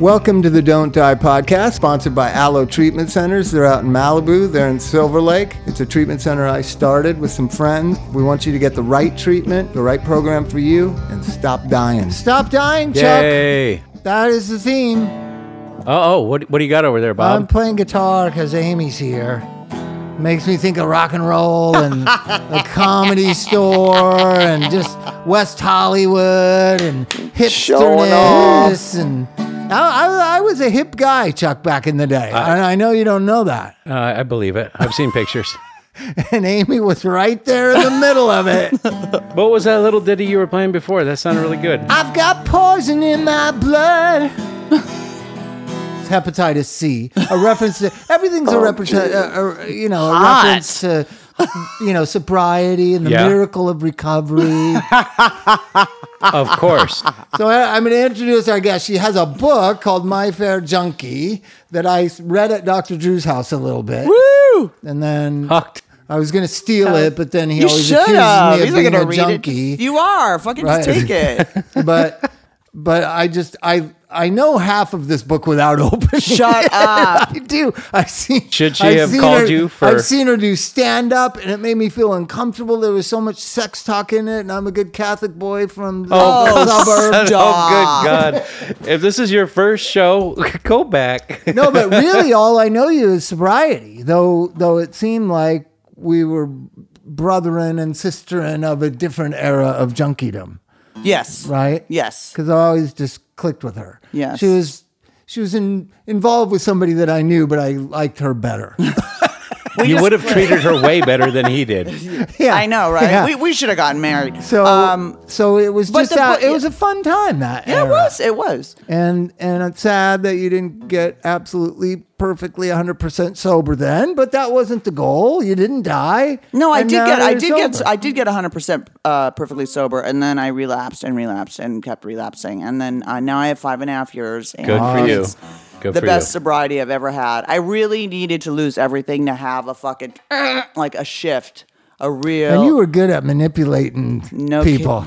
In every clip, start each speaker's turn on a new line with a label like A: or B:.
A: Welcome to the Don't Die podcast, sponsored by Aloe Treatment Centers. They're out in Malibu, they're in Silver Lake. It's a treatment center I started with some friends. We want you to get the right treatment, the right program for you, and stop dying. Stop dying, Chuck.
B: Yay.
A: That is the theme.
B: Uh oh, what, what do you got over there,
A: I'm
B: Bob?
A: playing guitar because Amy's here. Makes me think of rock and roll and a comedy store and just West Hollywood and
C: Showing
A: hipsterness and I, I, I was a hip guy, Chuck, back in the day. and I know you don't know that.
B: Uh, I believe it. I've seen pictures.
A: And Amy was right there in the middle of it.
B: What was that little ditty you were playing before? That sounded really good.
A: I've got poison in my blood. It's hepatitis C. A reference to everything's a reference, uh, uh, you know, a
C: Oh, Hot.
A: reference to you know sobriety and the
B: Yeah.
A: miracle of recovery.
B: Of course.
A: so I, I'm going to introduce our guest. She has a book called My Fair Junkie that I s- read at Dr. Drew's house a little bit,
C: Woo!
A: and then
B: Hucked.
A: I was going to steal it, but then he
C: You
A: always
C: should
A: accuses
C: have.
A: me of
C: He's not
A: being
C: gonna
A: a
C: read
A: junkie.
C: it. You are. Fucking just
A: Right.
C: take it.
A: but but I just I I know half of this book without opening.
C: Shut
A: it.
C: up.
A: I do. I've seen.
B: Should she
A: I've
B: have
A: seen
B: called
A: her-
B: you for-
A: I've seen her do stand up, and it made me feel uncomfortable. There was so much sex talk in it, and I'm a good Catholic boy from the
C: Oh,
A: suburb.
B: Oh, good
C: Stop.
B: God. If this is your first show, go back.
A: no, but really, all I know you is sobriety. Though though it seemed like we were brethren and sisterin of a different era of junkiedom,
C: Yes.
A: right?
C: Yes.
A: because I always just clicked with her.
C: Yes.
A: she was she was in, involved with somebody that I knew, but I liked her better.
B: you would have treated her way better than he did.
A: yeah,
C: I know, right?
A: Yeah.
C: We, we should have gotten married.
A: so
C: um,
A: so it was
C: but
A: just
C: the
A: out,
C: po-
A: it was a fun time that
C: yeah, it
A: era.
C: was. It was.
A: and and it's sad that you didn't get absolutely perfectly 100% sober then, but that wasn't the goal. You didn't die.
C: No, I
A: And
C: did
A: now
C: get. I
A: you're
C: did
A: sober.
C: get. I did get 100 percent uh, perfectly sober, and then I relapsed and relapsed and kept relapsing, and then uh, now I have five and a half years. And
B: Good for you.
C: it's
B: Good
C: the
B: for
C: best
B: you.
C: sobriety I've ever had. I really needed to lose everything to have a fucking like a shift, a real.
A: and you were good at manipulating
C: No
A: people,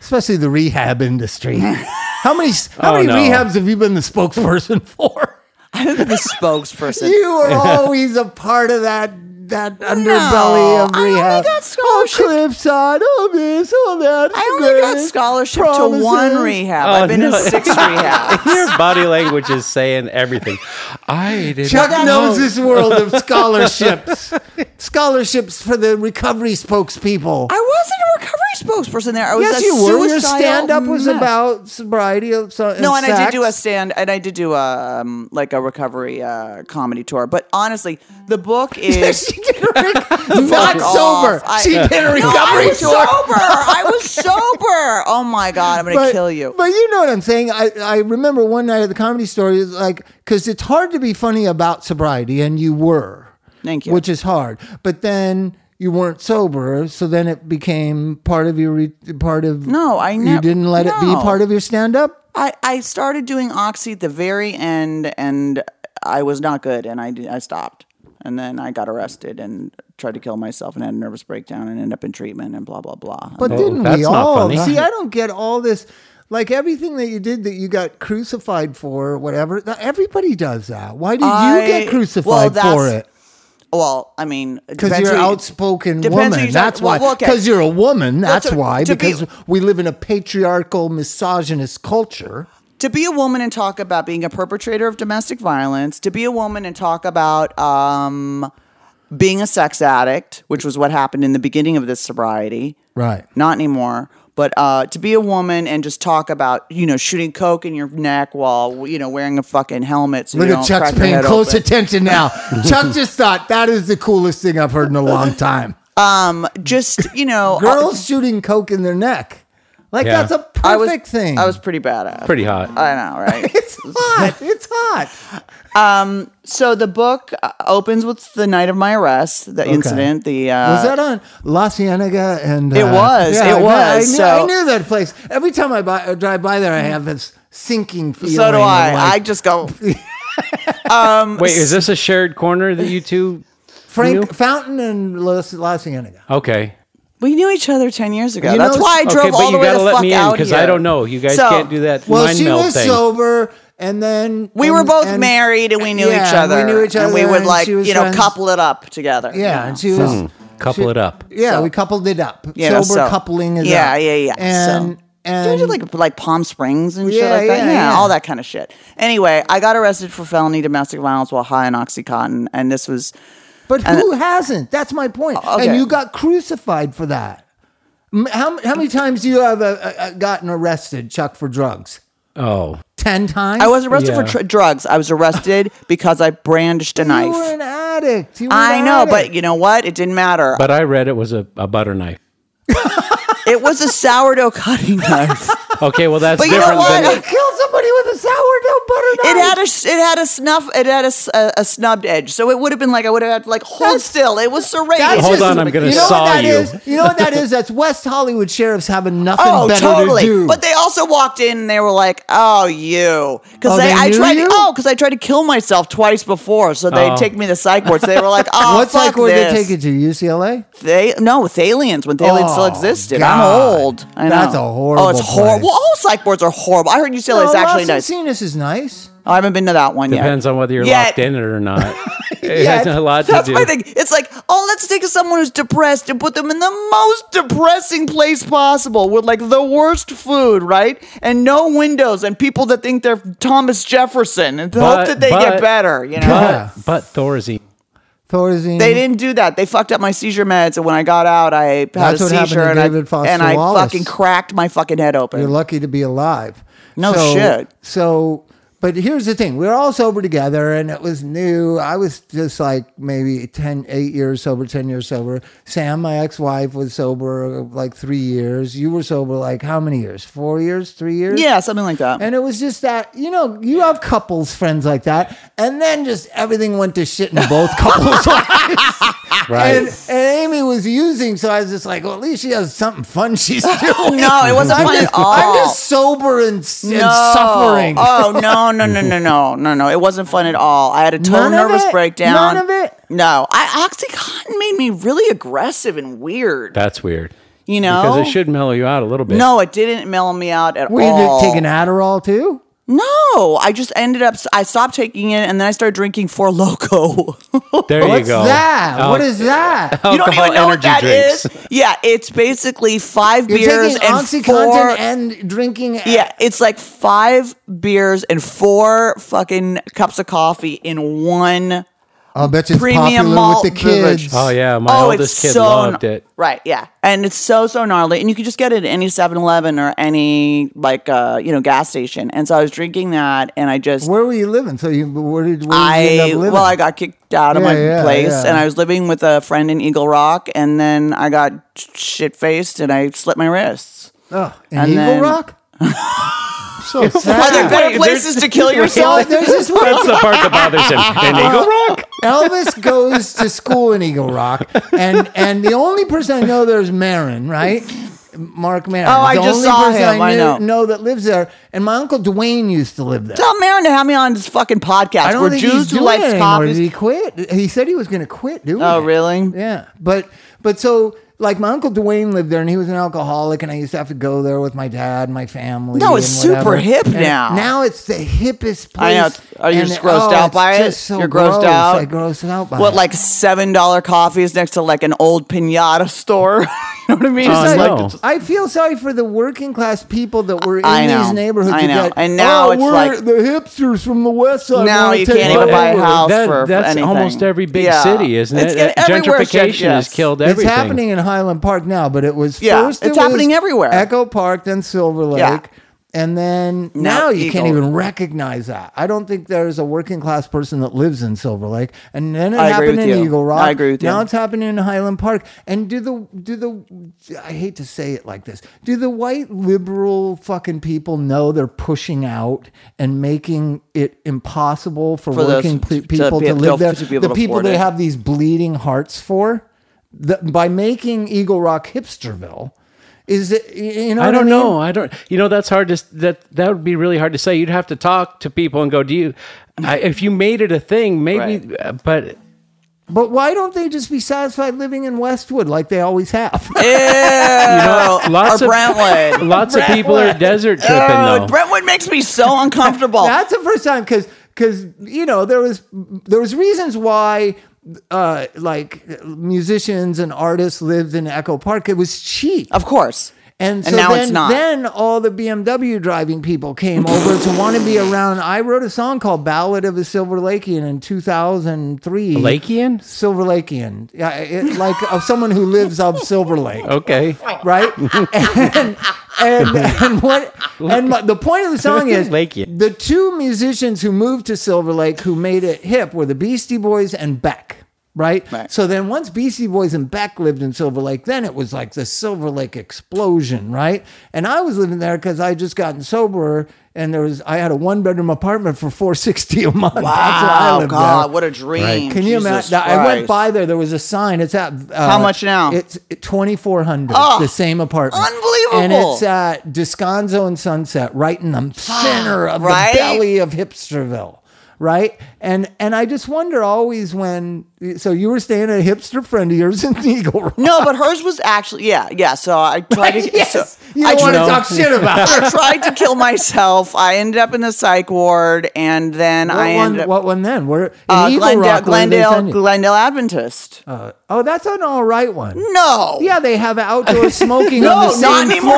A: especially the rehab industry. how many how
B: Oh,
A: many
B: no.
A: rehabs have you been the spokesperson for?
C: I've been the spokesperson.
A: You were always a part of that that underbelly
C: No,
A: of
C: I only
A: rehab.
C: got scholarship-
A: Oh, cliffside, oh this, oh that.
C: I only got scholarship to one rehab.
B: Oh,
C: I've been
B: no.
C: in six rehabs.
B: Your body language is saying everything. I did
A: Chuck
C: Well,
A: knows
C: that's-
A: this world of scholarships. scholarships for the recovery spokespeople.
C: I wasn't a recovery spokesperson there. I was
A: yes,
C: a
A: you were. Your
C: suicidal
A: stand up was
C: mess.
A: about sobriety of so,
C: No, and I did do a
A: sex.
C: stand, and I did do a um, like a recovery uh, comedy tour. But honestly, the book is
A: she did a rec- not
C: Fuck
A: sober.
C: off. I-
A: she did a
C: No,
A: recovery
C: I was
A: tour.
C: sober. I was sober. Oh my god, I'm gonna kill you.
A: But you know what I'm saying. I, I remember one night at the comedy store, it was like, because it's hard to be funny about sobriety, and you were.
C: Thank you.
A: Which is hard. But then you weren't sober, so then it became part of your, re- part of.
C: No, I
A: You
C: nev-
A: didn't let it be
C: no.
A: part of your stand up?
C: I, I started doing oxy at the very end, and I was not good, and I did- I stopped, and then I got arrested and tried to kill myself, and had a nervous breakdown, and ended up in treatment, and blah blah blah.
A: But
B: Oh,
A: didn't we
B: that's not
A: all?
B: funny.
A: See, I don't get all this. Like everything that you did that you got crucified for, whatever, th- everybody does that. Why did you
C: I-
A: get
C: well,
A: crucified for
C: that's-
A: it?
C: well, I mean, it
A: Because
C: depends
A: you're
C: who you-
A: outspoken
C: depends who
A: woman.
C: you talk-
A: that's why.
C: well, well, okay.
A: Because you're a woman. That's
C: to-
A: why.
C: to be-
A: because we live in a patriarchal, misogynist culture.
C: to be a woman and talk about being a perpetrator of domestic violence, to be a woman and talk about um, being a sex addict, which was what happened in the beginning of this sobriety.
A: Right.
C: Not anymore. But uh, to be a woman and just talk about, you know, shooting coke in your neck while, you know, wearing a fucking helmet. So
A: Look
C: you
A: at
C: don't
A: Chuck's
C: crack your
A: paying
C: head
A: close
C: open.
A: attention now. Chuck just thought that is the coolest thing I've heard in a long time.
C: Just, you know, I-
A: Girls shooting coke in their neck. Like,
B: Yeah.
A: that's a perfect
C: I, was,
A: thing.
C: I was pretty badass.
B: Pretty hot.
C: I know, right?
A: It's hot. It's hot.
C: so the book uh, opens with the night of my arrest, the incident, the uh,
A: Was that on La Cienega? And uh,
C: It was, it
A: I knew- I knew,
C: was, so-
A: I knew that place. Every time I, buy, I drive by there, I have this sinking feeling.
C: so do
A: of
C: I.
A: like,
C: I just go.
B: Wait, is this a shared corner that you two?
A: Frank
B: Knew?
A: Fountain and Los, Los Angeles.
B: Okay.
C: We knew each other ten years ago.
A: You
C: That's
A: know-
C: why I drove
B: okay, but
C: all the
B: you
C: way
B: gotta
C: the
B: let
C: fuck
B: me in
C: out
B: because
C: here.
B: I don't know. You guys
C: So-
B: can't do that
A: Well,
B: mind
A: she
B: meld
A: was
B: thing.
A: sober, And then
C: We were
A: and-
C: both
A: and-
C: married and we knew
A: yeah,
C: each other.
A: We knew each other.
C: And we would
A: and
C: like,
A: she was
C: you know,
A: friends-
C: couple it up together.
A: Yeah, and she was.
B: Hmm. Couple it up.
A: Yeah,
C: So-
A: we coupled it up.
C: You
A: Sober
C: know, so-
A: coupling is
C: Yeah,
A: up.
C: yeah, yeah.
A: And
C: So-
A: and
C: Don't you like like Palm Springs and shit
A: Yeah,
C: like that?
A: yeah,
C: Yeah,
A: yeah.
C: all that kind of shit. Anyway, I got arrested for felony domestic violence while high on OxyContin, and this was
A: But who hasn't? That's my point.
C: Okay.
A: And you got crucified for that. M- How, how many times do you have uh, uh, gotten arrested, Chuck, for drugs?
B: Oh,
A: Ten times.
C: I was arrested for
B: Yeah.
C: tr- drugs. I was arrested because I brandished a
A: You were
C: knife.
A: an addict. You were
C: I
A: an
C: know, but
A: addict.
C: you know what? It didn't matter.
B: but I read it was a, a butter knife.
C: it was a sourdough cutting knife.
B: Okay, well that's
C: But you know
B: different
C: what?
B: than
A: I killed somebody with a sourdough butter
C: It
A: knife.
C: had a s- it had a snuff it had a, s- a- a snubbed edge, so it would have been like I would have had to like hold
A: That's-
C: still. It was serrated.
A: That's
B: Hold
A: just-
B: on, I'm gonna
A: you know
B: saw
A: what that
B: you.
A: is? You know what that is? That's West Hollywood sheriffs having nothing
C: Oh,
A: better
C: totally.
A: to do.
C: But they also walked in and they were like, "Oh, you," because
A: Oh,
C: I,
A: they
C: I
A: knew
C: tried.
A: you?
C: Oh, because I tried to kill myself twice before, so they
B: Oh.
C: would take me to psych ward. So they were like, "Oh,
A: what
C: fuck
A: psych ward they
C: this."
A: take you to? UCLA?
C: They no with aliens when aliens still
A: Oh,
C: existed.
A: God.
C: I'm old. I know.
A: That's a horrible
C: Oh, it's horrible.
A: place.
C: Well, all psych boards are horrible. I heard UCLA is actually nice.
A: Encinas is nice.
C: I haven't been to that one yet.
B: depends on whether you're
C: Yet-
B: locked in it or not. It
A: Yeah,
B: has a lot to
C: That's
B: do.
C: my thing. It's like, oh, let's take someone who's depressed and put them in the most depressing place possible with like the worst food, right? And no windows and people that think they're Thomas Jefferson and hope
B: But-
C: that they get
B: but-
C: better, you know?
A: Yeah.
B: But, but Thorazine.
A: Thorazine.
C: They didn't do that. They fucked up my seizure meds, and when I got out, I had
A: That's
C: a
A: what happened
C: seizure
A: to
C: and
A: David
C: I
A: Foster
C: and I
A: Wallace.
C: fucking cracked my fucking head open.
A: You're lucky to be alive.
C: No
A: so,
C: shit.
A: So, but here's the thing: we were all sober together, and it was new. I was just like maybe 10, 8 years sober, ten years sober. Sam, my ex-wife, was sober like three years. You were sober like how many years? Four years? Three years?
C: yeah, something like that.
A: And it was just that, you know, you have couples, friends like that. And then just everything went to shit in both couples' lives.
B: Right.
A: And, and Amy was using, so I was just like, well, at least she has something fun she's doing.
C: no, it wasn't fun
A: I'm,
C: at
A: just,
C: all.
A: I'm just sober and, s- and
C: No.
A: suffering.
C: Oh no, no, no, no, no, no, no! It wasn't fun at all. I had a total
A: None of
C: nervous
A: it?
C: breakdown.
A: None of it?
C: No, I OxyContin made me really aggressive and weird.
B: That's weird.
C: you know,
B: Because it should mellow you out a little bit.
C: No, it didn't mellow me out at
A: Were
C: all.
A: you taking Adderall too?
C: no, I just ended up. I stopped taking it, and then I started drinking Four Loco.
B: There you
A: What's
B: go.
A: that?
C: Uh,
B: Oh,
A: what is that?
C: you don't
B: Alcohol
C: even know what
B: energy
C: that is.
B: drinks.
C: Yeah, it's basically 5
A: You're
C: beers
A: taking
C: and
A: OxyContin
C: four.
A: and drinking. a-
C: Yeah, it's like five beers and four fucking cups of coffee in one.
A: I'll bet you it's
C: Premium
A: popular
C: malt
A: with the
C: beverage.
A: kids.
B: Oh yeah, my oldest kid loved
C: gna-
B: it.
C: Right, yeah. And it's so so gnarly and you can just get it at any 7-Eleven or any like uh, you know, gas station. And so I was drinking that and I just
A: Where were you living? So you, where did, where did you
C: I
A: end up living?
C: well, I got kicked out of
A: Yeah,
C: my
A: yeah,
C: place,
A: yeah.
C: and I was living with a friend in Eagle Rock, and then I got shit faced, and I slit my wrists.
A: Oh, in
C: And
A: Eagle
C: then-
A: Rock? so
C: Are there
A: sad.
C: better places to kill yourself?
A: there's this one.
B: That's the part that bothers him. And Eagle Rock.
A: Elvis goes to school in Eagle Rock, and and the only person I know there is Marin, right? Mark Marin.
C: Oh, I
A: the
C: just
A: only
C: saw
A: person
C: him, I
A: knew-
C: know.
A: that lives there, and my uncle Dwayne used to live there.
C: Tell Marin to have me on this fucking podcast.
A: I don't
C: We're
A: think
C: Jews
A: he's
C: who
A: doing
C: like
A: it anymore.
C: coffee.
A: Did he quit? He said he was going to quit doing
C: oh,
A: it.
C: really?
A: Yeah, but but so like my uncle Dwayne lived there, and he was an alcoholic, and I used to have to go there with my dad, and my family.
C: No, it's
A: and
C: super
A: whatever.
C: hip
A: And
C: now.
A: Now it's the hippest place.
C: I know. Are you
A: and-
C: just grossed
A: oh,
C: out
A: it's
C: by it?
A: just so
C: You're grossed
A: gross.
C: out.
A: I grossed out by
C: What
A: it.
C: like seven dollar coffees next to like an old pinata store? you know what I mean?
B: Oh,
C: It's
B: no.
C: like-
A: Like, I feel sorry for the working class people that were in
C: I know.
A: these neighborhoods. that
C: I know.
A: got,
C: And now
A: "Oh,
C: it's
A: we're
C: like-
A: the hipsters from the west side.
C: Now
A: wanna
C: you
A: take
C: can't
A: my
C: even buy a
A: over."
C: house.
B: That-
C: for- for
B: that's
C: anything.
B: almost every big
C: Yeah.
B: city, isn't
C: It's
B: it?
C: getting- everywhere it's
B: Gentrification
C: gen- yes.
B: has killed
A: It's
B: everything.
A: happening in Highland Park now, but it was
C: Yeah,
A: first.
C: it's
A: it
C: happening
A: was
C: everywhere.
A: Echo Park, then Silver Lake,
C: Yeah.
A: and then now,
C: Now
A: you can't
C: Eagle.
A: even recognize that. I don't think there's a working class person that lives in Silver Lake, and then it
C: I agree
A: happened
C: with
A: in
C: you.
A: Eagle Rock.
C: I agree with you.
A: Now it's happening in Highland Park, and do the do the I hate to say it like this. Do the white liberal fucking people know they're pushing out and making it impossible for,
C: For those
A: working pe-
C: to
A: people to,
C: be-
A: live there?
C: to be able
A: the
C: to
A: people
C: afford
A: they
C: it.
A: have have these bleeding hearts for the, by making Eagle Rock hipsterville is it you know
B: I
A: what
B: don't
A: mean?
B: know. I don't. You know, that's hard to. s- That that would be really hard to say. You'd have to talk to people and go, "Do you?" I, if you made it a thing, maybe.
C: Right.
B: uh, But
A: But why don't they just be satisfied living in Westwood like they always have?
C: Ew.
B: lots
C: or
B: of-
C: Brentwood.
B: Lots of people are desert tripping
C: Oh,
B: though.
C: Brentwood makes me so uncomfortable.
A: That's the first time because because you know there was there was reasons why uh like musicians and artists lived in Echo Park. It was cheap.
C: of course.
A: And, so
C: now
A: then,
C: it's not.
A: then all the BMW driving people came over to want to be around. I wrote a song called Ballad of a Silver Lakean in 2003.
B: Lakean?
A: Silver Lakean. Yeah, it, like of someone who lives of Silver Lake
B: Okay.
A: right? and, and and what and my, the point of the song is
B: Lake it.
A: the two musicians who moved to Silver Lake who made it hip were the Beastie Boys and Beck. Right?
C: Right.
A: So then once Beastie Boys and Beck lived in Silver Lake, then it was like the Silver Lake explosion, right? And I was living there because I had just gotten sober and there was I had a one bedroom apartment for four sixty a month. Wow,
C: Wow, Oh, God, what a dream.
B: Right.
A: Can you
C: Jesus
A: imagine? I went
C: Christ.
A: by there. There was a sign. It's at uh,
C: How much now? Ah,
A: It's twenty four hundred. the same apartment. And
C: unbelievable.
A: it's at Descanso and Sunset, right in the center of
C: Right?
A: the belly of Hipsterville. Right, and and I just wonder always when. So you were staying at a hipster friend of yours in Eagle Rock.
C: No, but hers was actually yeah, yeah. So I tried to
A: yes,
C: so
A: you
C: I
A: don't want to
B: No.
A: talk shit about. her.
C: I tried to kill myself. I ended up in the psych ward, and then
A: What,
C: I
A: one,
C: ended up
A: what one then? We're in
C: uh,
A: Eagle
C: Glendale,
A: Rock. where they
C: Glendale,
A: send you.
C: Glendale Adventist.
A: Uh, oh, that's an all right one.
C: no,
A: Yeah, they have outdoor smoking
C: no,
A: on the same
C: not anymore.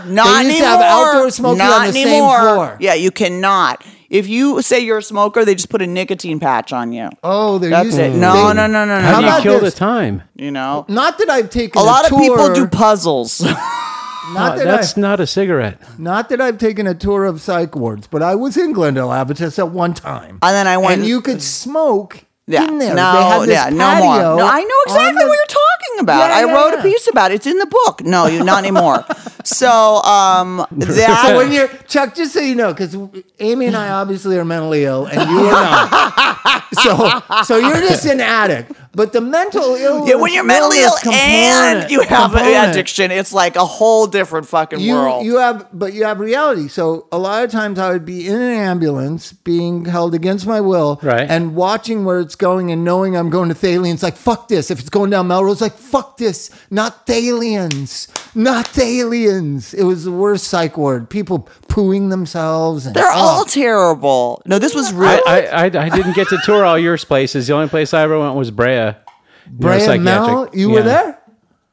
A: floor.
C: Not
A: they used to
C: anymore.
A: have outdoor smoking
C: not
A: on the
C: anymore.
A: same floor.
C: Yeah, you cannot. If you say you're a smoker, they just put a nicotine patch on you.
A: Oh, they're
C: That's
A: using
C: it. No, no, no, no, no.
A: How
B: How do
A: about
B: you kill
A: this?
B: the time?
C: you know,
A: Not that I've taken
C: a lot of
A: tour,
C: people do puzzles.
A: Not
B: Uh,
A: that
B: that's
A: I,
B: not a cigarette.
A: not that I've taken a tour of psych wards, but I was in Glendale Adventist at one time,
C: And then I went-
A: And you could smoke
C: Yeah,
A: in there.
C: no,
A: they had this
C: yeah, no more.
A: patio
C: No, I know
A: on
C: exactly
A: the-
C: what you're talking about.
A: Yeah,
C: I
A: yeah,
C: wrote
A: yeah.
C: a piece about it. It's in the book. No, you not anymore. so um, that
A: So when you're Chuck, just so you know, because Amy and I obviously are mentally ill, and you are not. so, so you're just an addict. But the mental illness,
C: yeah, when you're mentally ill
A: illness component-
C: and you have an
A: component,
C: addiction, it's like a whole different fucking
A: you
C: world.
A: you have but you have reality so a lot of times i would be in an ambulance being held against my will
B: Right.
A: and watching where it's going and knowing i'm going to thalians like fuck this if it's going down melrose like fuck this not thalians not thalians it was the worst psych ward people pooing themselves and
C: They're
A: oh.
C: all terrible. No, this was real.
B: I, I, I, I didn't get to tour all your places. The only place I ever went was Brea.
A: Brea
B: Neuropsychiatric.
A: Mel, you were
B: Yeah.
A: there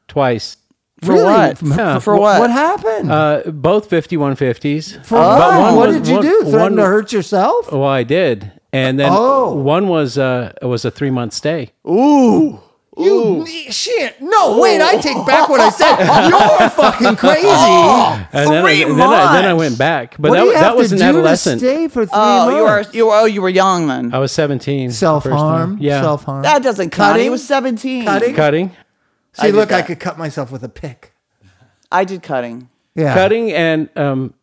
B: Twice.
C: for
A: Really?
C: what?
B: Yeah.
C: For what? Oh.
A: what happened
B: Uh, both 5150s.
A: For what? what did you do threaten to hurt yourself
B: Well, I did. And then
A: Oh.
B: one was uh, was a three month stay.
A: You shit. No, wait, I take back what I said. You're fucking crazy.
C: Oh.
B: And then,
C: Three
B: I, then, I, then I
C: months!
B: went back. But
A: what do
B: that,
A: you have
B: that was
A: to
B: an
A: do
B: adolescent.
A: to stay for three
C: Oh, you were
A: months?
C: you were oh you were young then.
B: I was 17. the first
A: Self harm.
B: time. Yeah.
A: Self harm.
C: that doesn't count. He
A: Cutting?
C: was seventeen.
A: Cutting?
B: Cutting.
A: See,
C: did
A: look, I
C: that.
A: could cut myself with a pick.
C: I did cutting.
A: Yeah.
B: Cutting and um,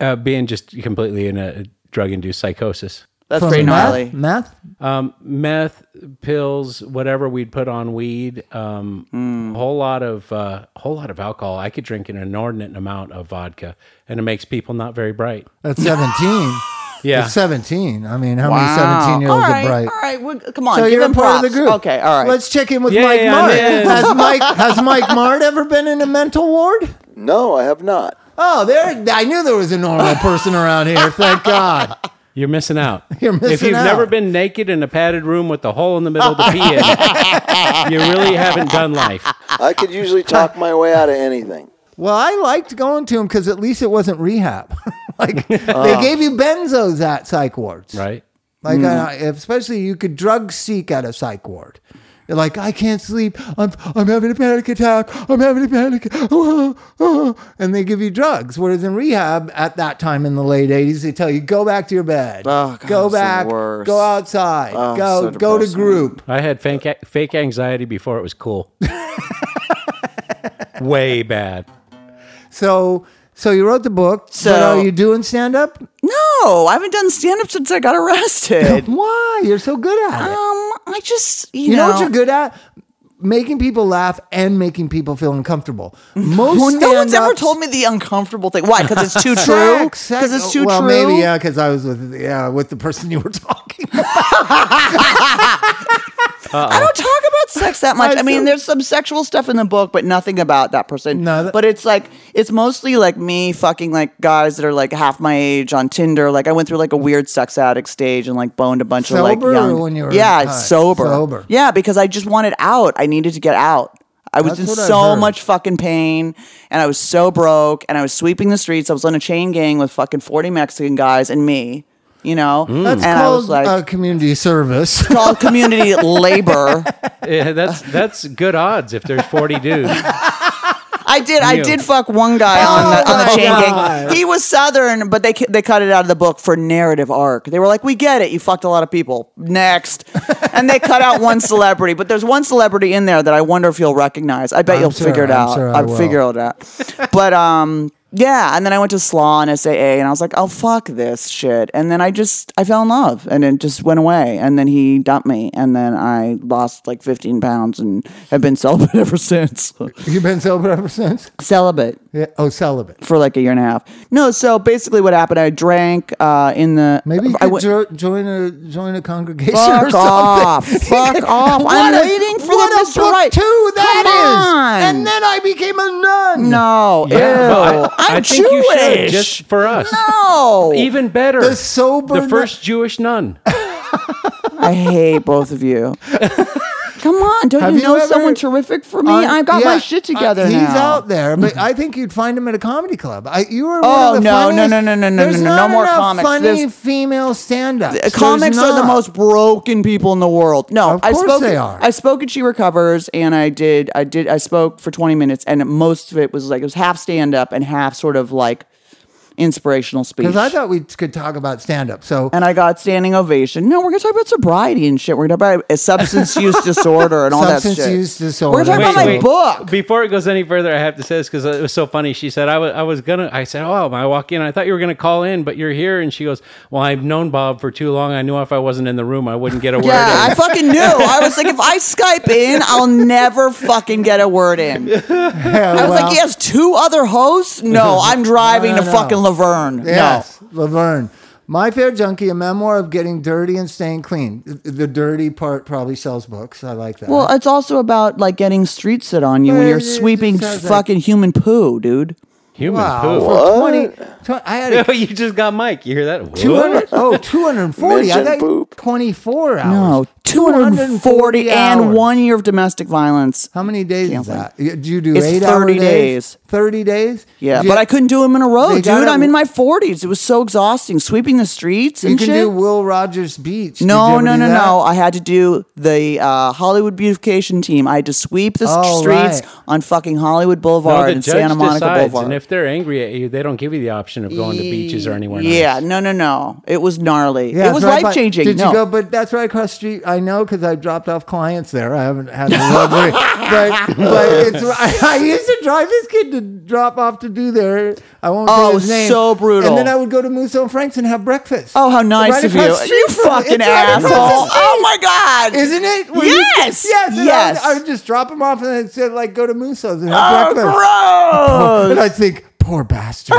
B: uh, being just completely in a drug induced psychosis. Um,
C: That's
A: From
C: pretty gnarly.
A: meth, meth.
B: meth pills whatever we'd put on weed um
A: Hmm.
B: a whole lot of uh whole lot of alcohol i could drink an inordinate amount of vodka and it makes people not very bright
A: That's 17.
B: yeah
A: It's 17. I mean, how many
C: Wow.
A: 17 year
C: All
A: olds
C: right,
A: are bright?
C: All right, we're, come on.
A: So
C: give
A: you're a
C: him
A: part of the
C: props.
A: group.
C: Okay, all right.
A: Let's check in with
B: Yeah,
A: Mike
B: yeah,
A: Mart.
B: yeah, yeah.
A: Has Mike has Mike Mart ever been in a mental ward?
D: No, I have not.
A: Oh, there! I knew there was a normal person around here. Thank God.
B: you're missing out
A: You're
B: if
A: missing
B: you've
A: out.
B: never been naked in a padded room with a hole in the middle to pee in you really haven't done life
D: I could usually talk my way out of anything.
A: Well, I liked going to them because at least it wasn't rehab. like
C: Oh.
A: they gave you benzos at psych wards,
B: right
A: Like,
C: Mm.
A: I, especially you could drug seek at a psych ward. You're like, I can't sleep. I'm I'm having a panic attack. I'm having a panic. Oh, oh," and they give you drugs. Whereas in rehab, at that time in the late '80s, they tell you go back to your bed,
C: Oh, God,
A: go
C: it's the
A: back,
C: worst.
A: go outside,
C: Oh,
A: go
C: so
A: go to
C: depressing.
A: group.
B: i had fake fake anxiety before it was cool way bad
A: So so you wrote the book. but
C: So-
A: are you doing stand up?
C: No, I haven't done stand up since I got arrested. um,
A: Why you're so good at it?
C: I just you,
A: You know, what you're good at? Making people laugh and making people feel uncomfortable. Most
C: No one's ever
A: stand-ups-
C: told me the uncomfortable thing. Why? Because it's too true.
A: Sex, sex.
C: Because it's too
A: well,
C: true.
A: maybe yeah, because I was with yeah with the person you were talking. about.
C: I don't talk about sex that much. I mean, there's some sexual stuff in the book, but nothing about that person.
A: No, that-
C: but it's like it's mostly like me fucking like guys that are like half my age on Tinder. Like I went through like a weird sex addict stage and like boned a bunch of
A: Sober or
C: like young.
A: when you were
C: yeah,
A: high?
C: sober.
A: Sober.
C: Yeah, because I just wanted out. I needed to get out. I was
A: That's
C: in
A: what I
C: so
A: heard.
C: much fucking pain and I was so broke and I was sweeping the streets. I was on a chain gang with fucking 40 Mexican guys and me, you know?
A: That's
C: and I was
A: called
C: like,
A: uh, community service.
C: called community labor.
B: Yeah, Eh, that's that's good odds if there's 40 dudes.
C: I did. I
B: You.
C: did fuck one guy
A: Oh
C: on the, on the chain gang. He was Southern, but they cu- they cut it out of the book for narrative arc. They were like, "We get it. You fucked a lot of people." Next, and they cut out one celebrity. But there's one celebrity in there that I wonder if you'll recognize. I bet
A: I'm
C: you'll
A: sure-
C: figure it
A: I'm
C: out.
A: sure I
C: I'll
A: will.
C: figure it out. But um. Yeah, and then I went to Slaw and SAA, and I was like, "Oh fuck this shit!" And then I just I fell in love, and it just went away. And then he dumped me, and then I lost like 15 pounds and have been celibate ever since.
A: You've been sober ever since?
C: celibate
A: Yeah. Oh, celibate.
C: for like a year and a half. No, so basically what happened, I drank uh, in the.
A: Maybe you
C: I
A: could
C: went-
A: jo- join a join a congregation or
C: Fuck
A: something.
C: off! Fuck off! I'm
A: What a-
C: waiting for
A: what
C: the
A: a
C: Mr.
A: book
C: Right.
A: two that
C: Come
A: is.
C: on.
A: And then I became a nun.
C: no,
B: Yeah,
C: ew.
B: well,
C: I, am
B: think
C: Jewish.
B: you should just for us.
C: no,
B: Even better.
A: The sober
B: The first Jewish nun.
C: I hate both of you. Come on, don't
A: Have
C: you
A: you
C: know
A: ever-
C: someone terrific for me?
A: nun.
C: I've got
A: Yeah,
C: my shit together
A: uh, he's
C: now.
A: out there, but I think you'd find him at a comedy club. I, you were
C: Oh,
A: one of the
C: no, no,
A: funniest-
C: no, no, no, no,
A: There's
C: no, no
A: not
C: more
A: enough
C: comics.
A: Funny
C: There's-
A: female stand-ups. There's
C: comics are the
A: not.
C: most broken people in the world. No,
A: Of
C: I
A: course
C: spoke.
A: they are.
C: I spoke at She Recovers, and I did. I did. I spoke for twenty minutes, and most of it was like it was half stand up and half sort of like inspirational speech.
A: Because I thought we could talk about stand-up. So
C: and I got standing ovation. No, we're gonna talk about sobriety and shit. We're gonna talk about uh, substance use disorder and all
A: Substance
C: that shit.
A: use disorder.
C: We're gonna talk about
A: Wait,
C: my
A: wait.
C: book.
B: Before it goes any further, I have to say this because it was so funny. She said, I was, I was going to, I said, oh, I walk in. I thought you were going to call in, but you're here. And she goes, well, I've known Bob for too long. I knew if I wasn't in the room, I wouldn't get a word
C: Yeah,
B: in.
C: I fucking knew. I was like, if I Skype in, I'll never fucking get a word in. I was like, he has two other hosts? No, I'm
A: No,
C: driving
A: no,
C: to
A: no.
C: fucking Laverne.
A: Yes, Laverne. My Fair Junkie, a memoir of getting dirty and staying clean. The- The dirty part probably sells books. I like that.
C: No. Well, it's also about like getting street set on you when
A: Yeah,
C: you're
A: yeah, it
C: sweeping
A: sounds like-
C: fucking human poo, dude.
B: Human
A: wow.
B: poo.
A: For 20, 20 I had a
B: you just got Mike. You hear that?
A: 200, oh, 240. I
D: Mention
A: got
D: poop.
A: 24 hours.
C: No, 240 and
A: hours.
C: one year of domestic violence.
A: How many days
C: Can't
A: is that? Y- Do you do
C: It's
A: eight hour
C: 30 days.
A: 30 days?
C: Yeah,
A: Do you-
C: but I couldn't do them in a row,
A: They
C: dude.
A: gotta-
C: I'm in my 40s. It was so exhausting sweeping the streets and
A: You can
C: shit.
A: do Will Rogers Beach. Did you
C: No,
A: ever
C: no,
A: do
C: no,
A: that?
C: no. I had to do the uh, Hollywood beautification team. I had to sweep the s-
A: Oh,
C: streets
A: right.
C: on fucking Hollywood
B: No,
C: Boulevard
B: the
C: and
B: judge
C: Santa Monica
B: decides,
C: Boulevard.
B: and if they're angry at you, they don't give you the option of going to beaches or anywhere.
C: Yeah,
B: nice.
C: no, no, no. It was gnarly.
A: Yeah,
C: it was
A: that's right by-
C: life changing.
A: Did
C: no.
A: you go? But that's right across the street. I know because I dropped off clients there. I haven't had the luxury. but but it's, I, I used to drive this kid to drop off to do there. I won't
C: Oh,
A: say his name.
C: so brutal.
A: And then I would go to Musso and Frank's and have breakfast.
C: oh, how nice
A: Right
C: of you!
A: across the
C: You
A: street from-
C: fucking
A: it's right across
C: asshole!
A: the street.
C: Oh my god!
A: Isn't it? Were you-
C: yes,
A: yes. and I would-
C: yes.
A: I would, just drop him off and then said, like, go to Musso's and have breakfast.
C: oh,
A: And
C: gross!
A: I think, poor bastard.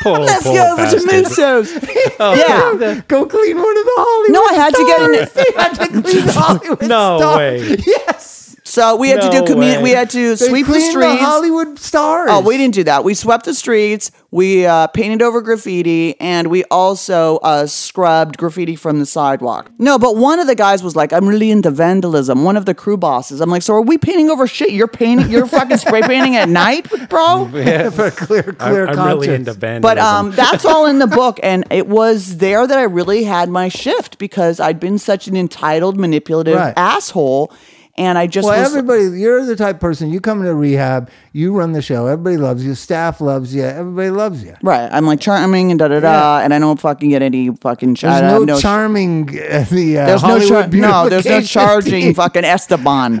B: Poor,
C: Let's
B: poor
C: go over
B: bastard.
C: to Musso's.
A: Oh.
C: yeah,
A: go clean one of the Hollywood.
C: No, I had to get an-
A: stars. They had to clean the Hollywood.
B: No
A: stars.
B: way.
A: Yes.
C: so we had to
B: No
C: do commu-
B: way.
C: We had to
A: They
C: sweep the
A: cleaned
C: streets.
A: Hollywood stars.
C: Oh, we didn't do that. We swept the streets. We uh, painted over graffiti, and we also uh, scrubbed graffiti from the sidewalk. No, but one of the guys was like, "I'm really into vandalism." One of the crew bosses. I'm like, "So are we painting over shit? You're painting. You're fucking spray painting at night, bro."
A: for clear, clear
B: I'm, I'm
A: conscience.
B: really into vandalism.
C: But um, that's all in the book, and it was there that I really had my shift because I'd been such an entitled, manipulative
A: Right.
C: asshole, and I just
A: Well,
C: was,
A: everybody, you're the type of person. You come into rehab, you run the show. Everybody loves you. Staff loves you. Everybody loves you.
C: Right, I'm like charming and da da da, and I don't fucking get any fucking. ch- I
A: There's
C: have
A: no,
C: no sh-
A: charming. Uh, the uh,
C: There's no char-
A: Hollywood
C: no. There's no
A: beautification
C: charging
A: team.
C: fucking Esteban.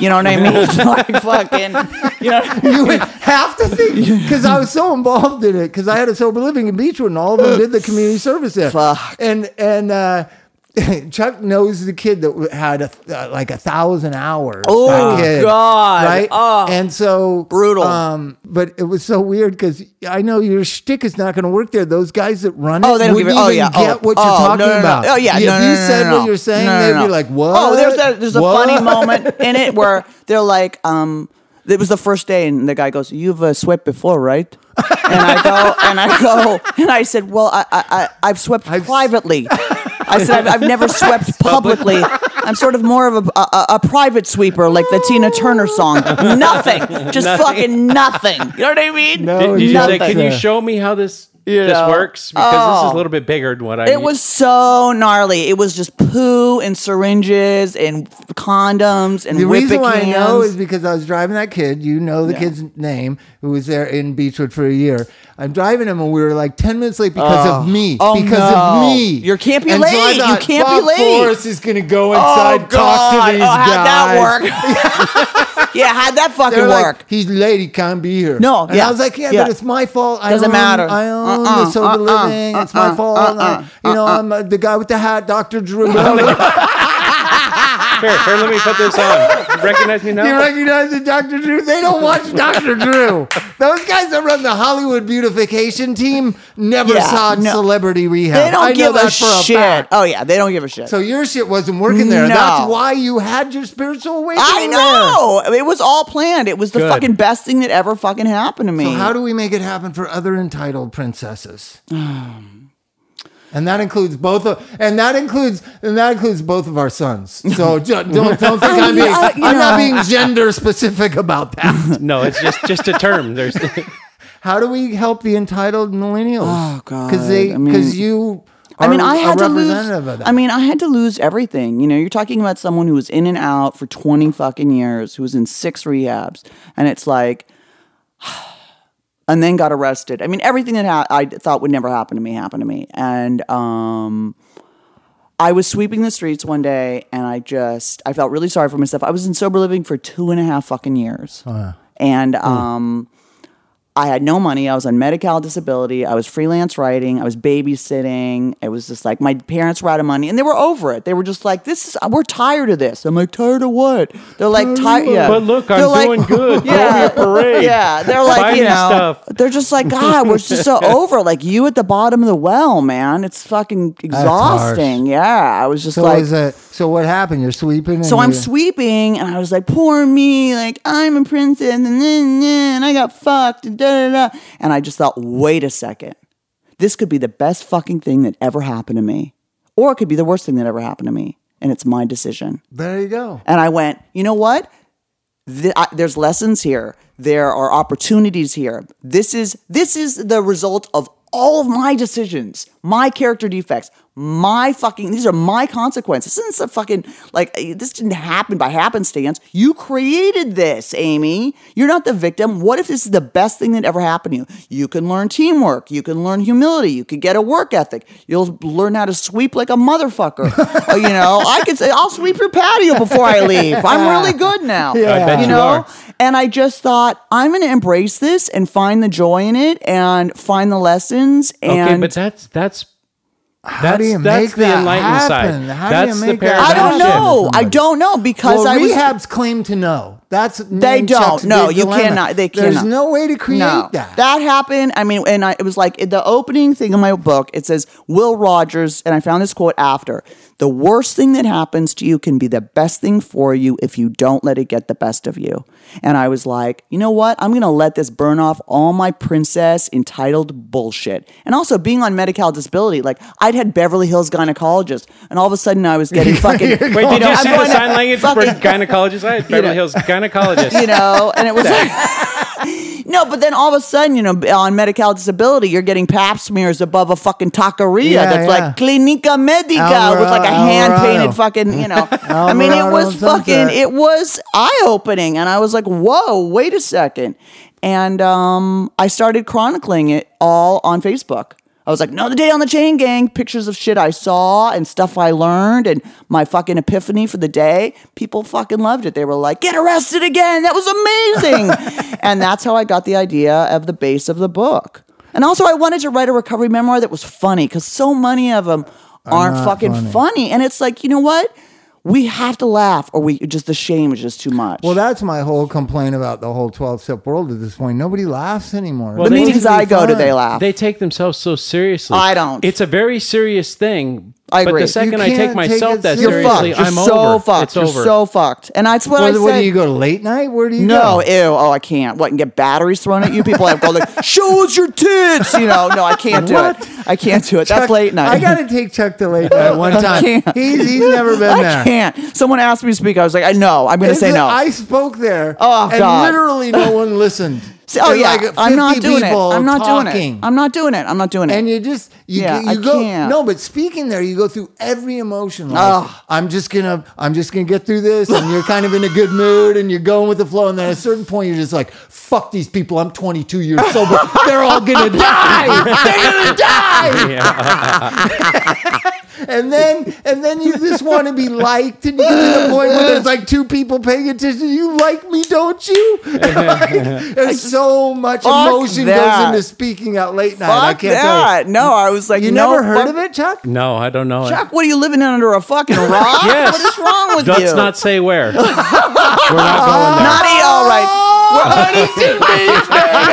C: You know what I mean? like fucking. You know.
A: you would have to think because I was so involved in it because I had a sober living in Beechwood and all of them did the community service there.
C: Fuck.
A: And and uh, Chuck knows the kid that w- had a, th- uh, like a thousand hours.
C: Oh,
A: that kid,
C: God.
A: Right?
C: Oh.
A: and so
C: Brutal.
A: Um, but it was so weird because I know your shtick is not going to work there. Those guys that run it,
C: Oh, they don't give
A: wouldn't
C: a- oh,
A: even
C: yeah.
A: get
C: Oh,
A: what
C: oh,
A: you're
C: no,
A: talking
C: no, no.
A: about.
C: Oh, yeah.
A: if
C: No, no,
A: you
C: no, no,
A: said
C: no.
A: what you're saying,
C: No, no,
A: they'd
C: no.
A: be like, "What?"
C: Oh, there's a, there's a
A: What?"
C: funny moment in it where they're like, um, it was the first day, and the guy goes, "You've uh, swept before, right?" and I go, and I go, and I said, "Well, I, I, I I've swept
A: I've-
C: privately." I said, "I've, I've never swept publicly. I'm sort of more of a, a a private sweeper, like the Tina Turner song. Nothing, just
B: Nothing.
C: fucking nothing. You know what I mean?
A: No,
B: Did, did you say,
A: nothing.
B: can you show me how this this
C: know.
B: works? Because this is
C: Oh.
B: a little bit bigger than what I.
C: It was so gnarly. It was just poo and syringes and f- condoms and
A: The
C: whippet
A: reason why I
C: cans.
A: know is because I was driving that kid. You know the
C: Yeah.
A: kid's name who was there in Beechwood for a year. I'm driving him, and we were like ten minutes late because of me.
C: Oh,
A: because
C: no.
A: of me.
C: You can't be
A: And so I
C: late. You
A: thought,
C: can't be
A: Bob
C: late.
A: Forrest is gonna go
C: oh
A: inside, talk
C: God.
A: to these
C: oh, how'd
A: guys.
C: that work? yeah, how'd that fucking
A: They're like,
C: work?
A: he's late. He can't be here.
C: No,
A: and
C: yeah,
A: I was like, yeah,
C: yeah.
A: but it's my fault. I
C: Doesn't
A: own-
C: matter.
A: I own
C: Uh-uh,
A: the sober
C: uh-uh,
A: living. it's my
C: uh-uh,
A: fault.
C: uh-uh,
A: I- you know, I'm uh, the guy with the hat, Doctor Drew. Miller.
B: here. Here, let me put this on. Recognize me
A: You
B: now.
A: recognize the Dr. Drew? They don't watch Dr. Drew. Those guys that run the Hollywood beautification team never
C: Yeah,
A: saw
C: no.
A: celebrity rehab.
C: they don't
A: I know
C: give
A: that
C: a
A: for a
C: shit.
A: fact.
C: oh yeah, they don't give a shit.
A: So your shit wasn't working there.
C: No.
A: That's why you had your spiritual awakening.
C: I know it was all planned. It was the
B: Good.
C: fucking best thing that ever fucking happened to me.
A: there. So how do we make it happen for other entitled princesses? And that includes both of, and that includes, and that includes both of our sons. So ju- don't don't think I'm being,
C: Yeah, you
A: I'm not
C: know.
A: being gender specific about that.
B: No, it's just just a term. There's
A: How do we help the entitled millennials? Oh
C: God,
A: because they
C: I mean-
A: because you. Are
C: I mean, I had
A: a
C: to lose.
A: representative Of that.
C: I mean, I had to lose everything. You know, you're talking about someone who was in and out for 20 fucking years, who was in six rehabs, and it's like, and then got arrested. I mean, everything that ha- I thought would never happen to me happened to me, and um, I was sweeping the streets one day, and I just I felt really sorry for myself. I was in sober living for two and a half fucking years, and um. I had no money. I was on medical disability. I was freelance writing. I was babysitting. It was just like my parents were out of money, and they were over it. They were just like, "This is we're tired of this." I'm like, "Tired of what?" They're like, "Tired." Yeah.
B: But look, I'm
C: They're
B: doing good. Throw me a parade.
C: Yeah, they're
B: Buy
C: like, you
B: me
C: know,
B: stuff.
C: they're just like, God, we're just so over. it. Like you at the bottom of the well, man. It's fucking
A: harsh.
C: exhausting. Yeah, I was just
A: so
C: like,
A: is that, so what happened? You're sweeping. And
C: so I'm
A: you-
C: sweeping, and I was like, "Poor me! Like I'm a princess, and then and I got fucked." And, da, da, da. and I just thought, wait a second, this could be the best fucking thing that ever happened to me, or it could be the worst thing that ever happened to me, and it's my decision.
A: There you go.
C: And I went, you know what? Th- I, there's lessons here. There are opportunities here. This is this is the result of all of my decisions, my character defects, my fucking. These are my consequences. This isn't a fucking like eh, this didn't happen by happenstance. You created this, Amy. You're not the victim. What if this is the best thing that ever happened to you? You can learn teamwork. You can learn humility. You can get a work ethic. You'll learn how to sweep like a motherfucker. Uh, you know, I could say I'll sweep your patio before I leave. I'm really good now.
B: I bet
C: You
B: you
C: know,
B: are.
C: and I just thought I'm going to embrace this and find the joy in it and find the lessons and
B: okay, but that's that's.
A: How do you
B: that's
A: make
B: the
A: that
B: enlightened
A: happen?
B: side.
A: How
B: That's
A: do
B: the
A: you make that
C: I
B: paradigm
A: happen
C: don't
B: shit.
A: to
C: know. I
A: somebody?
C: don't know because
A: Well,
C: I was
A: rehabs claim to know. That's
C: They
A: name
C: don't.
A: Chuck's
C: no,
A: big
C: you
A: dilemma.
C: cannot. They cannot.
A: There's no way to create
C: No.
A: that.
C: happened. I mean, and I, it was like in the opening thing in my book. It says Will Rogers, and I found this quote after: "The worst thing that happens to you can be the best thing for you if you don't let it get the best of you." And I was like, you know what? I'm gonna let this burn off all my princess entitled bullshit. And also being on medical disability, like I'd had Beverly Hills gynecologist, and all of a sudden I was getting fucking.
B: Wait, did you
C: I'm
B: see the
C: going to
B: sign language for
C: fucking-
B: gynecologist? I had Beverly Hills gynecologist.
C: you know, and it was like, no, but then all of a sudden, you know, on medical disability, you're getting pap smears above a fucking taqueria
A: Yeah, yeah.
C: that's like Clinica Medica
A: Alvarado-
C: with like a hand
A: Alvarado.
C: painted fucking, you know. I mean, it
A: Alvarado
C: was fucking,
A: sunset.
C: it was eye opening. And I was like, whoa, wait a second. And um, I started chronicling it all on Facebook. I was like, no, the day on the chain gang, pictures of shit I saw and stuff I learned and my fucking epiphany for the day. People fucking loved it. They were like, get arrested again. That was amazing. and that's how I got the idea of the base of the book. And also, I wanted to write a recovery memoir that was funny because so many of them aren't
A: not
C: fucking
A: funny.
C: funny. And it's like, you know what? We have to laugh, or we just the shame is just too much.
A: Well, that's my whole complaint about the whole 12 step world at this point. Nobody laughs anymore.
B: Well,
C: the
B: they-
C: meetings I go to, they laugh.
B: They take themselves so seriously.
C: I don't.
B: It's a very serious thing.
C: I
B: But
C: agree.
B: the
C: You
B: second I
A: can't
B: take
A: take
B: myself
A: it
B: that
A: seriously.
C: You're fucked.
B: seriously,
C: You're
B: I'm
C: so
B: over.
C: fucked.
B: It's
C: You're
B: over.
C: so fucked. And that's what
A: What,
C: I
A: what
C: said.
A: do you go to late night? Where do you
C: No,
A: go?
C: ew. Oh, I can't. What and get batteries thrown at you? People have called like, show us your tits. You know, no, I can't do
A: What?
C: it. I can't do it. That's
A: Chuck-
C: late night.
A: I got to take Chuck to late night one time.
C: can't.
A: He's, he's never been
C: I
A: there.
C: can't. Someone asked me to speak. I was like, I know. I'm going to
A: It's
C: say
A: like
C: no.
A: I spoke there.
C: Oh,
A: and
C: God.
A: literally no one listened.
C: oh
A: There's
C: yeah,
A: like 50
C: I'm not doing it.
A: people
C: I'm not doing
A: talking.
C: it. I'm not doing it. I'm not doing it.
A: and you just you,
C: Yeah,
A: you
C: I
A: go
C: can't.
A: no, but speaking there, you go through every emotion. Like,
C: Ugh.
A: I'm just gonna I'm just gonna get through this, and you're kind of in a good mood, and you're going with the flow, and then at a certain point, you're just like, "Fuck these people! I'm 22 years sober. They're all gonna die. They're gonna die." and then and then you just want to be liked, and you get to the point where there's like two people paying attention. You like me, don't you? Like, there's so much
C: Fuck
A: emotion
C: that.
A: goes into speaking out late night.
C: Fuck
A: I can't tell you.
C: that. No, I was like,
A: You
C: no,
A: never heard
C: fuck-
A: of it, Chuck?
B: No, I don't know. it.
C: Chuck, what are you living in under a fucking rock?
B: Yes.
C: What is wrong with
B: Let's
C: you?
B: not say where. We're not going there.
C: Not eat- all right.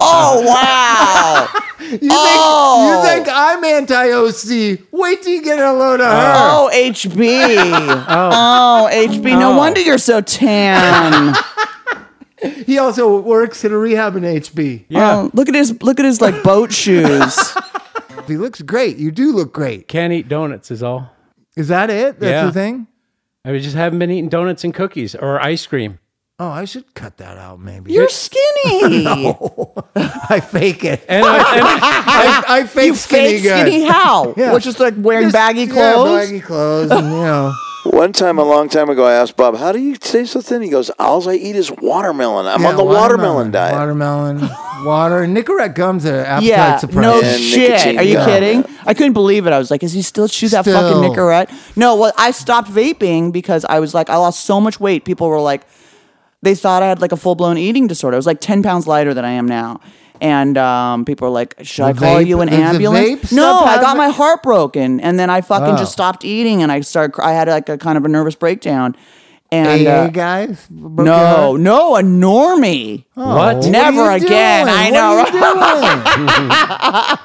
C: Oh wow.
A: You think
C: Oh.
A: you think I'm anti OC? Wait till you get a load of her.
C: Oh, HB. Oh, HB. No
B: Oh.
C: wonder you're so tan. Uh.
A: He also works at a rehab in HB.
B: Yeah.
C: Oh, look at his look at his like boat shoes.
A: He looks great. You do look great.
B: Can't eat donuts is all.
A: Is that it? That's
B: Yeah.
A: the thing.
B: I mean, just haven't been eating donuts and cookies or ice cream.
A: Oh, I should cut that out. Maybe
C: You're skinny.
A: I fake it.
B: And, I, and
A: I, I fake
C: You
A: skinny
C: fake
A: good.
C: skinny how?
A: Yeah.
C: Which is like wearing
A: Just-
C: baggy
A: yeah,
C: clothes.
A: baggy clothes, and, you know.
D: One time, a long time ago, I asked Bob, "How do you stay so thin?" He goes, "All I eat is watermelon. I'm
A: Yeah,
D: on the watermelon, diet."
A: Watermelon, water. Nicorette gums are appetite
C: yeah, no
A: suppressant.
D: And
C: shit.
D: nicotine
C: Are you
D: gum.
C: kidding? I couldn't believe it. I was like, "Is he still chew that fucking
A: Still.
C: Nicorette?" No, well, I stopped vaping because I was like, I lost so much weight. People were like, they thought I had like a full blown eating disorder. I was like ten pounds lighter than I am now, and um, people were like, "Should I
A: The
C: call
A: vape-
C: you an
A: does the vape
C: ambulance?" No,
A: stuff Oh.
C: I
A: have-
C: got my heart broken, and then I fucking
A: Wow.
C: just stopped eating, and I started. cr- I had like a kind of a nervous breakdown, and
A: AA
C: uh,
A: guys. Broke your
C: no,
A: heart? Oh,
C: no, a normie.
B: what?
A: are
C: Never
A: you
C: again.
A: doing?
C: I
A: What
C: know,
A: are you doing?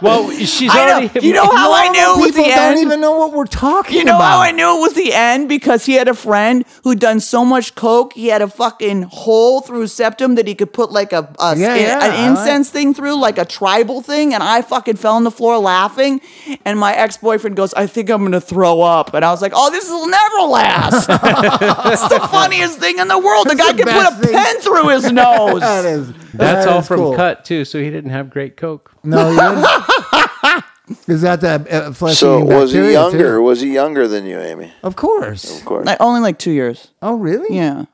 B: Well, she's
C: I know.
B: already.
C: You know how I
A: Normal
C: knew it was
A: people
C: the
A: don't
C: end?
A: even know what we're talking
C: You know
A: about.
C: how I knew it was the end because he had a friend who'd done so much coke, he had a fucking hole through his septum that he could put like a, a
A: Yeah,
C: in-
A: yeah, I like-
C: an incense thing through, like a tribal thing, and I fucking fell on the floor laughing. And my ex boyfriend goes, "I think I'm gonna throw up," and I was like, "Oh, this will never last. it's the funniest thing in the world. The
A: That's
C: guy
A: the
C: can put
A: best
C: a
A: thing.
C: pen through his nose."
A: That is.
B: That's
A: that
B: all
A: is
B: from
A: cool.
B: cut too. So he didn't have great coke.
A: No, you didn't. is that that uh, flesh
D: So
A: eating
D: was he
A: bacteria,
D: younger?
A: Too?
D: Was he younger than you, Amy?
A: Of course.
D: Of course.
C: Like, only like two years.
A: Oh, really?
C: Yeah.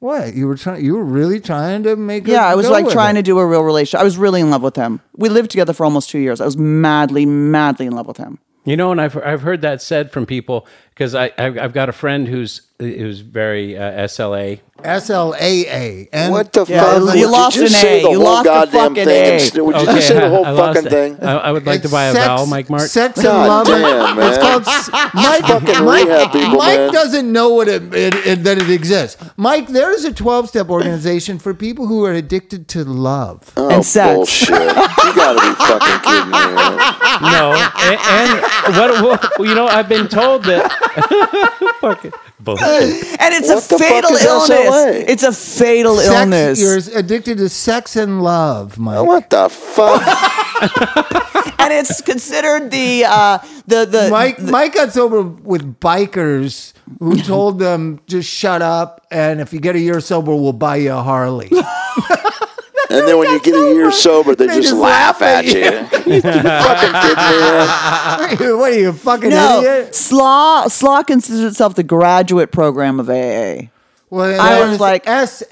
A: What you were trying? You were really trying to make?
C: Yeah, I was like trying to do a real relationship. I was really in love with him. We lived together for almost two years. I was madly, madly in love with him.
B: You know, and I've I've heard that said from people because I I've, I've got a friend who's who's very uh, SLA.
A: S L A A. And
D: What the
C: Yeah,
D: fuck?
C: you
D: Would
C: lost
D: you
C: an
D: say
C: A.
D: the
C: You
D: whole
C: lost the
D: goddamn
C: fucking
D: thing?
C: A.
D: and st- would you just say the whole
B: I lost
D: fucking
B: it.
D: thing?
B: I, I would like
A: It's
B: to buy a
A: sex-
B: vowel, Mike Mark.
A: Sex and
D: God
A: love.
D: damn,
A: it's
D: man.
A: called s- Mike.
D: Fucking rehab
A: Mike,
D: people,
A: Mike
D: man.
A: doesn't know what it, it, it- that it exists. Mike, there is a twelve-step organization for people who are addicted to love.
D: Oh,
C: and sex.
D: bullshit. you gotta be fucking kidding me. man.
B: No, and, and what, what you know, I've been told that. Fucking bullshit.
C: And it's
D: What
C: a
D: the fuck
C: fatal
D: is
C: illness.
D: SLA?
C: It's a fatal illness.
A: Sex, you're addicted to sex and love, Mike.
D: What the fuck?
C: and it's considered the uh the the
A: Mike Mike got sober with bikers who told them just shut up and if you get a year sober we'll buy you a Harley.
D: and then when you get a year sober, they, just, laugh at you. you fucking kidding me? man?
A: what are you a fucking
C: no
A: idiot?
C: slaw slaw considers itself the graduate program of AA.
A: Well,
C: I
A: there
C: was like-
A: SAA.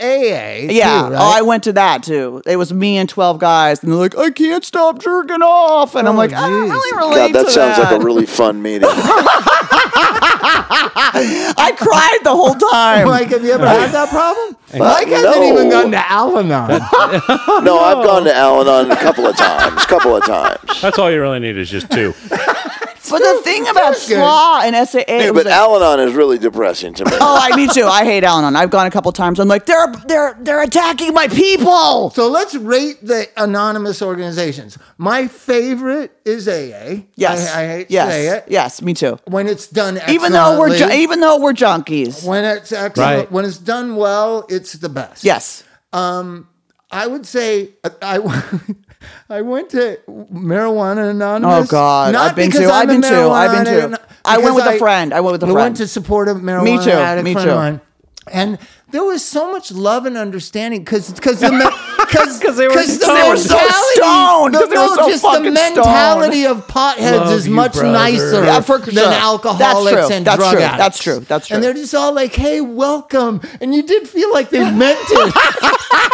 C: Yeah,
A: too, right?
C: oh, I went to that too. It was me and twelve guys, and they're like, "I can't stop jerking off," and I'm
A: Oh,
C: like, "I don't
A: geez.
C: really relate
D: God, that
C: to
D: sounds
C: that."
D: like a really fun meeting.
C: I cried the whole time.
A: Mike, have you ever had that problem? Mike hasn't
D: no.
A: even gotten to Al-Anon.
D: No, I've gone to Al Anon a couple of times. couple of times.
B: That's all you really need is just two.
C: But the thing about
A: good.
C: slaw and SAA, it
D: Dude,
C: was
D: but
C: like-
D: Al Anon is really depressing to me.
C: oh, I me too. I hate Al-Anon. I've gone a couple times. I'm like, they're they're they're attacking my people.
A: So let's rate the anonymous organizations. My favorite is AA.
C: Yes,
A: I, I hate to
C: yes,
A: say it.
C: yes, me too.
A: When it's done,
C: Even though we're ju-
A: excellently,
C: even though we're junkies,
A: when it's excellent,
B: Right.
A: when it's done well, it's the best.
C: yes.
A: I would say uh, I. I went to Marijuana Anonymous.
C: Oh, God.
A: Not
C: I've been
A: because
C: to.
A: I'm
C: I've
A: a
C: been to. I've been
A: marijuana
C: to. I went
A: because
C: with a friend. I went with a
A: I
C: friend.
A: went to support a marijuana
C: Me too.
A: addict
C: Me
A: friend
C: too.
A: of mine, and there was so much love and understanding because because the because
B: 'Cause they were
A: the
B: stoned. They were
C: so
A: mentality-
C: stoned. 'Cause they were
A: no,
C: so
A: just the
C: fucking stoned.
A: mentality of potheads
B: Love
A: is
B: you,
A: much
B: brother.
A: nicer
B: Yeah,
C: for
A: than
C: sure. That's
A: alcoholics
C: true.
A: and
C: That's
A: drug
C: true.
A: addicts.
C: That's true. That's true.
A: And they're just all like, "Hey, welcome," and you did feel like they meant it.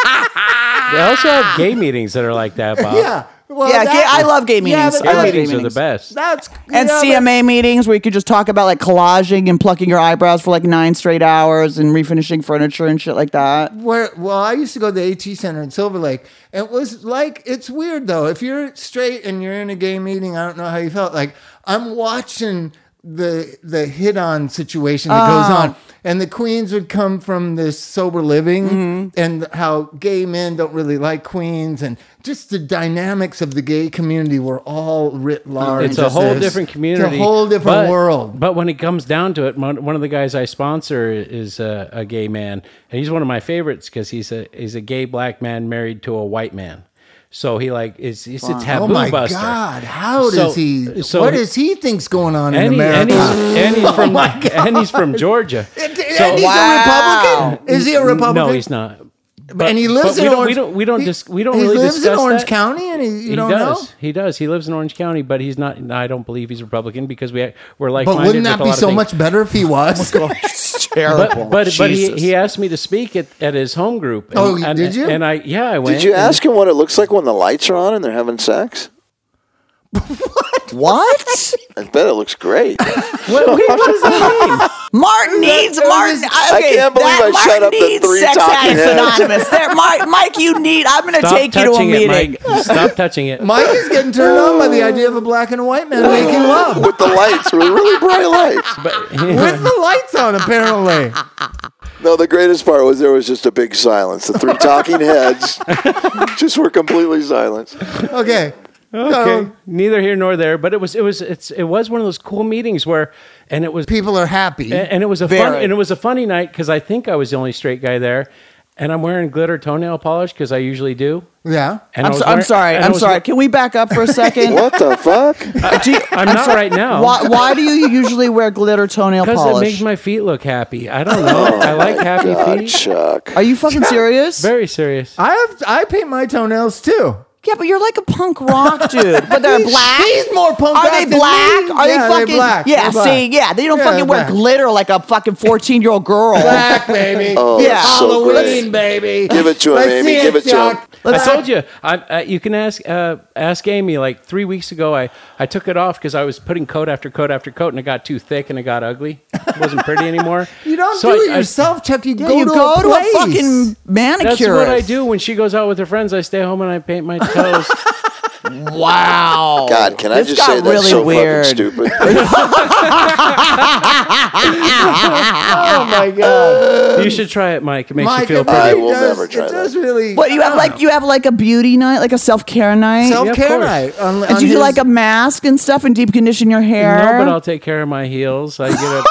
B: They also have gay meetings that are like that, Bob.
A: Yeah. Well,
C: Yeah,
A: that-
C: gay- I love gay meetings.
A: but
B: Gay
C: I love
A: that-
B: meetings,
C: gay
B: are the
C: meetings.
B: best.
A: That's
C: and
A: yeah, but-
C: CMA meetings where you could just talk about like collaging and plucking your eyebrows for like nine straight hours and refinishing furniture and shit like that.
A: Where, well, I used to go to the AT Center in Silver Lake. and It was like it's weird though. If you're straight and you're in a gay meeting, I don't know how you felt. Like I'm watching the the hit on situation that goes
C: Ah.
A: on. And the queens would come from this sober living
C: Mm-hmm.
A: and how gay men don't really like queens and just the dynamics of the gay community were all writ large.
B: It's a
A: Just
B: whole
A: this-
B: different community.
A: It's a whole different
B: but-
A: world.
B: But when it comes down to it, one one of the guys I sponsor is a, a gay man, and he's one of my favorites because he's a he's a gay black man married to a white man. So he like is it's a taboo
A: Oh my
B: buster.
A: God! How
B: So-
A: does he?
B: so
A: what
B: he-
A: does he thinks going on in
B: And, he, and,
A: America? Oh
B: he's, and he's from and he's from Georgia.
A: and he's
C: Wow.
A: a Republican. Is he a Republican?
B: No, he's not. But,
A: and he lives
B: but we
A: in
B: don't,
A: Orange.
B: We don't. We don't.
A: he-
B: Dis, we don't
A: he
B: really
A: lives
B: discuss
A: in Orange
B: that.
A: County, and he, you
B: he
A: don't
B: does.
A: know.
B: He does. He lives in Orange County, but he's not. I don't believe he's Republican because we we're like.
A: But wouldn't that be so much better
B: Oh
A: if he was?
C: It's terrible.
B: But but, but he,
C: Oh, Jesus.
B: he asked me to speak at, at his home group. And,
A: Oh,
B: and,
A: did you?
B: And I yeah I went.
D: Did you
B: and-
D: ask him what it looks like when the lights are on and they're having sex?
C: what?
D: I bet it looks great.
B: What, wait, what does that mean?
C: Martin needs Martin. I, okay,
D: can't believe
C: that
D: I shut
C: Martin
D: up the
C: needs
D: three
C: sex
D: talking
C: addicts
D: heads.
C: anonymous. There, Mike, Mike, you need. I'm going to
B: Stop
C: take you to a
B: touching it,
C: meeting.
B: Mike. Stop touching it.
A: Mike is getting turned on by the idea of a black and a white man making love
D: With the lights, with really bright lights.
A: with the lights on. Apparently,
D: No, the greatest part was there was just a big silence. The three talking heads just were completely silent.
A: okay.
B: okay.
A: So
B: Neither here nor there, but it was it was it's it was one of those cool meetings where, and it was
A: people are happy.
B: and, and it was a fun,
C: Very.
B: and it was a funny night because I think I was the only straight guy there, and I'm wearing glitter toenail polish because I usually do.
A: yeah.
B: And I
C: I'm,
B: was
C: so, I'm
B: wearing-
C: sorry.
B: and I
C: I'm
B: was-
C: sorry. Can we back up for a second?
D: What the fuck?
C: Do you-
B: I'm not right now.
C: why, why do you usually wear glitter toenail
B: Because Oh. it
C: polish? Oh,
B: makes my feet look happy. I don't know. I like happy
D: Oh God,
B: feet.
D: Chuck.
C: Are you fucking serious?
B: Very serious.
A: I have I paint my toenails too.
C: yeah, but you're like a punk rock dude. But they're black.
A: He's more punk
C: Are
A: rock
C: they
A: than me.
C: black? Are
A: Yeah,
C: they fucking?
A: black.
C: Yeah,
A: They're black.
C: see, yeah, they don't
A: Yeah,
C: fucking wear
A: black.
C: glitter like a fucking fourteen-year-old girl.
A: Black baby.
D: Oh,
C: Yeah.
D: that's so
A: Halloween,
D: great.
A: baby.
D: Give it to him,
A: Let's
D: Amy.
A: see
D: Give it to him.
A: Chuck.
B: I told you. I, I, you can ask uh, ask Amy. Like three weeks ago, I, I took it off because I was putting coat after coat after coat, and it got too thick and it got ugly. It wasn't pretty anymore.
A: You don't
B: So
A: do
B: I-
A: it
B: I-
A: yourself, Chuck. You
C: Yeah,
A: go
C: you
A: to
C: go
A: a
C: to a
A: place.
C: fucking manicurist.
B: that's what I do when she goes out with her friends. I stay home and I paint my toes.
C: Wow.
D: God, can I
C: This
D: just
C: got
D: say that's
C: really
D: so
C: weird.
D: fucking stupid?
A: Oh my god!
B: you should try it, Mike. It makes
A: Mike,
B: you feel
A: it
B: pretty.
D: I
A: really
D: will
A: does,
D: never try
A: it
D: that.
A: does really. Oh,
C: What you have like you have like a beauty night, like a self care night.
A: self
B: Yeah,
A: care
B: of course.
A: night? On,
C: and
A: on
C: you
A: his-
C: do like a mask and stuff and deep condition your hair.
B: No, but I'll take care of my heels. I get a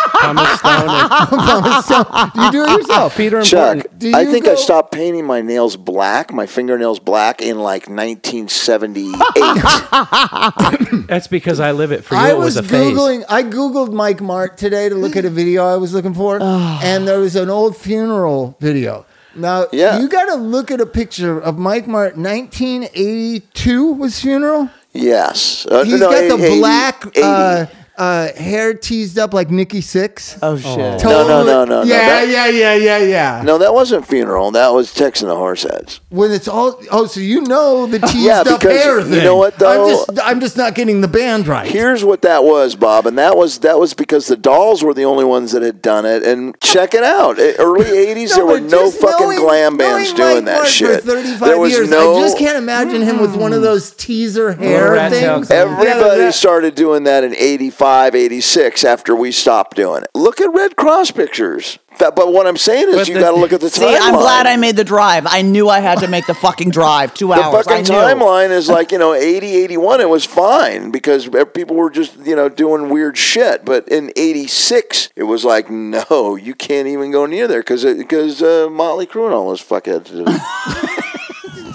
B: pumice stone.
A: you do it
B: And
A: yourself.
B: feet are
D: Chuck,
B: important.
A: Do
D: I
A: you
D: think
A: go-
D: I stopped painting my nails black, my fingernails black, in like 1978.
B: That's because I live it for you.
A: I
B: it was,
A: was
B: a phase.
A: googling. I googled Mike Mart today to look at a video I was looking for,
B: Oh.
A: and there was an old funeral video. Now
D: Yeah.
A: you got to look at a picture of Mike Mart. 1982 was funeral.
D: Yes. Uh,
A: He's
D: no,
A: got the
D: 80,
A: black
D: 80.
A: uh, uh, hair teased up like Nikki Six.
C: Oh shit.
A: Totally-
D: No, no, no, no, no.
A: Yeah,
D: That-
A: yeah, yeah, yeah, yeah.
D: No, that wasn't funeral. That was Texan the horse heads.
A: When it's all oh, so you know the teased
D: Yeah,
A: up
D: because
A: hair
D: you
A: thing.
D: know what, though?
A: I'm just I'm just not getting the band right.
D: Here's what that was, Bob, and that was that was because the dolls were the only ones that had done it. And check it out, Eh, early '80s, there were
A: but
D: no
A: just
D: fucking
A: knowing-
D: glam bands
A: knowing
D: doing
A: Mike
D: that
A: Ward
D: shit.
A: For 35
D: there was
A: years,
D: no. Mm.
A: I just can't imagine him with one of those teaser hair
B: rat tail
A: things.
B: comb.
D: Everybody
A: Yeah, that-
D: started doing that in 85, 86 after we stopped doing it. Look at Red Cross pictures. That- but what I'm saying is
B: But
D: you
B: the-
D: got to look at the timeline.
C: See, I'm glad I made the drive. I knew I had to make the fucking drive. Two
D: the
C: hours. I
D: fucking
C: knew.
D: timeline is like you know 80 81 it was fine because e, people were just you know doing weird shit but in 86 it was like no you can't even go near there because because uh, motley crew and all those fuckheads did it.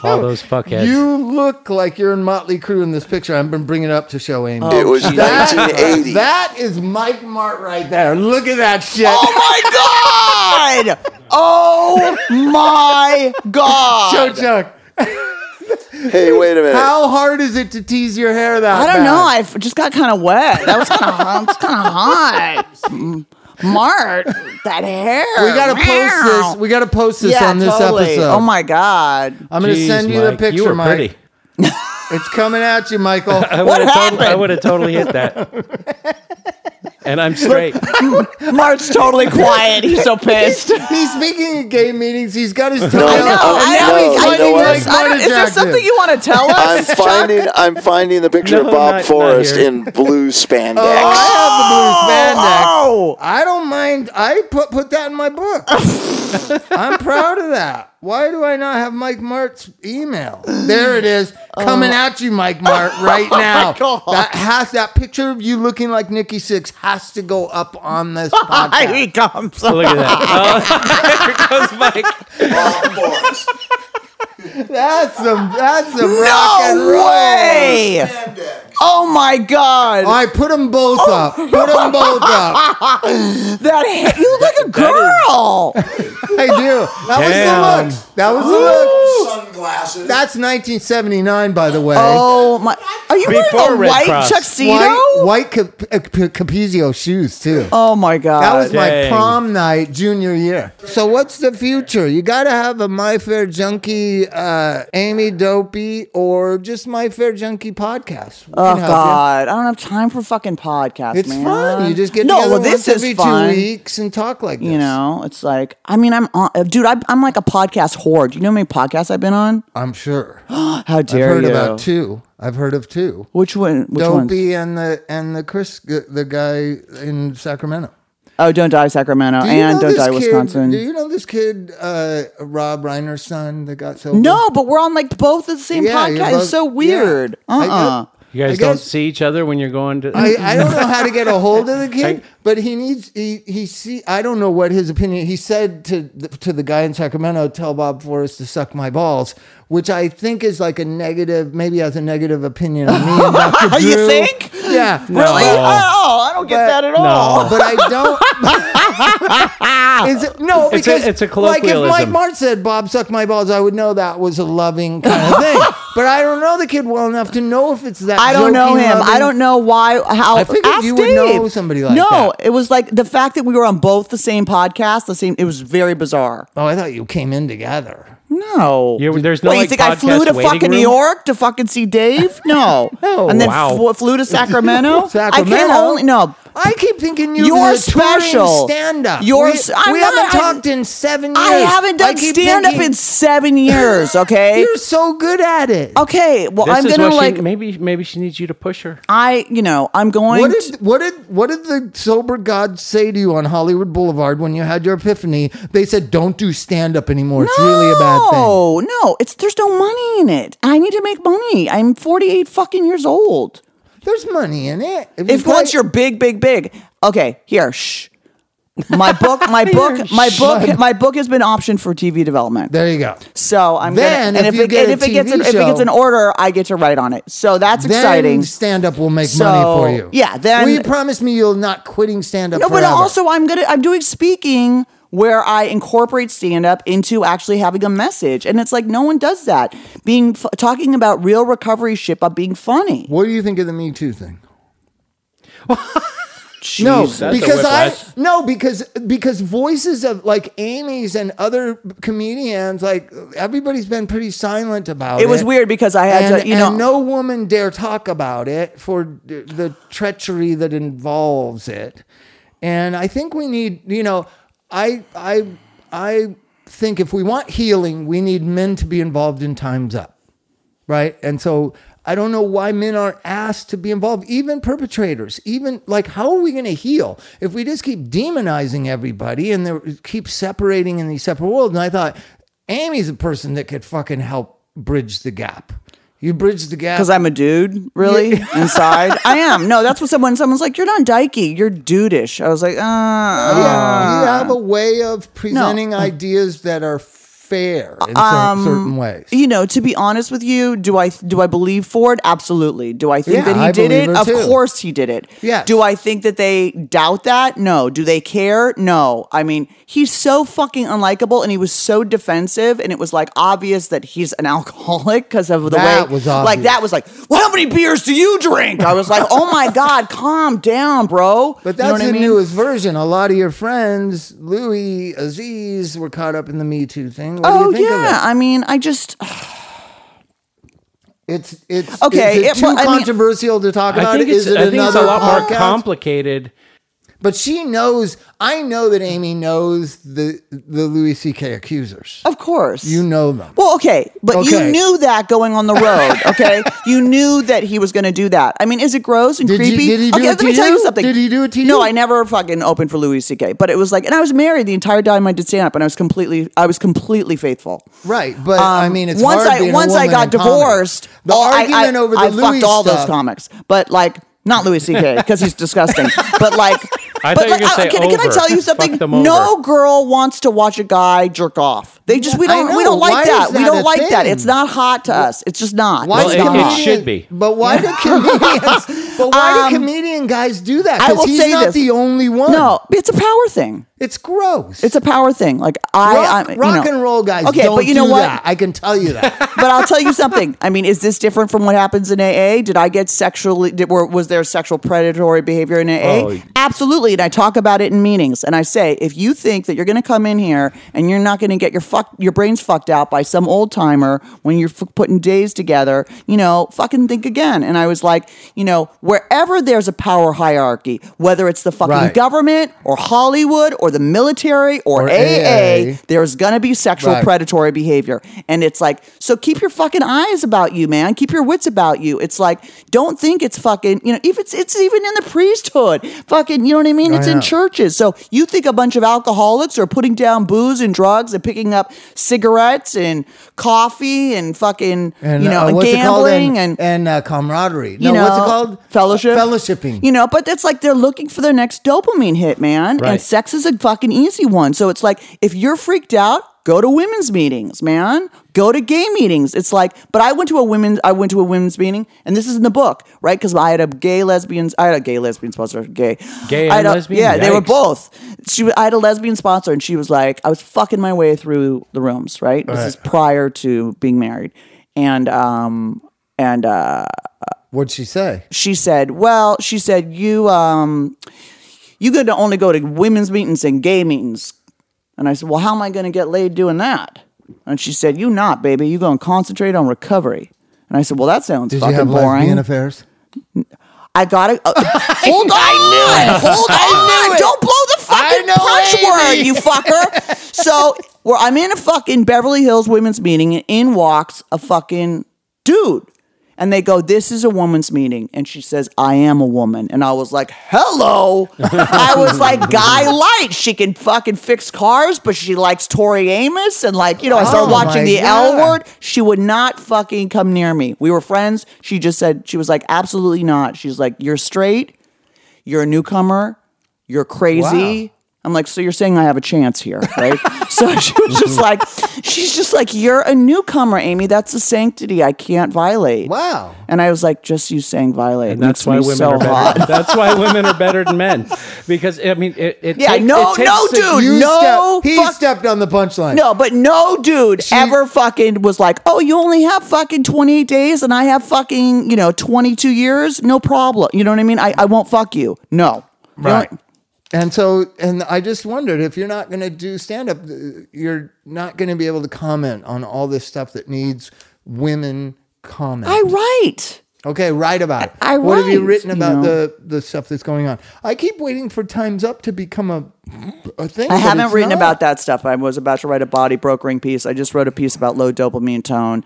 B: All those fuckheads.
A: You look like you're in Motley Crue in this picture. I've been bringing it up to show Amy.
D: it was
A: That-
D: 1980
A: That is Mike Mart right there. Look at that shit.
C: Oh my god! Oh my
A: Joe
C: god!
A: Chuck,
D: hey wait a minute
A: how hard is it to tease your hair that
C: I
A: bad?
C: don't know. I f- just got kind of wet. That was kind of hot. It's kind of hot. Mm, Mart, that hair.
A: we gotta post this. We gotta post this
C: yeah,
A: on this
C: totally.
A: episode.
C: Oh my god!
A: I'm gonna
B: Jeez,
A: send you the
B: Mike,
A: picture,
B: You were
A: Mike.
B: pretty.
A: It's coming at you, Michael.
B: I
C: What
B: would've tot- I
C: happened?
B: would have totally hit that. and I'm straight.
C: Mart's totally quiet. He's so pissed.
A: He's speaking at gay meetings. He's got his toe
D: I
C: I
A: out.
C: know. I
D: Oh, no,
C: know.
D: you
C: I
D: know
C: know.
D: what?
C: I don't- Is there
A: Attractive.
C: something you want to tell
D: I'm
C: us?
D: finding I'm finding the picture
B: No,
D: of Bob
B: not- not
D: Forrest
B: here.
D: in blue spandex.
A: Oh, I have the blue spandex.
C: Oh,
A: I don't mind. I put put that in my book. I'm proud of that. Why do I not have Mike Mart's email? There it is, coming
C: Oh.
A: at you, Mike Mart, right now. That has that picture of you looking like Nikki Six has to go up on this
C: I
A: podcast.
C: comes.
B: Look at that. Oh, there goes Mike.
D: Bob Forrest.
A: that's some that's some rock and
C: No
A: roll.
C: way! Oh my god!
A: All right, put them both up. Put them both up.
C: That hair, you look like a girl.
A: I do. That
B: Damn.
A: was the look. That was the look.
D: Sunglasses.
A: That's 1979, by the way.
C: oh my! Are you
B: Before
C: wearing a
B: Red
C: white
B: Cross.
C: tuxedo?
A: white white cap- uh, cap- Capizio shoes too.
C: Oh my god!
A: That was
B: Dang.
A: my prom night junior year. So what's the future? You gotta have a My Fair Junkie, uh, Amy Dopey, or just My Fair Junkie podcast. We
C: oh
A: can help you.
C: god! I don't have time for fucking podcasts.
A: It's
C: man.
A: fun. You just get
C: no.
A: together
C: Well, this
A: once
C: is
A: every
C: fun.
A: two weeks and talk like this.
C: You know, it's like I mean, I'm on, uh, dude. I, I'm like a podcast whore. Do you know how many podcasts I've been on?
A: I'm sure.
C: How
A: I've
C: dare
A: heard
C: you?
A: about two. I've heard of two.
C: Which one? Which ones?
A: Dopey and the and the Chris the guy in Sacramento.
C: Oh, don't die Sacramento
A: Do you
C: and
A: know
C: don't
A: this
C: die
A: kid-
C: Wisconsin.
A: Do you know this kid, uh, Rob Reiner's son, that got so
C: No, but we're on like both of the same
A: Yeah, you're
C: podcast.
A: both-
C: it's so
A: yeah.
C: weird.
A: I
C: Uh
A: get-
C: uh
B: You guys
A: I
B: don't
A: guess-
B: see each other when you're going to.
A: I, I don't know how to get a hold of the kid,
B: I-
A: but he needs he he see. I don't know what his opinion. He said to the, to the guy in Sacramento, "Tell Bob Forrest to suck my balls," which I think is like a negative. Maybe has a negative opinion on me. And Dr. Drew.
C: You think?
A: Yeah,
C: Really? Oh, I don't get
A: But-
C: that at all.
A: Oh, but I don't. Is it- no,
B: It's a-
A: because
B: it's a
A: Like if Mike
B: colloquialism.
A: Mart said, "Bob suck my balls," I would know that was a loving kind of thing. but I don't know the kid well enough to know if it's that.
C: I don't know
A: joking,
C: him. I
A: loving-
C: don't know why. How
A: I figured
C: ask
A: you would
C: Dave.
A: know somebody like
C: No,
A: that.
C: it was like the fact that we were on both the same podcast. The same. It was very bizarre.
A: Oh, I thought you came in together.
C: No.
B: You're- there's no,
C: Wait, you
B: like,
C: think I flew
B: podcast
C: to
B: waiting
C: fucking New
B: room?
C: York to fucking see Dave? No.
A: No.
C: And then
B: Wow.
C: fl- flew to Sacramento. I came
A: Sacramento?
C: only no.
A: I keep thinking you
C: You're
A: were
C: special.
A: Stand up.
C: You're
A: we,
C: s- I'm
A: we
C: not-
A: haven't
C: I'm-
A: talked in seven years.
C: I haven't done
A: keep
C: stand up
A: thinking,
C: in seven years. Okay.
A: You're so good at it.
C: okay. Well,
B: This
C: I'm
B: is
C: gonna
B: what she-
C: like.
B: maybe maybe she needs you to push her.
C: I you know I'm going.
A: What
C: to-
A: did what did what did the sober gods say to you on Hollywood Boulevard when you had your epiphany? They said, "Don't do stand up anymore. It's really a bad thing."
C: No, no, it's there's no money in it. I need to make money. I'm 48 fucking years old.
A: There's money in it. you
C: If once you're big, big, big. Okay, here, shh. My book, my book, my book, my book has been optioned for TV development.
A: there, you go.
C: So I'm
A: Then,
C: gonna,
A: if you
C: it,
A: get
C: and
A: a
C: if it gets
A: TV
C: an, if it gets
A: show-
C: an order, I get to write on it. So that's
A: Then
C: exciting.
A: stand up will make
C: So,
A: money for you.
C: yeah, then-
A: will you promise me you'll not quitting stand up?
C: No, but also I'm gonna I'm doing speaking where I incorporate stand up into actually having a message, and it's like no one does that. Being f- talking about real recovery shit, but being funny.
A: what do you think of the Me Too thing? No,
C: Jesus.
B: That's a
A: because I
B: whiplash.
A: no because because voices of like Amy's and other comedians like everybody's been pretty silent about it.
C: It was weird because I had
A: and,
C: to, you
A: and
C: know,
A: no woman dare talk about it for d- the treachery that involves it. And I think we need, you know, I I I think if we want healing, we need men to be involved in Times Up, right? And so I don't know why men aren't asked to be involved, even perpetrators, even like how are we going to heal if we just keep demonizing everybody and there- keep separating in these separate worlds? And I thought Amy's a person that could fucking help bridge the gap. You bridge the gap
C: because I'm a dude, really inside. I am. No, that's what someone. Someone's like, you're not dykey, you're dudeish. I was like, uh,
A: Yeah, you have a way of presenting ideas that are fair in cer- certain ways.
C: Um, you know, to be honest with you, do I do I believe Ford? Absolutely. Do I think
A: Yeah,
C: that he
A: I
C: did
A: believe
C: it?
A: her
C: Of
A: too.
C: course he did it.
A: Yes.
C: Do I think that they doubt that? No. Do they care? No. I mean, he's so fucking unlikable and he was so defensive and it was like obvious that he's an alcoholic because of the
A: That
C: way
A: was
C: like
A: obvious.
C: that was like, well, how many beers do you drink? I was like, oh my God, calm down, bro.
A: But
C: You know
A: that's
C: what I
A: the
C: mean?
A: newest version. A lot of your friends, Louis, Aziz, were caught up in the Me Too thing. What do
C: Oh
A: you think
C: yeah.
A: of it?
C: I mean, I just
A: It's it's
C: Okay,
A: Is it
C: it-
A: too
C: well, I mean-
A: controversial to talk about
B: I think
A: it? Is
B: it's,
A: it
B: I think it's
A: another
B: a lot more
A: podcast?
B: complicated.
A: But she knows. I know that Amy knows the the Louis C.K. accusers.
C: of course.
A: You know them.
C: Well, okay, but
A: Okay.
C: you knew that going on the road, okay? you knew that he was going to do that. I mean, is it gross and
A: Did you-
C: creepy?
A: did he do
C: okay,
A: it
C: let
A: to
C: me tell
A: you?
C: you something.
A: Did he do it to you?
C: No, I never fucking opened for Louis C.K. But it was like, and I was married the entire time I did stand up, and I was completely, I was completely faithful.
A: Right, but I
C: Um,
A: mean, it's
C: once
A: hard
C: I
A: being a
C: once I
A: woman
C: got
A: in comedy.
C: divorced,
A: The
C: all- I-
A: argument
C: I,
A: over the
C: I
A: Louis
C: fucked all those
A: stuff-
C: comics, but like not Louis C.K. because he's disgusting. But like,
B: I thought you
C: but
B: were
C: like,
B: gonna say
C: can, can I
B: over.
C: tell you
B: Fuck
C: something?
B: them
C: No
B: over.
C: girl wants to watch a guy jerk off. They just we
A: I
C: don't we
A: know.
C: don't like
A: Why is
C: that. We
A: that a
C: don't like that.
A: thing?
C: It's not hot to us. It's just not.
A: Why
B: Well,
A: do
C: it's
B: it-
C: not.
B: it
A: comedian-
B: should be.
A: But why do comedians? But why do
C: Um,
A: comedian guys do that?
C: I
A: Because
C: will
A: he's
C: say
A: not
C: this.
A: the only one.
C: no, it's a power thing.
A: it's gross.
C: It's a power thing. Like I,
A: rock,
C: I'm,
A: rock
C: you know.
A: and roll guys.
C: Okay,
A: don't
C: but you know
A: do
C: what?
A: That. I can tell you that.
C: but I'll tell you something. I mean, is this different from what happens in AA? Did I get sexually? Did, were, was there sexual predatory behavior in AA?
B: Oh.
C: Absolutely. And I talk about it in meetings. And I say, if you think that you're going to come in here and you're not going to get your fuck your brains fucked out by some old timer when you're f- putting days together, you know, fucking think again. And I was like, you know, wherever there's a power hierarchy, whether it's the fucking
A: Right.
C: government or Hollywood or the military or,
A: Or
C: AA,
A: AA.
C: there's going to be sexual
A: Right.
C: predatory behavior. And it's like, so keep your fucking eyes about you, man. Keep your wits about you. It's like, don't think it's fucking, you know, if it's it's even in the priesthood. Fucking, you know what I mean? It's
A: know.
C: in churches. So you think a bunch of alcoholics are putting down booze and drugs and picking up cigarettes and coffee and fucking, you know,
A: uh,
C: and
A: what's it called?
C: gambling
A: and
C: and,
A: and uh, camaraderie.
C: you
A: no,
C: know,
A: what's it called?
C: Fellowship.
A: Fellowshipping.
C: You know, but it's like they're looking for their next dopamine hit, man.
B: Right.
C: And sex is a fucking easy one. So it's like if you're freaked out, go to women's meetings, man. Go to gay meetings. It's like, but I went to a women's I went to a women's meeting, and this is in the book, right? Because I had a gay lesbians, I had a gay lesbian sponsor, gay,
B: Gay
C: I had
B: and
C: a-
B: lesbian?
C: Yeah, they were
B: Yikes.
C: both. She, wa- I had a lesbian sponsor, and she was like, I was fucking my way through the rooms, right? This is prior to being married, and um, and uh
A: What'd she say?
C: she said, "Well, she said you um, you could only go to women's meetings and gay meetings." And I said, "Well, how am I going to get laid doing that?" And she said, "You not, baby. You going to concentrate on recovery." And I said, "Well, that sounds
A: Did you
C: fucking
A: have
C: boring."
A: lesbian affairs?
C: I got it. Uh, hold on. I knew it. Hold on. Don't blow the fucking
A: know
C: punch
A: Amy.
C: word, you fucker. so, where I'm in a fucking Beverly Hills women's meeting and in walks a fucking dude. And they go, This is a woman's meeting. And she says, I am a woman. And I was like, Hello. I was like, Guy Light. She can fucking fix cars, but she likes Tori Amos. And like, you know, I
A: Oh,
C: started
A: my
C: watching the L
A: God.
C: word she would not fucking come near me. We were friends. She just said, she was like, absolutely not. She's like, you're straight, you're a newcomer, you're crazy.
A: Wow.
C: I'm like, so you're saying I have a chance here, right? So she was just like, she's just like, you're a newcomer, Amy. That's a sanctity I can't violate.
A: Wow.
C: And I was like, just you saying violate
B: And that's
C: makes
B: why
C: me
B: women
C: so
B: are
C: hot.
B: better. that's why women are better than men because I mean it. it
C: Yeah,
B: takes-
C: no,
B: it takes
C: no,
B: the-
C: dude.
A: You
C: No
A: stepped, he
C: fuck-
A: stepped on the punchline.
C: No, but no dude ever fucking was like, oh, you only have fucking 28 days and I have fucking, you know, 22 years. No problem. You know what I mean? I, I won't fuck you. No. You know
A: Right.
C: what-
A: And so, and I just wondered if you're not going to do stand up, you're not going to be able to comment on all this stuff that needs women comment.
C: I write.
A: okay, write about it.
C: I- I
A: what have you
C: write,
A: written
C: you
A: about
C: know.
A: the the stuff that's going on? I keep waiting for Times Up to become a a thing.
C: I haven't written about that stuff. I was about to write a body brokering piece. I just wrote a piece about low dopamine tone.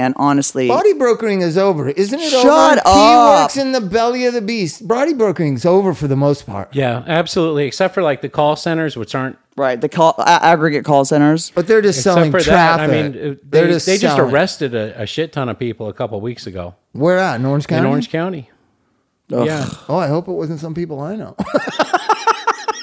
C: And honestly,
A: Body brokering is over, isn't it?
C: Shut
A: over? He
C: up.
A: works in the belly of the beast. Body brokering's over for the most part.
B: Yeah, absolutely. Except for like the call centers, which aren't.
C: right, the call, a- aggregate call centers.
A: But they're just selling
B: except for
A: traffic.
B: that, I mean, it- they,
A: They're
B: they
A: just
B: just,
A: selling.
B: arrested a, a shit ton of people a couple weeks ago
A: Where at? In Orange County.
B: in Orange County.
C: Ugh.
B: Yeah,
A: Oh, I hope it wasn't some people I know.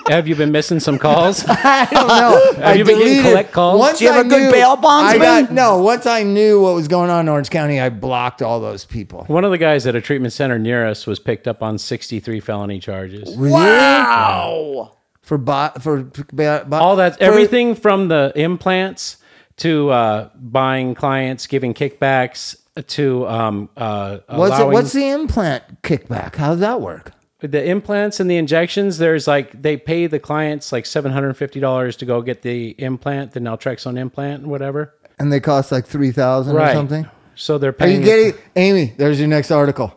B: have you been missing some calls?
A: I don't know. I
B: you been getting collect calls?
A: Once
C: Do you have
A: I
C: a good
A: knew-
C: bail
A: I
C: bondsman?
A: got, no, once I knew what was going on in Orange County, I blocked all those people.
B: One of the guys at a treatment center near us was picked up on 63 felony charges.
C: Wow.
A: For bot for ba- bo-
B: All that,
A: for-
B: everything from the implants to uh, buying clients, giving kickbacks to um, uh,
A: What's, it,
B: allowing
A: what's the implant kickback? How does that work?
B: the implants and the injections. There's like they pay the clients like $750 to go get the implant, the naltrexone implant, and whatever.
A: And they cost like three thousand or
B: Right.
A: something.
B: So they're
A: Are
B: paying.
A: you getting Amy? There's your next article.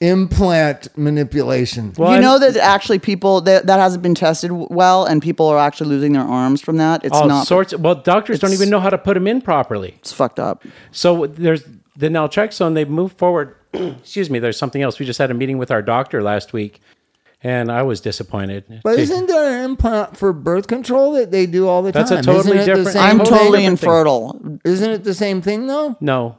A: Implant manipulation.
B: Well,
C: you
B: I'm-
C: know that actually people that, that hasn't been tested w- well, and people are actually losing their arms from that. It's
B: all
C: not.
B: sorts. well, doctors don't
C: it's-
B: even know how to put them in properly.
C: it's fucked up.
B: So there's the naltrexone. They've moved forward. Excuse me. There's something else. We just had a meeting with our doctor last week, and I was disappointed.
A: But
B: Gee,
A: isn't there an implant for birth control that they do all the
B: That's a
A: time? isn't it
B: totally
A: The
B: different-
A: same
C: I'm
A: thing?
B: Totally
C: totally
B: different thing.
C: infertile.
A: Isn't it the same thing though?
B: no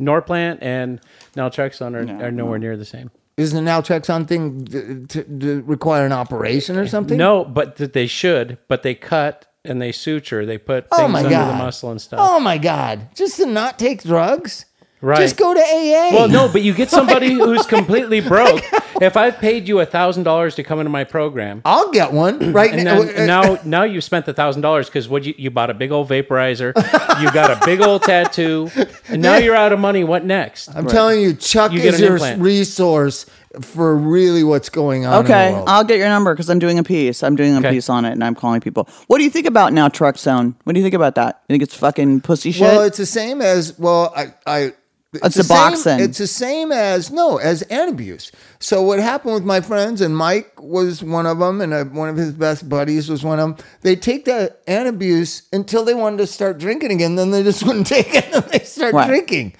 B: Norplant and naltrexone are, are nowhere near the same.
A: Isn't the naltrexone thing d- t- d- require an operation or something?
B: No, but th- they should. But they cut and they suture. They put
A: Oh
B: things
A: my
B: under
A: god.
B: the muscle and stuff.
A: Oh my god. Just to not take drugs.
B: Right.
A: Just go to AA.
B: Well, no, but you get
A: Oh
B: somebody who's completely broke. if I paid you a thousand dollars to come into my program,
A: I'll get one right
B: And
A: now. Uh,
B: then, now, now you spent the thousand dollars because what you, you bought a big old vaporizer, you got a big old tattoo, and now you're out of money. What next?
A: I'm telling you, Chuck
B: You get
A: is
B: an
A: your
B: implant.
A: resource for really what's going on. in the
C: Okay,
A: world.
C: I'll get your number because I'm doing a piece. I'm doing a
B: Okay.
C: piece on it, and I'm calling people. What do you think about now, Truck Zone? What do you think about that? You think it's fucking pussy shit?
A: Well, it's the same as well. I, I
C: It's
A: the
C: a
A: same-
C: boxing.
A: It's the same as no as an abuse. So what happened with my friends and Mike was one of them, and uh one of his best buddies was one of them. They take that an abuse until they wanted to start drinking again. Then they just wouldn't take it, and they start
C: Right.
A: drinking.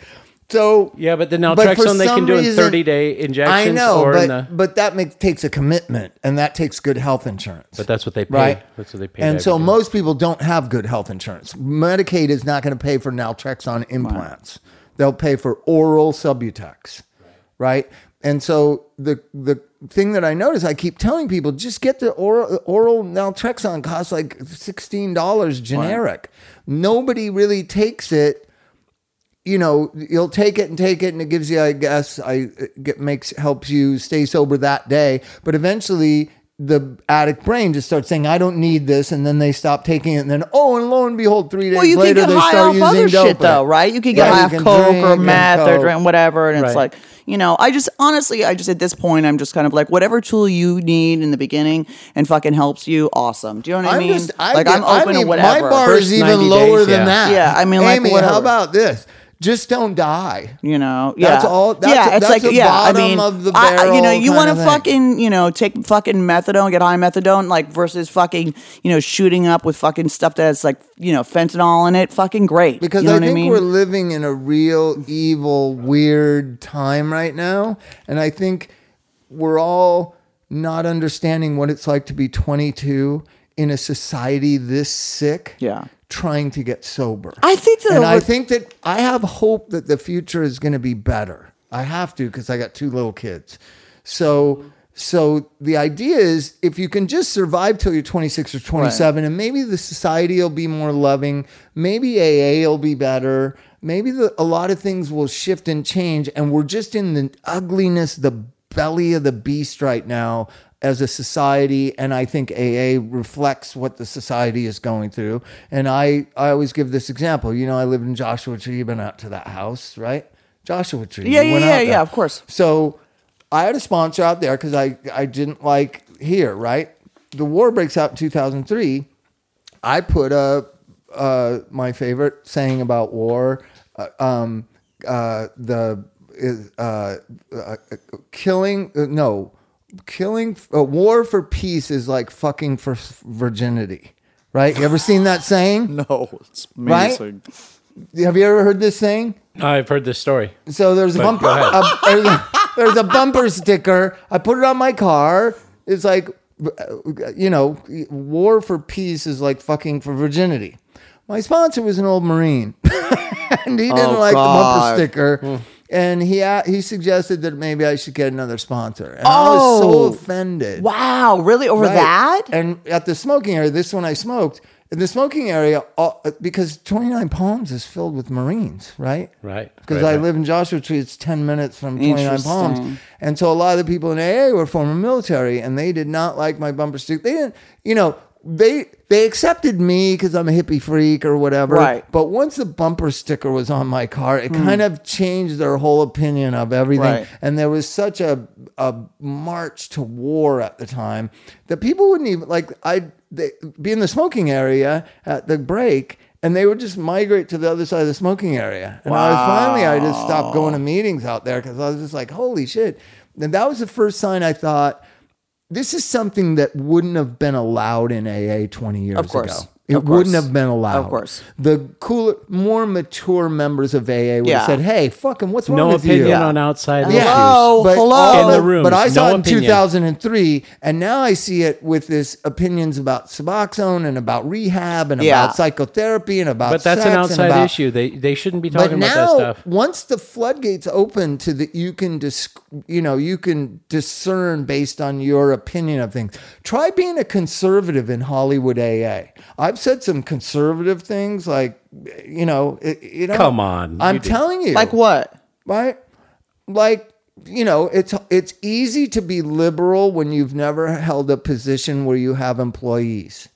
A: So
B: Yeah, but the
A: But for
B: naltrexone they
A: some
B: can do in
A: reason-
B: thirty day injections.
A: I know,
B: or
A: but
B: in the,
A: but that makes, takes a commitment, and that takes good health insurance.
B: but that's what they pay.
A: Right.
B: That's what they pay.
A: And
B: to
A: so
B: everybody.
A: most people don't have good health insurance. Medicaid is not going to pay for naltrexone implants. They'll pay for oral Subutex, right? And so the the thing that I notice, I keep telling people, just get the oral oral naltrexone costs like sixteen dollars generic. Nobody really takes it. You know, you'll take it and take it, and it gives you, I guess, I it get, makes helps you stay sober that day. But eventually, the addict brain just starts saying, "I don't need this," and then they stop taking it, and then oh, and lo and behold, three days
C: Well, you
A: later
C: can
A: they
C: get high
A: start
C: off
A: using
C: other shit
A: dope.
C: though, right? You can get
A: Yeah,
C: high
A: you
C: off
A: can
C: coke
A: drink
C: or
A: and
C: meth or
A: coke.
C: drink whatever, and
B: Right.
C: it's like you know. I just honestly, I just at this point, I'm just kind of like whatever tool you need in the beginning and fucking helps you, awesome. Do you know what i
A: I'm
C: mean?
A: just, I
C: like
A: get-
C: I'm open
A: I mean,
C: to whatever.
A: My bar
B: First
A: is even
B: 90
A: lower
B: days,
A: than
B: yeah.
A: that.
C: Yeah, I mean, like,
A: Amy, how
C: whatever.
A: about this? Just don't die.
C: you know, yeah,
A: That's all- that's-
C: yeah, it's
A: that's
C: like
A: the
C: yeah.
A: bottom
C: I mean,
A: of the
C: I- you know,
A: barrel
C: you
A: kind
C: want
A: of
C: to
A: thing.
C: fucking you know take fucking methadone, get high methadone, like versus fucking you know shooting up with fucking stuff that's like you know fentanyl in it. Fucking great.
A: Because
C: you
A: I
C: know what
A: think
C: I mean?
A: we're living in a real evil, weird time right now. And I think we're all not understanding what it's like to be 22 in a society this sick.
C: Yeah.
A: Trying to get sober.
C: I think that
A: and I
C: we're-
A: think that I have hope that the future is going to be better. I have to because I got two little kids. So So the idea is if you can just survive till you're 26 or 27, and maybe the society will be more loving, maybe AA will be better, maybe the, a lot of things will shift and change, and we're just in the ugliness, the belly of the beast right now as a society and i think aa reflects what the society is going through and i i always give this example you know i lived in joshua tree you've been out to that house right joshua tree
C: Yeah,
A: You
C: yeah,
A: went
C: yeah,
A: out there.
C: yeah, of course.
A: So I had a sponsor out there because I, I didn't like here, right? The war breaks out in 2003. I put a, uh, my favorite saying about war, uh, um, uh, the is, uh, uh, killing, uh, no, killing, uh, war for peace is like fucking for s- virginity, right? You ever seen that saying?
E: No, it's
A: Right?
E: amazing.
A: Have you ever heard this saying?
B: I've heard this story.
A: So there's a
B: But
A: bumper.
B: go ahead.
A: A, there's, a, there's a bumper sticker. I put it on my car. It's like, you know, war for peace is like fucking for virginity. My sponsor was an old Marine, and he didn't
E: Oh,
A: like
E: God.
A: the bumper sticker. And he a- he suggested that maybe I should get another sponsor. And I was
C: Oh.
A: so offended.
C: Wow, really? Over
A: Right.
C: that?
A: And at the smoking area, this one I smoked. In the smoking area, all, because 29 Palms is filled with Marines, right?
B: Right.
A: Because
B: Right,
A: I
B: right.
A: live in Joshua Tree, it's 10 minutes from 29 Palms.
C: Interesting.
A: And so a lot of the people in AA were former military and they did not like my bumper sticker. They didn't, you know, they they accepted me because I'm a hippie freak or whatever.
C: Right. Hmm.
A: But once the bumper sticker was on my car, it kind of changed their whole opinion of everything.
C: Right.
A: And there was such a a march to war at the time that people wouldn't even like I'd they, be in the smoking area at the break and they would just migrate to the other side of the smoking area. And I was finally I just stopped going to meetings out there because I was just like, holy shit. And that was the first sign I thought this is something that wouldn't have been allowed in AA 20 years
C: Of course.
A: ago. It
C: Of
A: wouldn't
C: course.
A: have been allowed.
C: Of course.
A: The cooler, more mature members of AA would have
C: Yeah.
A: said, hey, fucking, what's wrong
B: No
A: with
B: opinion
A: you?
B: on outside
C: Yeah.
B: issues.
C: Hello?
A: But
C: hello.
A: all
B: In the
A: the-
B: rooms,
A: But I saw
B: no
A: it in
B: opinion.
A: 2003, and now I see it with this opinions about Suboxone and about rehab and
C: Yeah.
A: about psychotherapy and about
B: But that's
A: sex
B: an
A: and
B: outside
A: about-
B: issue. They they shouldn't be
A: But
B: talking about that
A: now,
B: stuff.
A: once the floodgates open to the, you can dis, you know, you can discern based on your opinion of things. Try being a conservative in Hollywood AA. I've said some conservative things, like, you know, it, you know,
B: Come on,
A: I'm
B: you did.
A: telling you,
C: Like what?
A: right? Like you know, it's it's easy to be liberal when you've never held a position where you have employees.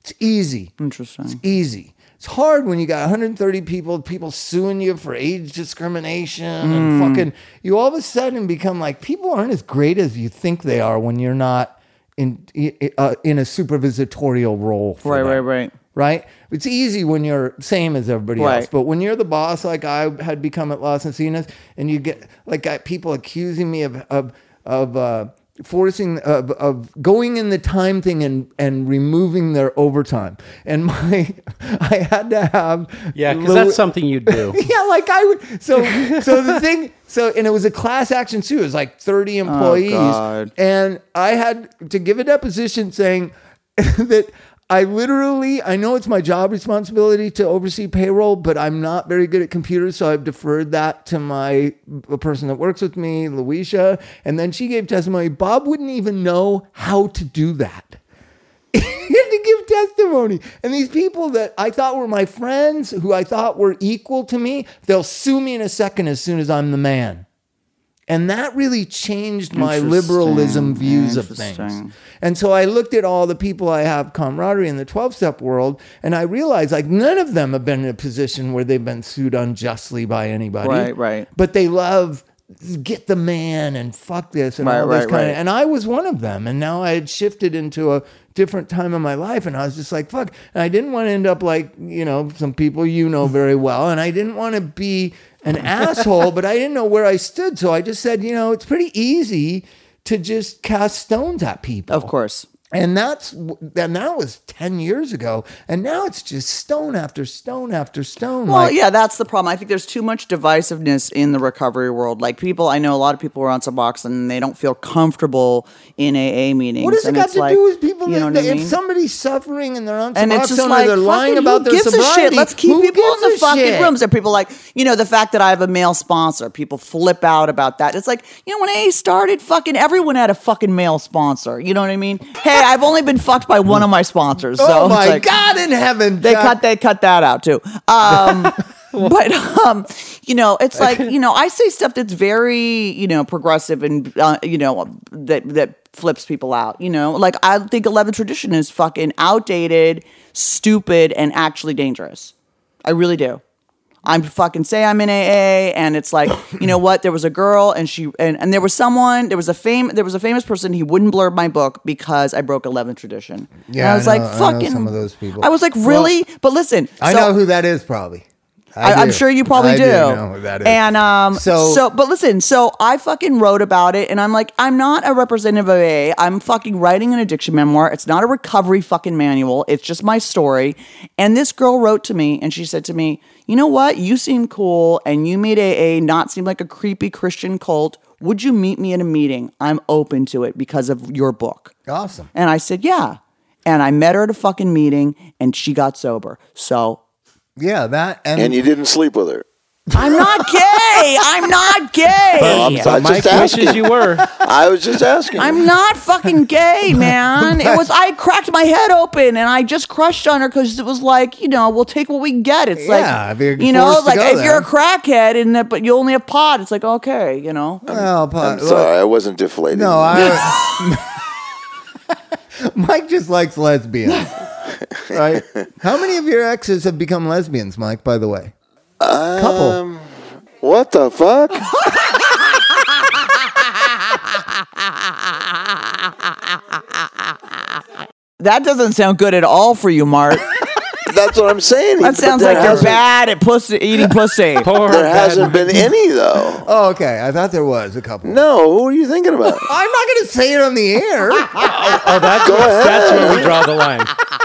A: It's easy. It's
C: Interesting.
A: easy. It's hard when you got 130 people, people suing you for age discrimination
C: Hmm.
A: and fucking. You all of a sudden become like people aren't as great as you think they are when you're not in i- uh, in a supervisatorial role. for
C: Right,
A: them
C: right, right.
A: right? It's easy when you're same as everybody else,
C: Right.
A: but when you're the boss, like I had become at Los Encinas, and you get like I, people accusing me of of of uh, forcing of, of going in the time thing and and removing their overtime, and my I had to have
B: Yeah, because
A: Lou-
B: that's something you do.
A: yeah, like I would. So, so the thing. So, and it was a class action suit. It was like thirty employees,
E: God.
A: and I had to give a deposition saying that I literally. I know it's my job responsibility to oversee payroll, but I'm not very good at computers, so I've deferred that to my the person that works with me, Louisa. And then she gave testimony. Bob wouldn't even know how to do that he had to give testimony. And these people that I thought were my friends, who I thought were equal to me, they'll sue me in a second as soon as I'm the man. And that really changed my
C: Interesting.
A: liberalism views of
C: Interesting.
A: things. And so I looked at all the people I have camaraderie in the 12 step world, and I realized like none of them have been in a position where they've been sued unjustly by anybody.
C: Right, right.
A: But they love get the man and fuck this and
C: Right,
A: all this
C: right,
A: kind
C: right.
A: of and I was one of them. And now I had shifted into a different time in my life, and I was just like, fuck. And I didn't want to end up like, you know, some people you know very well. And I didn't want to be an asshole, but I didn't know where I stood. So I just said, you know, it's pretty easy to just cast stones at people.
C: Of course.
A: And that's and that was ten years ago, and now it's just stone after stone after stone.
C: Well,
A: like,
C: yeah, that's the problem. I think there's too much divisiveness in the recovery world. Like people, I know a lot of people are on Suboxone and they don't feel comfortable in AA meetings.
A: What does it
C: and
A: got
C: it's
A: to
C: like-
A: do with people?
C: You know
A: that,
C: what I
A: if
C: mean?
A: somebody's suffering and they're on
C: and it's
A: Suboxone
C: just
A: or
C: like
A: they're lying
C: fucking
A: about
C: who
A: their
C: gives
A: sobriety,
C: a shit. Let's keep
A: who
C: people in
A: gives
C: the
A: a
C: fucking
A: shit?
C: rooms. And people like, you know, the fact that I have a male sponsor, people flip out about that. It's like, you know, when A started, fucking everyone had a fucking male sponsor. You know what I mean? Hey, I've only been fucked by one of my sponsors. So
A: oh
C: it's
A: my
C: like-
A: God in heaven!
C: they
A: Jack.
C: cut they cut that out too. Um, but um, you know, it's like you know, I say stuff that's very you know progressive and uh, you know that that flips people out. You know, like I think eleven tradition is fucking outdated, stupid, and actually dangerous. I really do. I'm fucking say I'm in AA and it's like, you know what? There was a girl and she and, and there was someone, there was a fame there was a famous person, he wouldn't blurb my book because I broke 11th tradition.
A: Yeah,
C: And I
A: I
C: was
A: know-
C: like,
A: I know
C: fucking
A: some of those people.
C: I was like, really? but listen,
A: I
C: so-
A: know who that is, probably.
C: I I, am
A: do.
C: sure you probably
A: I
C: do.
A: know who that is.
C: And um, so,
A: So-
C: but listen, so I fucking wrote about it, and I'm like, I'm not a representative of AA. I'm fucking writing an addiction memoir. It's not a recovery fucking manual. It's just my story. And this girl wrote to me, and she said to me, "You know what? You seem cool, and you made AA not seem like a creepy Christian cult. Would you meet me at a meeting? I'm open to it because of your book."
A: awesome.
C: And I said, "Yeah." And I met her at a fucking meeting, and she got sober. So
A: Yeah, that and,
D: And you didn't sleep with her.
C: I'm not gay. I'm not gay.
D: I'm
C: I'm,
D: sorry. I
B: Mike
D: just asked
B: wishes you were.
D: I was just asking.
C: not fucking gay, man. It was I cracked my head open and I just crushed on her because it was like you know we'll take what we can get. It's
A: Yeah,
C: like
A: if you're
C: you know
A: forced to
C: like
A: go
C: if
A: there.
C: you're a crackhead and that but you only have pot, it's like okay, you know.
A: well,
D: I'm sorry, I wasn't deflated.
A: No, I. Mike just likes lesbians, right? How many of your exes have become lesbians, Mike? By the way,
D: Um,
A: couple.
D: What the fuck?
C: That doesn't sound good at all for you, Mark.
D: That's what I'm saying.
C: That sounds like you're
D: hasn't-
C: bad at pussy eating pussy.
B: Poor
D: There
B: bad
D: hasn't been any though.
A: oh, okay. I thought there was a couple.
D: No, who are you thinking about?
A: I'm not going to say it on the air.
B: Oh, that's where, that's where we draw the line.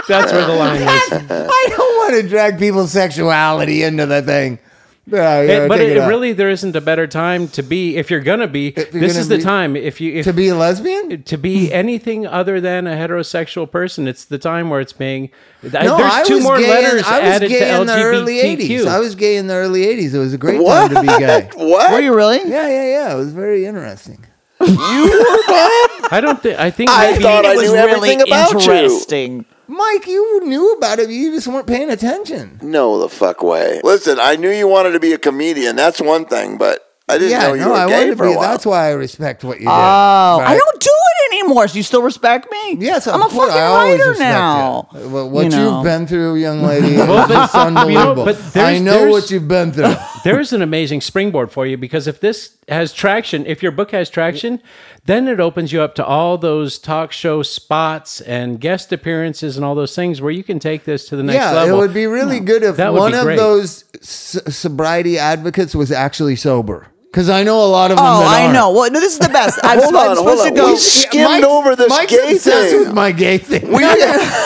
B: That's where the line is.
A: I don't want to drag people's sexuality into the thing. Yeah, yeah,
B: It- but
A: take
B: it,
A: it out.
B: really, there isn't a better time to be. If you're gonna be,
A: If you're
B: this
A: gonna
B: is the
A: be-
B: time. If you if,
A: to be a lesbian.
B: to be anything other than a heterosexual person, it's the time where it's being. I-
A: No,
B: there's
A: I
B: two
A: was
B: more
A: gay
B: letters
A: in, I was
B: added
A: gay
B: to
A: in the early
B: LGBTQ.
A: '80s. I was gay in the early '80s. It was a great
D: What?
A: time to be gay.
D: What?
C: Were you really?
A: Yeah, yeah, yeah. It was very interesting.
B: I don't think. I think
D: I
B: maybe
D: thought I
C: It was
D: knew
C: really
D: everything about you.
C: interesting.
A: Mike, you knew about it. You just weren't paying attention.
D: No, the fuck way. Listen, I knew you wanted to be a comedian. That's one thing, but I didn't
A: yeah,
D: know you
A: no,
D: were
A: I
D: gay
A: wanted to
D: for a
A: be.
D: while.
A: That's why I respect what you do.
C: Oh, I don't do it anymore. So you still respect me?
A: Yes,
C: I'm a
A: of course,
C: fucking
A: I always
C: writer
A: respect
C: now.
A: You. Well, What you
C: know.
A: have been through, young lady,
B: Well,
A: is just
B: but- you know,
A: unbelievable.
B: but
A: I
B: there's-
A: know
B: there's-
A: what you've been through.
B: there's an amazing springboard for you because if this has traction, if your book has traction, then it opens you up to all those talk show spots and guest appearances and all those things where you can take this to the next
A: yeah,
B: level.
A: it would be really good if
B: That would
A: one
B: be
A: of
B: great.
A: those s- sobriety advocates was actually sober. Because I know a lot of them.
C: Oh,
A: that
C: I
A: aren't.
C: know. Well, no, this is the best. I'm,
D: Hold
C: I'm
D: on, hold
C: supposed
D: on.
C: to go.
D: We skimmed
A: Mike's-
D: over this
A: Mike's
D: gay
A: obsessed
D: thing.
A: with my gay thing.
D: We-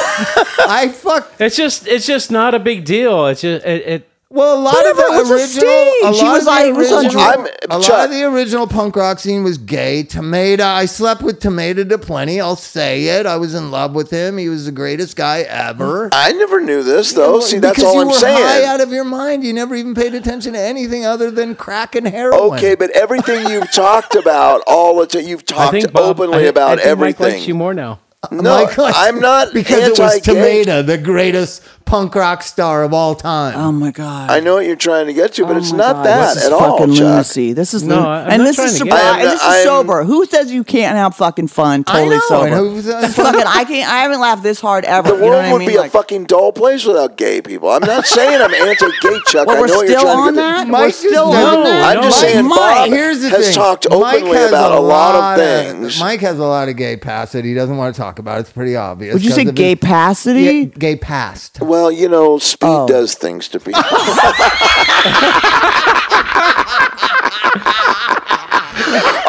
A: I fuck.
B: It's just it's just not a big deal. It's just it. it
A: Well, a lot
C: But
A: of
C: if it
A: the
C: was a
A: original, a
C: stage, he
A: lot
C: was
A: of the
C: like- he was on
A: original,
D: drugs. I'm-
A: a lot
D: Chuck.
A: of the original punk rock scene was gay. Tomato, I slept with Tomato to plenty. I'll say it. I was in love with him. He was the greatest guy ever.
D: I never knew this though. See, that's
A: because
D: all
A: you
D: I'm
A: were
D: saying.
A: High out of your mind. You never even paid attention to anything other than crack and heroin.
D: Okay, but everything you've talked about all the time, you've
B: I
D: talked
B: think Bob, I
D: openly
B: think- I
D: about
B: think
D: everything.
B: Mike likes you more now.
D: No,
A: God.
D: I'm not
A: because it was
D: anti-gay.
A: Tomato, the greatest punk rock star of all time.
C: Oh my god.
D: I know what you're trying to get to, but
C: Oh
D: it's
C: my
D: not
C: God.
D: that
C: this is
D: at all,
C: fucking
D: Chuck.
C: lunacy. This is
B: No,
C: lun-
B: I'm
C: and
B: not
C: this
B: trying
C: is
B: to get
C: surprise.
D: it.
C: and this is
D: I'm-
C: sober. Who says you can't have fucking fun? Totally
A: I know.
C: sober.
A: And who's that?
C: This fucking, I can't. I haven't laughed this hard ever.
D: The
C: you know
D: world
C: what I
D: would
C: mean?
D: be a
C: Like,
D: fucking dull place without gay people. I'm not saying I'm anti-gay, Chuck.
C: Well,
D: I
C: we're
D: know what you're
C: still
D: trying
C: on
D: to get
C: that.
D: to.
A: Mike
C: we're
A: is
C: still
A: dead.
C: on
B: No,
C: that.
D: I'm
A: Mike-
D: just saying,
C: Mike,
D: Bob
A: here's the
D: has
A: thing.
D: talked
A: Mike
D: openly
A: has
D: about a lot of things.
A: Mike has a lot of gay past that he doesn't want to talk about. It's pretty obvious.
C: Would you say
A: 'cause of
C: gay
A: his-
C: pasty?
A: Yeah, gay past.
D: Well, you know, speed
C: Oh.
D: does things to people.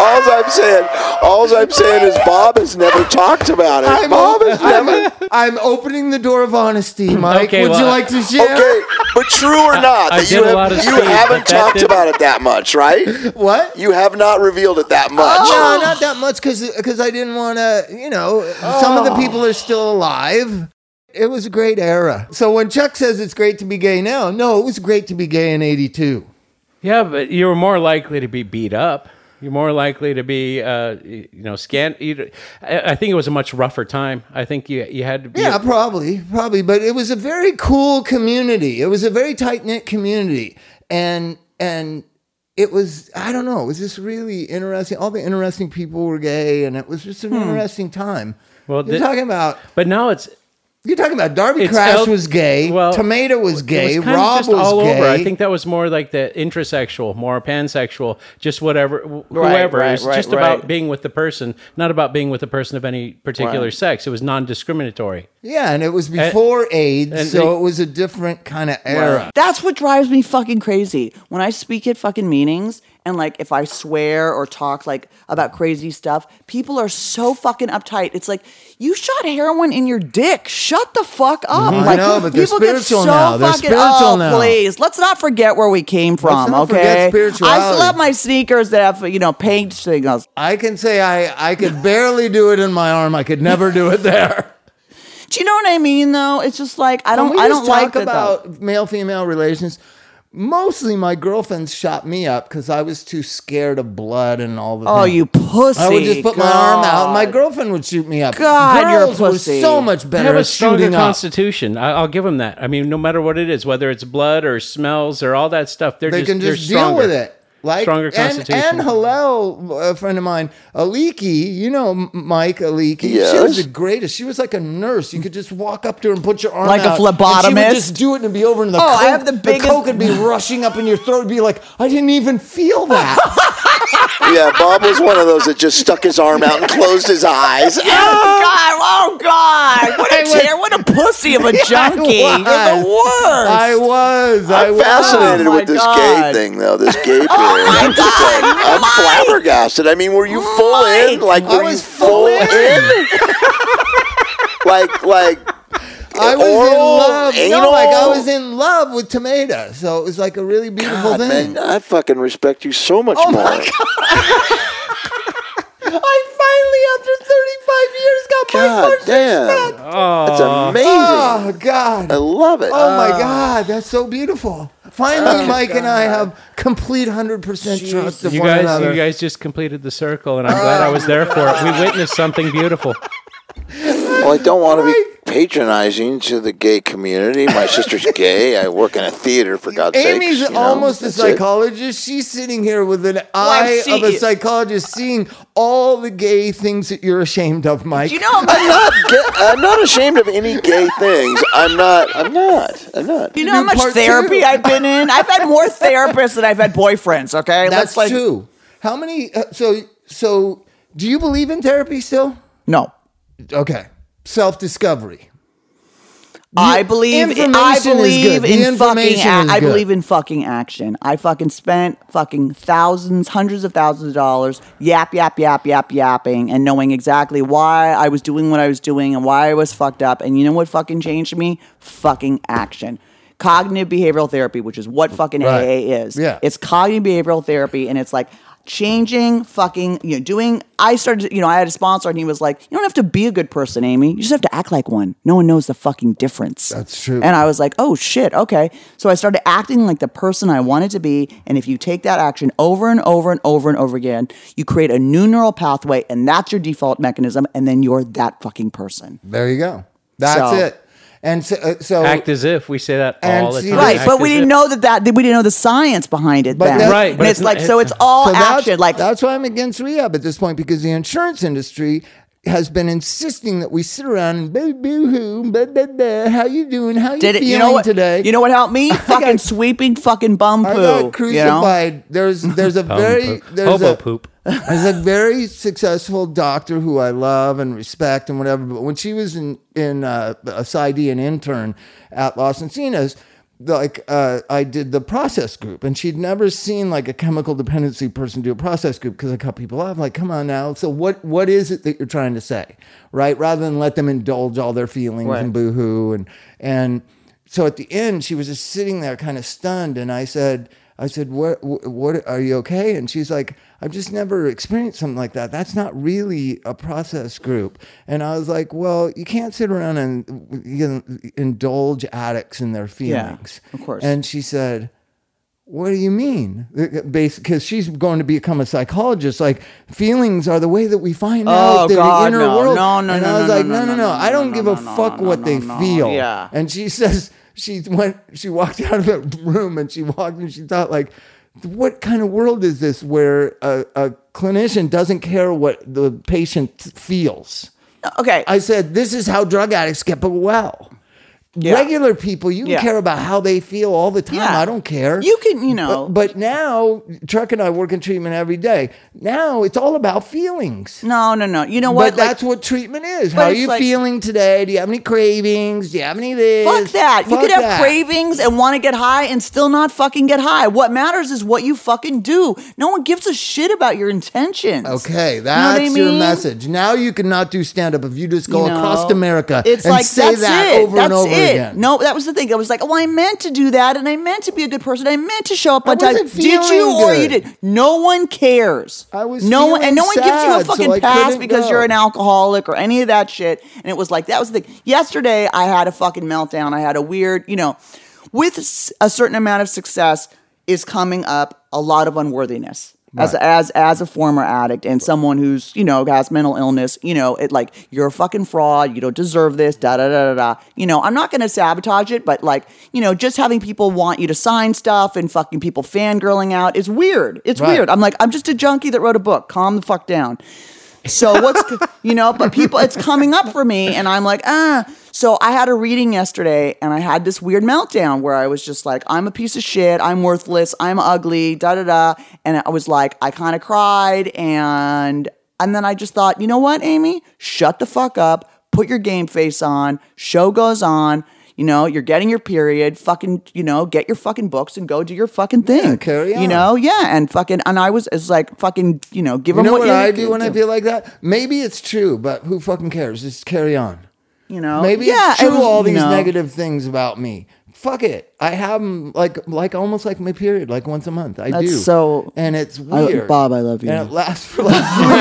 D: All's I'm saying, all's I'm saying is Bob has never talked about it.
A: I'm,
D: Bob has never.
A: I'm, I'm opening the door of honesty, Mike.
B: Okay,
A: Would you
C: uh,
B: well,
A: like to share?
D: Okay, but true or not,
B: I
D: that
B: did
D: you,
B: a lot of
D: have, you
B: speed,
D: haven't
B: but that
D: talked
B: didn't-
D: about it that much, right?
A: What?
D: You have not revealed it that much.
A: No, not that much because I didn't want to, you know, some
D: Oh.
A: of the people are still alive. It was a great era. So when Chuck says it's great to be gay now, no, it was great to be gay in 82.
B: Yeah, but you were more likely to be beat up. You're more likely to be, uh, you know, scan. you- I I think it was a much rougher time. I think you you had to be.
A: Yeah, probably, probably. But it was a very cool community. It was a very tight knit community, and and it was I don't know. It was just really interesting. All the interesting people were gay, and it was just an interesting time.
B: Hmm. Well,
A: you're
B: the-
A: talking about
B: but now it's
A: you're talking about Darby
B: It's
A: Crash
B: L-
A: was gay.
B: well,
A: Tomato was gay.
B: It was kind
A: Rob
B: of just
A: was
B: all
A: gay.
B: over. I think that was more like the intersexual, more pansexual, just whatever, wh-
C: Right,
B: whoever.
C: right,
B: it's
C: right,
B: just
C: right.
B: about being with the person, not about being with a person of any particular
C: Right.
B: sex. It was non-discriminatory.
A: yeah, and it was before AIDS,
B: and
A: so
B: they-
A: it was a different kind of era.
C: That's what drives me fucking crazy. When I speak at fucking meetings and like if I swear or talk like about crazy stuff, people are so fucking uptight. It's like you shot heroin in your dick. Shut the fuck up.
A: Mm-hmm. I
C: Like
A: know, but they're
C: people
A: spiritual
C: get so
A: now. They're
C: fucking
A: spiritual
C: oh,
A: now.
C: Please, let's not forget where we came from.
A: not forget
C: okay, I
A: spirituality.
C: love my sneakers that have you know paint signals.
A: I can say I I could barely do it in my arm. I could never do it there.
C: Do you know what I mean? Though it's just like I
A: When
C: don't.
A: we
C: I
A: just
C: don't like
A: talk
C: that, though.
A: about male female relations. Mostly, my girlfriends shot me up because I was too scared of blood and all the.
C: Oh,
A: things.
C: you pussy!
A: I would just put my arm out, and my
C: God.
A: girlfriend would shoot me up.
C: God, you're a
A: Girls were
C: pussy.
A: so much
B: They
A: better
B: have a
A: at
B: stronger
A: shooting up.
B: constitution. I, I'll give them that. I mean, no matter what it is, whether it's blood or smells or all that stuff, they're
A: they
B: just,
A: can
B: they're
A: just deal
B: stronger.
A: with it. Like
B: Stronger
A: and,
B: constitution.
A: and Hillel, a friend of mine, Aliki, you know M- Mike Aliki. She
D: Yes.
A: was the greatest. She was like a nurse. You could just walk up to her and put your arm
C: Like a
A: out, and she
C: phlebotomist?
A: would just do it and it'd be over. And the
C: Oh, I
A: coke-
C: have the biggest-
A: coke would be rushing up in your throat. It'd be like I didn't even feel that.
D: Yeah, Bob was one of those that just stuck his arm out and closed his eyes.
C: Oh God! Oh God! What
A: I
C: a
A: was-
C: tear! What a pussy of a junkie! You're
A: I
C: the worst.
A: I was. I
D: I'm
A: was.
D: fascinated
C: Oh, my
D: with this gay
C: God.
D: thing, though. This gay period.
A: Oh
C: my
D: I'm, just like,
C: God,
D: I'm
C: Mike!
D: flabbergasted. I mean, were you full in?
C: Mike!
D: Like,
A: I
D: were you
A: was full
D: full in? like, like,
A: I was in
D: Oral,
A: love. No,
D: anal?
A: like I was in love with Tomato. So it was like a really beautiful
D: God,
A: thing.
D: man, I fucking respect you so much
A: Oh
D: more.
A: I finally, after 35 years, got my
D: God
A: first
D: damn,
B: Uh,
D: that's amazing.
A: Oh God!
D: I love it.
A: oh
C: Ah.
A: my God! That's so beautiful.
C: Oh,
A: Finally, Mike and I have complete hundred percent trust of
B: You
A: one
B: guys,
A: another.
B: you guys just completed the circle, and I'm glad I was there for it. We witnessed something beautiful.
A: Oh.
D: Well, I don't want to be patronizing to the gay community. My sister's gay. I work in a theater, for God's sake.
A: Amy's almost a psychologist. She's sitting here with
C: Oh,
A: an eye
C: seen
A: of a
C: you-
A: psychologist, seeing all the gay things that you're ashamed of, Mike.
C: Do you know how much,
D: I'm not, ga- I'm not ashamed of any gay things. I'm not. I'm not. I'm not.
C: you know how
A: New
C: much
A: part
C: therapy
A: two.
C: I've been in? I've had more therapists than I've had boyfriends. Okay,
A: That's
C: Let's, like,
A: true. How many? Uh, so, so do you believe in therapy still?
C: No,
A: Okay, self discovery.
C: I believe.
A: information
C: I
A: is good.
C: believe
A: The
C: in fucking.
A: information
C: ac-
A: is
C: I
A: good.
C: believe in fucking action. I fucking spent fucking thousands, hundreds of thousands of dollars yap yap yap yap yapping and knowing exactly why I was doing what I was doing and why I was fucked up. And you know what fucking changed me? Fucking action. Cognitive behavioral therapy, which is what fucking
A: Right.
C: AA is.
A: Yeah.
C: It's cognitive behavioral therapy and it's like changing fucking you know doing i started you know i had a sponsor and he was like you don't have to be a good person amy you just have to act like one no one knows the fucking difference
A: That's true.
C: and I was like, oh shit, okay. So I started acting like the person I wanted to be. And if you take that action over and over and over and over again, you create a new neural pathway and that's your default mechanism. And then you're that fucking person.
A: There you go. That's
C: So-
A: it. And so, uh, so
B: Act as if we say that
A: And
B: all the
A: see,
B: time.
A: Right,
C: Right.
B: Act
C: But
B: as
C: we
B: if.
C: didn't know that, that we didn't know the science behind it
A: But
C: then.
A: that's-
B: Right,
C: And
B: but
C: it's,
B: it's
C: like,
B: not-
C: so it's all
A: So that's-
C: action. Like,
A: that's why I'm against rehab at this point because the insurance industry has been insisting that we sit around and boo boo hoo, blah, blah, blah, how you doing, how you
C: did it,
A: feeling
C: you know what,
A: today?
C: you know what helped me? fucking
A: got-
C: sweeping fucking bum poo.
A: I got
C: you know?
A: crucified. There's there's a
B: Bum
A: very
B: poop.
A: there's
B: Hobo
A: a,
B: poop.
A: There's a very successful doctor who I love and respect and whatever. But when she was in in uh, a PsyD, an intern at Los Encinas, like uh, I did the process group, and she'd never seen like a chemical dependency person do a process group because I cut people off. I'm like, come on now. So what what is it that you're trying to say, right? Rather than let them indulge all their feelings
C: Right.
A: and boohoo and and so at the end she was just sitting there kind of stunned, and I said. I said, "What? wh- What are you okay?" And she's like, "I've just never experienced something like that. That's not really a process group." And I was like, "Well, you can't sit around and you know, indulge addicts in their feelings."
C: of course.
A: And she said, what do you mean? Uh, Because she's going to become a psychologist. Like feelings are the way that we find out that
C: Oh, God,
A: the inner
C: no.
A: world.
C: No, no,
A: and
C: no,
A: I was
C: no,
A: like,
C: no,
A: no,
C: no,
A: no,
C: no,
A: I don't
C: no,
A: give
C: no,
A: a
C: no,
A: fuck
C: no,
A: what
C: no,
A: they
C: no.
A: feel.
C: Yeah.
A: And she says she went. She walked out of the room and she walked and she thought like, what kind of world is this where a, a clinician doesn't care what the patient feels?
C: Okay.
A: I said, this is how drug addicts get well.
C: Yeah.
A: Regular people, you can
C: Yeah.
A: care about how they feel all the time.
C: Yeah.
A: I don't care.
C: You can, you know.
A: But, but now, Chuck and I work in treatment every day. Now it's all about feelings.
C: no, no, no. You know
A: But
C: what? Like,
A: that's what treatment is. How are
C: it's
A: you
C: like-
A: feeling today? Do you have any cravings? Do you have any of this?
C: Fuck that. you
A: Fuck
C: could have
A: that.
C: cravings and want to get high and still not fucking get high. What matters is what you fucking do. No one gives a shit about your intentions.
A: Okay,
C: You know what
A: that's
C: I
A: your
C: mean?
A: message. Now you cannot do stand up if you just go
C: You
A: across
C: know?
A: America
C: It's
A: and
C: like
A: say
C: that's
A: that
C: it.
A: over
C: that's
A: and over
C: it.
A: again.
C: No, that was the thing. I was like, oh, I meant to do that, and I meant to be a good person. I meant to show up
A: I
C: on time.
A: wasn't
C: Did you
A: feeling
C: or
A: good.
C: you did? No one cares.
A: I was
C: no one, and no one
A: feeling
C: gives you a
A: sad, so
C: fucking
A: I
C: pass
A: couldn't
C: because
A: go.
C: you're an alcoholic or any of that shit. And it was like that was the thing. Yesterday, I had a fucking meltdown. I had a weird, you know, with s- a certain amount of success is coming up a lot of unworthiness. As,
A: Right.
C: as as a former addict and someone who's you know has mental illness, you know it like you're a fucking fraud. You don't deserve this. Da da da da da. You know I'm not going to sabotage it, but like you know just having people want you to sign stuff and fucking people fangirling out is weird. It's
A: Right.
C: weird. I'm like I'm just a junkie that wrote a book. Calm the fuck down. So what's you know, but people, it's coming up for me, and I'm like, ah. So I had a reading yesterday, and I had this weird meltdown where I was just like, I'm a piece of shit, I'm worthless, I'm ugly, da da da, and I was like, I kind of cried, and and then I just thought, you know what, Amy, shut the fuck up, put your game face on, show goes on. You know, you're getting your period. Fucking, you know, get your fucking books and go do your fucking thing.
A: carry
C: You
A: on.
C: know, yeah, and fucking, and I was, it's like fucking, you know, give
A: You
C: them
A: know
C: what,
A: what
C: you
A: I
C: need
A: do
C: to
A: when I feel like that? Maybe it's true, but who fucking cares? Just carry on.
C: you know
A: Maybe
C: Oh, yeah,
A: it's
C: it
A: true
C: was-
A: all these
C: no.
A: negative things about me. Fuck it. I have them like like almost like my period, like once a month. I
C: That's
A: do.
C: so-
A: and it's
C: I-
A: weird.
C: Bob, I love you.
A: And it lasts for like three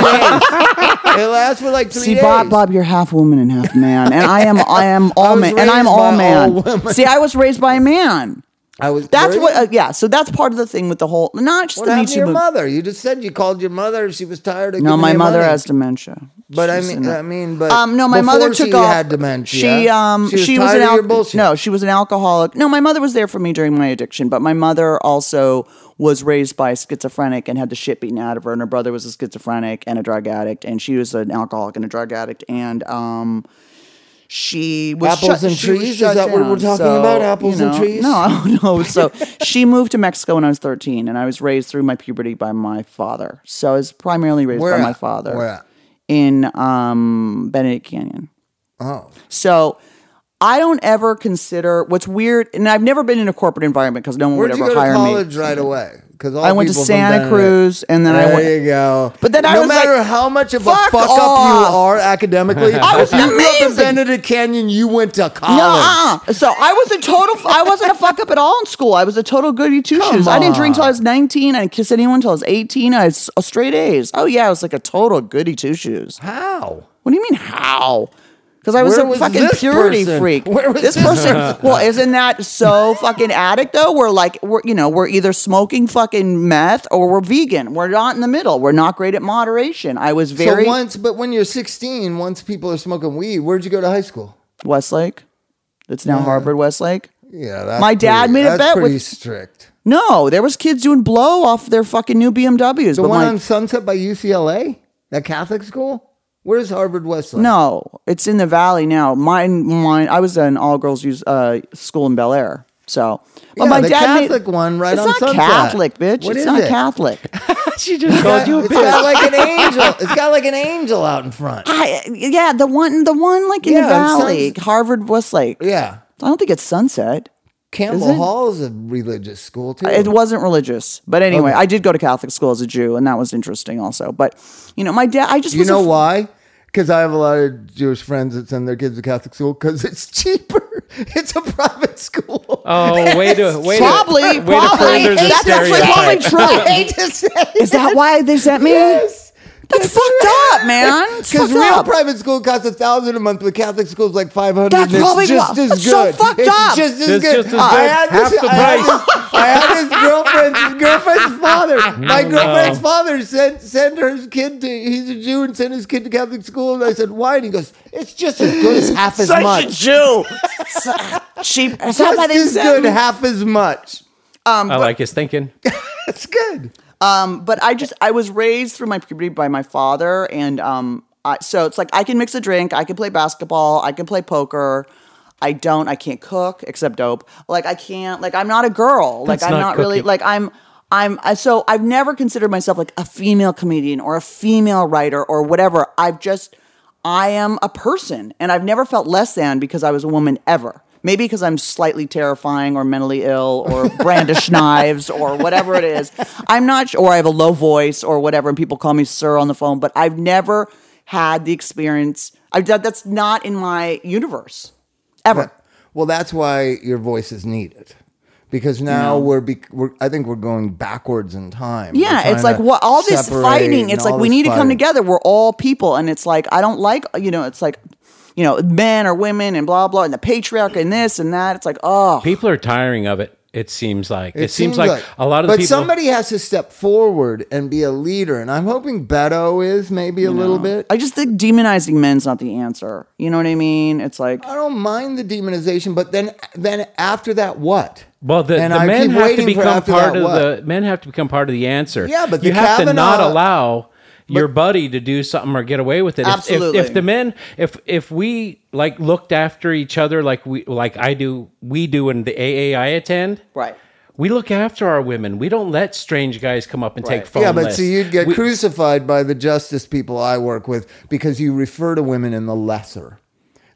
A: days. It lasts for like three
C: See,
A: days.
C: Bob, Bob, you're half woman and half man, and I am, I am all
A: was
C: man, and I'm
A: raised
C: all
A: by
C: man.
A: all women.
C: See, I was raised by a man.
A: I was
C: That's
A: worried.
C: what, uh, yeah. So that's part of the thing with the whole, not just
A: What
C: the Me
A: happened to
C: Too
A: your
C: movement.
A: mother? You just said you called your mother. She was tired of
C: No,
A: giving
C: my
A: you
C: mother
A: money.
C: has dementia.
A: But I
C: She's
A: mean, uh,
C: in a-
A: I mean, but
C: um, no, my
A: before
C: mother took
A: she
C: off.
A: Had dementia.
C: She um, she was,
A: tired
C: an
A: of
C: al-
A: your bullshit.
C: no, she was an alcoholic. No, my mother was there for me during my addiction, but my mother also was raised by a schizophrenic and had the shit beaten out of her. And her brother was a schizophrenic and a drug addict, and she was an alcoholic and a drug addict, and um. She was
A: Apples
C: shut-
A: and
C: she was
A: trees? Is
C: shut
A: that what
C: down.
A: we're talking
C: So,
A: about? Apples
C: you
A: and
C: know,
A: trees?
C: No, Oh no! So she moved to Mexico when I was 13, and I was raised through my puberty by my father. So I was primarily raised
A: Where
C: by my
A: at?
C: father
A: Where at?
C: in um, Benedict Canyon.
A: Oh,
C: So I don't ever consider what's weird, and I've never been in a corporate environment because no one
A: Where'd
C: would
A: you
C: ever
A: go to
C: hire
A: college
C: me.
A: right away? Because
C: I went to Santa Cruz, and then
A: there
C: I went.
A: you go.
C: But then
A: no
C: I was
A: matter
C: like,
A: how much of
C: "Fuck
A: a fuck up
C: off."
A: you are academically,
C: I was
A: if you grew up in
C: amazing.
A: Benedict Canyon, you went to college.
C: No, uh-uh. so I was a total. I wasn't a fuck up at all in school. I was a total goody two
A: Come
C: shoes. I didn't drink
A: on.
C: till I was nineteen. I didn't kiss anyone till I was eighteen. I had s- straight A's. Oh yeah, I was like a total goody two shoes.
A: How?
C: What do you mean how? Because I was
A: Where
C: a
A: was
C: fucking
A: this
C: purity
A: person?
C: freak.
A: Where was
C: this
A: this
C: person? well, isn't that so fucking addict though? We're like, we're you know, we're either smoking fucking meth or we're vegan. We're not in the middle. We're not great at moderation. I was very
A: So once, but when you're 16, once people are smoking weed, where'd you go to high school?
C: Westlake. It's now Harvard Westlake.
A: Yeah, that's
C: My dad
A: pretty-
C: made
A: that's
C: a bet with-
A: pretty strict.
C: No, there was kids doing blow off their fucking new BMWs.
A: The
C: but
A: one
C: my-
A: on Sunset by UCLA, that Catholic school. Where's Harvard Westlake?
C: no, it's in the valley now. Mine, mine. I was an all girls use uh, school in Bel Air. So,
A: Yeah,
C: but my
A: the
C: dad made-
A: Catholic one right
C: it's
A: on
C: not
A: Sunset.
C: Catholic, bitch.
A: What
C: it's
A: is
C: not
A: it?
C: Catholic.
B: she just called you a
A: It's
B: bitch.
A: got like an angel. It's got like an angel out in front.
C: I, yeah, the one, the one like in
A: Yeah,
C: the
A: it
C: valley,
A: sounds-
C: Harvard Westlake.
A: Yeah.
C: I don't think it's Sunset.
A: Campbell Hall is a religious school too.
C: It wasn't religious, but anyway, I did go to Catholic school as a Jew, and that was interesting also. But you know, my dad, I just
A: you
C: was a
A: know
C: f-
A: why? Because I have a lot of Jewish friends that send their kids to Catholic school because it's cheaper. It's a private school.
B: Oh, way to way
C: Probably,
B: to, way to
C: probably.
B: further the
C: That's actually
B: stereotype.
C: probably
A: true. I hate to say
C: Is that why they sent me? That's fucked up, man. It's
A: Because
C: fucked
A: real
C: up.
A: private school costs a thousand a month, but Catholic school's like five hundred.
C: That's probably
A: just
C: why-
A: as
C: that's
A: good.
C: so fucked
A: it's
C: up.
A: Just as
B: It's
A: good.
B: just as
A: I
B: good.
A: had
B: Half
A: this,
B: the
A: I had
B: price.
A: this- I had this girlfriend's girlfriend's father. My girlfriend's father sent sent her kid to. He's a Jew and sent his kid to Catholic school. And I said, why? And he goes, it's just as good as half as
C: Such
A: much.
C: a Jew. she. Is that why
A: just
C: they
A: as
C: sent
A: good, half as much.
B: I like his thinking.
A: That's good.
C: but I just I was raised through my puberty by my father, and um, I, so it's like I can mix a drink, I can play basketball, I can play poker. I don't. I can't cook except dope. Like I can't. Like I'm not a girl. Like
B: That's
C: I'm
B: not
C: not, really.
B: cooking.
C: Like I'm. I'm. I- So I've never considered myself like a female comedian or a female writer or whatever. I've just. I am a person, and I've never felt less than because I was a woman ever. Maybe because I'm slightly terrifying or mentally ill or brandish knives or whatever it is. I'm not sure, or I have a low voice or whatever, and people call me sir on the phone, but I've never had the experience. I've, that, that's not in my universe ever.
A: Well, that's why your voice is needed. Because now we're, bec we're, I think we're going backwards in time. We're
C: Yeah, it's
A: trying
C: like
A: to
C: what all this
A: separate
C: fighting.
A: and
C: It's like
A: all
C: we
A: this
C: need to come
A: fighting.
C: together. We're all people, and it's like I don't like you know. It's like you know, men or women and blah blah, and the patriarch and this and that. It's like oh,
B: People are tiring of it. It seems like it, seems, like, a lot of
A: but
B: people.
A: somebody has to step forward and be a leader. And I'm hoping Beto is maybe a little bit.
C: I just think demonizing men's not the answer. You know what I mean? It's like
A: I don't mind the demonization, but then then after that, what?
B: well, the,
A: And
B: the
A: I
B: men
A: keep
B: have to
A: waiting for
B: become
A: after that
B: part of
A: what?
B: the men have to become part of the answer.
A: Yeah, but
B: you
A: the
B: have to not
A: Kavanaugh-
B: allow your buddy to do something or get away with it. If- if-
C: Absolutely.
B: If, the men, if if we like looked after each other like we like I do, we do in the AA I attend.
C: Right.
B: We look after our women. We don't let strange guys come up and take phone.
A: yeah, but
B: lists.
A: see, you'd get
B: We-
A: crucified by the justice people I work with because you refer to women in the lesser.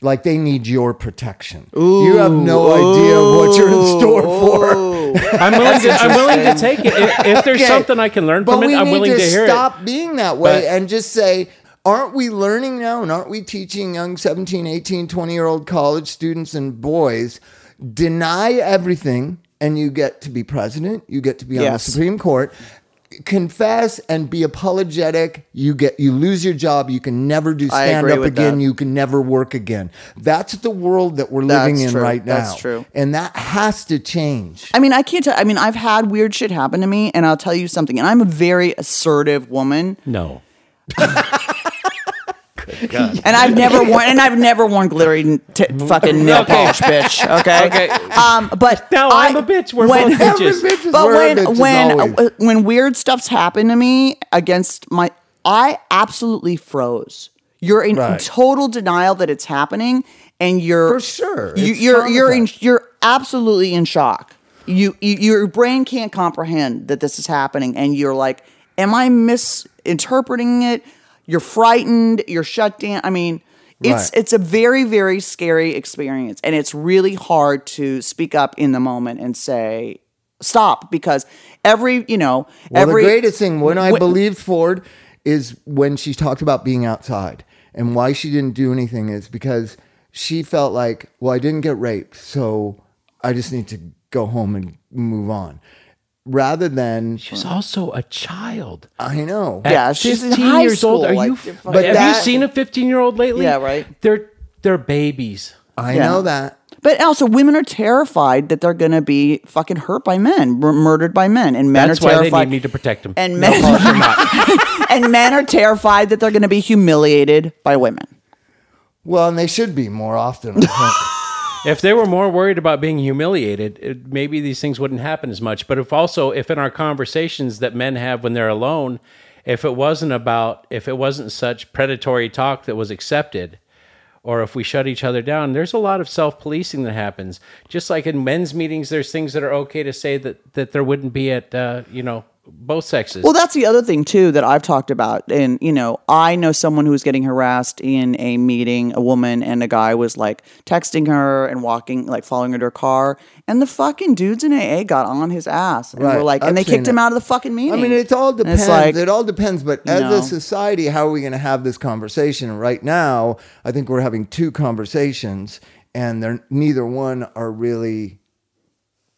A: Like they need your protection. you have no idea what you're in store for.
B: I'm willing, to, I'm willing to take it. If, if there's
A: Okay.
B: something I can learn
A: but
B: from it,
A: we
B: I'm
A: need
B: willing to, hear
A: stop
B: it.
A: being that way
B: But-
A: and just say, aren't we learning now and aren't we teaching young 17, 18, 20 year old college students and boys deny everything and you get to be president, you get to be on the
C: Yes.
A: Supreme Court. Confess and be apologetic. You get you lose your job. You can never do
C: I
A: stand
C: agree
A: up
C: with
A: again.
C: that.
A: You can never work again. That's the world that we're
C: That's
A: living in
C: true.
A: right now.
C: That's true.
A: and that has to change.
C: I mean, I can't tell. I mean, I've had weird shit happen to me, and I'll tell you something. And I'm a very assertive woman,
B: No.
C: and I've never worn and I've never worn glittery t- fucking nail
B: Okay.
C: polish, bitch. Okay.
B: Okay.
C: Um, but
B: Now
C: I,
B: I'm a bitch. We're
C: when-
B: both bitches.
A: Every bitch is
C: but
A: where a
C: when
A: bitch is
C: when
A: always.
C: uh, when weird stuff's happened to me against my I absolutely froze. You're in
A: Right.
C: total denial that it's happening and you're
A: For sure.
C: You,
A: It's
C: you're you're in
A: traumatizing.
C: you're absolutely in shock. You, you your brain can't comprehend that this is happening and you're like am I misinterpreting it? You're frightened, you're shut down. I mean, it's
A: Right.
C: it's a very very scary experience and it's really hard to speak up in the moment and say stop because every you know
A: Well,
C: every
A: the greatest thing when I
C: Wh-
A: believed Ford is when she talked about being outside and why she didn't do anything is because she felt like, well, I didn't get raped, so I just need to go home and move on. Rather than
B: She's also a child.
A: I know,
C: Yeah,
B: At
C: she's in
B: 15
C: high
B: years old.
C: school,
B: Are
C: like,
B: you?
C: you're
B: f-
C: fucking-
B: have you
A: that-
B: seen a 15 year old lately?
C: Yeah, right.
B: They're they're babies.
A: I
C: yeah.
A: know that.
C: but also women are terrified that they're gonna be fucking hurt by men mur- murdered by men and men
B: That's
C: are
B: why
C: terrified
B: they need me to protect them.
C: and
B: No,
C: men-
B: Paul, you're not.
C: and men are terrified that they're gonna be humiliated by women
A: Well, and they should be more often. I think.
B: if they were more worried about being humiliated, it, maybe these things wouldn't happen as much. But if also if in our conversations that men have when they're alone, if it wasn't about if it wasn't such predatory talk that was accepted, or if we shut each other down, there's a lot of self policing that happens. Just like in men's meetings, there's things that are okay to say that that there wouldn't be at uh, you know both sexes.
C: Well, that's the other thing too that I've talked about, and you know, I know someone who was getting harassed in a meeting. A woman and a guy was like texting her and walking, like following her to her car, and the fucking dudes in AA got on his ass and
A: Right.
C: were like,
A: I've
C: and they
A: seen
C: kicked
A: it.
C: him out of the fucking meeting.
A: I mean, it all
C: And
A: depends.
C: It's like,
A: it all depends. But as
C: know.
A: a society, how are we going to have this conversation? And Right now, I think we're having two conversations, and they're neither one are really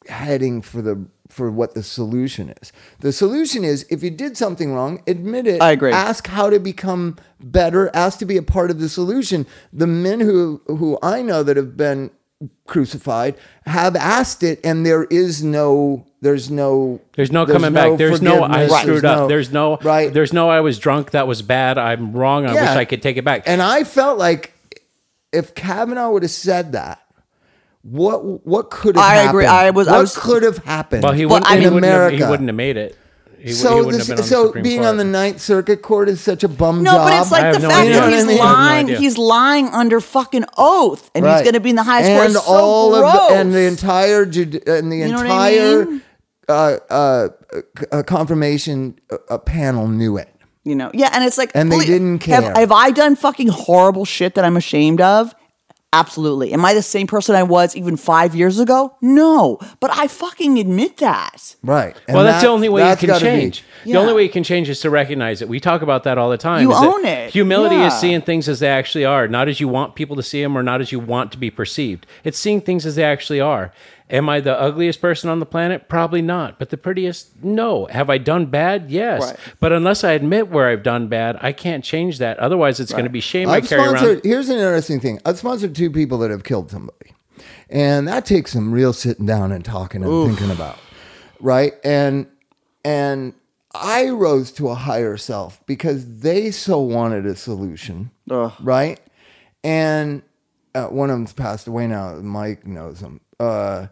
A: heading for the for what the solution is. The solution is if you did something wrong, admit it.
C: I agree.
A: Ask how to become better. Ask to be a part of the solution. The men who who I know that have been crucified have asked it, and there is no there's no
B: There's no coming back. There's no I
A: forgiveness.
B: screwed up. there's no
A: right.
B: There's no I was drunk. That was bad. I'm wrong. I wish
A: Yeah.
B: I could take it back.
A: and I felt like if Kavanaugh would have said that. What what could have
C: I
A: happened?
C: agree. I was- I
A: What
C: was-
A: could have happened?
B: well, he
C: Well,
B: wouldn't.
C: I
B: he,
A: mean-
B: wouldn't have, he
A: America.
B: wouldn't have made it. He, wou- he
A: so
B: wouldn't
A: this,
B: have been on the
A: so
B: Supreme
A: being
B: Court.
A: on the Ninth Circuit Court is such a bum
C: No,
A: job.
C: but it's
B: I
C: like
B: have
C: the
B: no
C: fact
B: idea.
C: that
A: You know
C: he's
A: what I mean?
C: lying.
B: I have no idea.
C: he's lying under fucking oath, and he's
A: Right.
C: going to be in the highest
A: and
C: court. It's so
A: all of
C: gross.
A: the, and the entire judi- and the
C: You know what I
A: entire
C: mean?
A: uh, uh, c- uh, confirmation uh, uh, panel knew it.
C: you know, yeah, and it's like,
A: And they
C: please-
A: didn't care.
C: Have, have I done fucking horrible shit that I'm ashamed of? Absolutely. Am I the same person I was even five years ago? No, but I fucking admit that.
A: Right. And
B: well, that's, the
A: that-
B: only way
A: that's
B: you can
A: gotta be-
B: change. The
C: Yeah.
B: only way you can change is to recognize it. We talk about that all the time.
C: You
B: is that
C: own it.
B: Humility is
C: Yeah.
B: seeing things as they actually are, not as you want people to see them or not as you want to be perceived. It's seeing things as they actually are. Am I the ugliest person on the planet? Probably not. But the prettiest? No. Have I done bad? Yes.
C: Right.
B: But unless I admit where I've done bad, I can't change that. Otherwise, it's going to be shame i
A: I've
B: carry
A: sponsored.
B: around.
A: Here's an interesting thing. I've sponsored two people that have killed somebody, and that takes some real sitting down and talking and thinking about, right? And and I rose to a higher self because they so wanted a solution, right? And uh, one of them's passed away now. Mike knows him. Uh,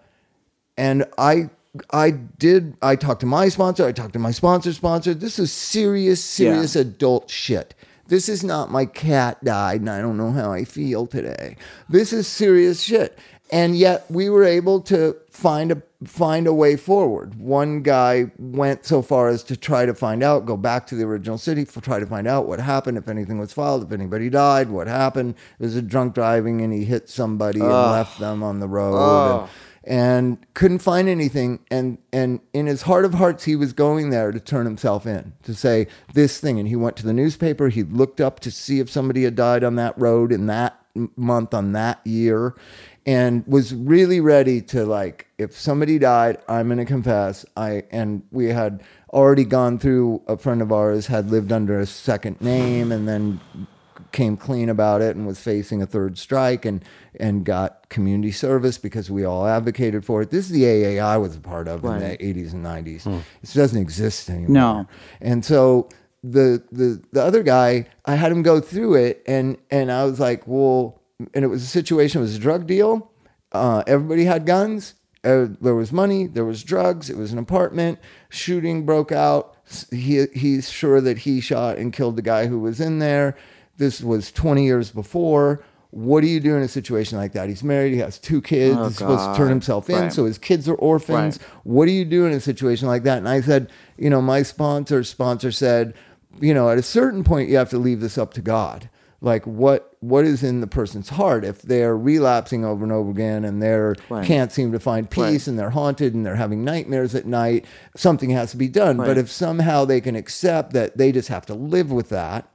A: and I I did I talked to my sponsor, I talked to my sponsor sponsor. This is serious, serious adult shit. This is not my cat died and I don't know how I feel today. This is serious shit. And yet we were able to find a find a way forward. One guy went so far as to try to find out, go back to the original city, f- try to find out what happened, if anything was filed, if anybody died, what happened. It was a drunk driving and he hit somebody and left them on the road. and- and couldn't find anything and and in his heart of hearts he was going there to turn himself in to say this thing and he went to the newspaper he looked up to see if somebody had died on that road in that m- month on that year and was really ready to like if somebody died i'm going to confess i and we had already gone through a friend of ours had lived under a second name and then came clean about it and was facing a third strike and and got community service because we all advocated for it. This is the AA I was a part of in the 80s and 90s. This doesn't exist anymore.
C: No.
A: And so the the the other guy, I had him go through it and and I was like, well, and it was a situation, it was a drug deal. Uh, everybody had guns. Uh, there was money. There was drugs. It was an apartment. Shooting broke out. S- He he's sure that he shot and killed the guy who was in there. This was 20 years before. What do you do in a situation like that? He's married. He has two kids. he's supposed to turn himself in,
C: Right.
A: so his kids are orphans. What do you do in a situation like that? And I said, you know, my sponsor sponsor said, you know, at a certain point you have to leave this up to God. Like what what is in the person's heart if they're relapsing over and over again and they're can't seem to find peace and they're haunted and they're having nightmares at night, something has to be done. But if somehow they can accept that they just have to live with that,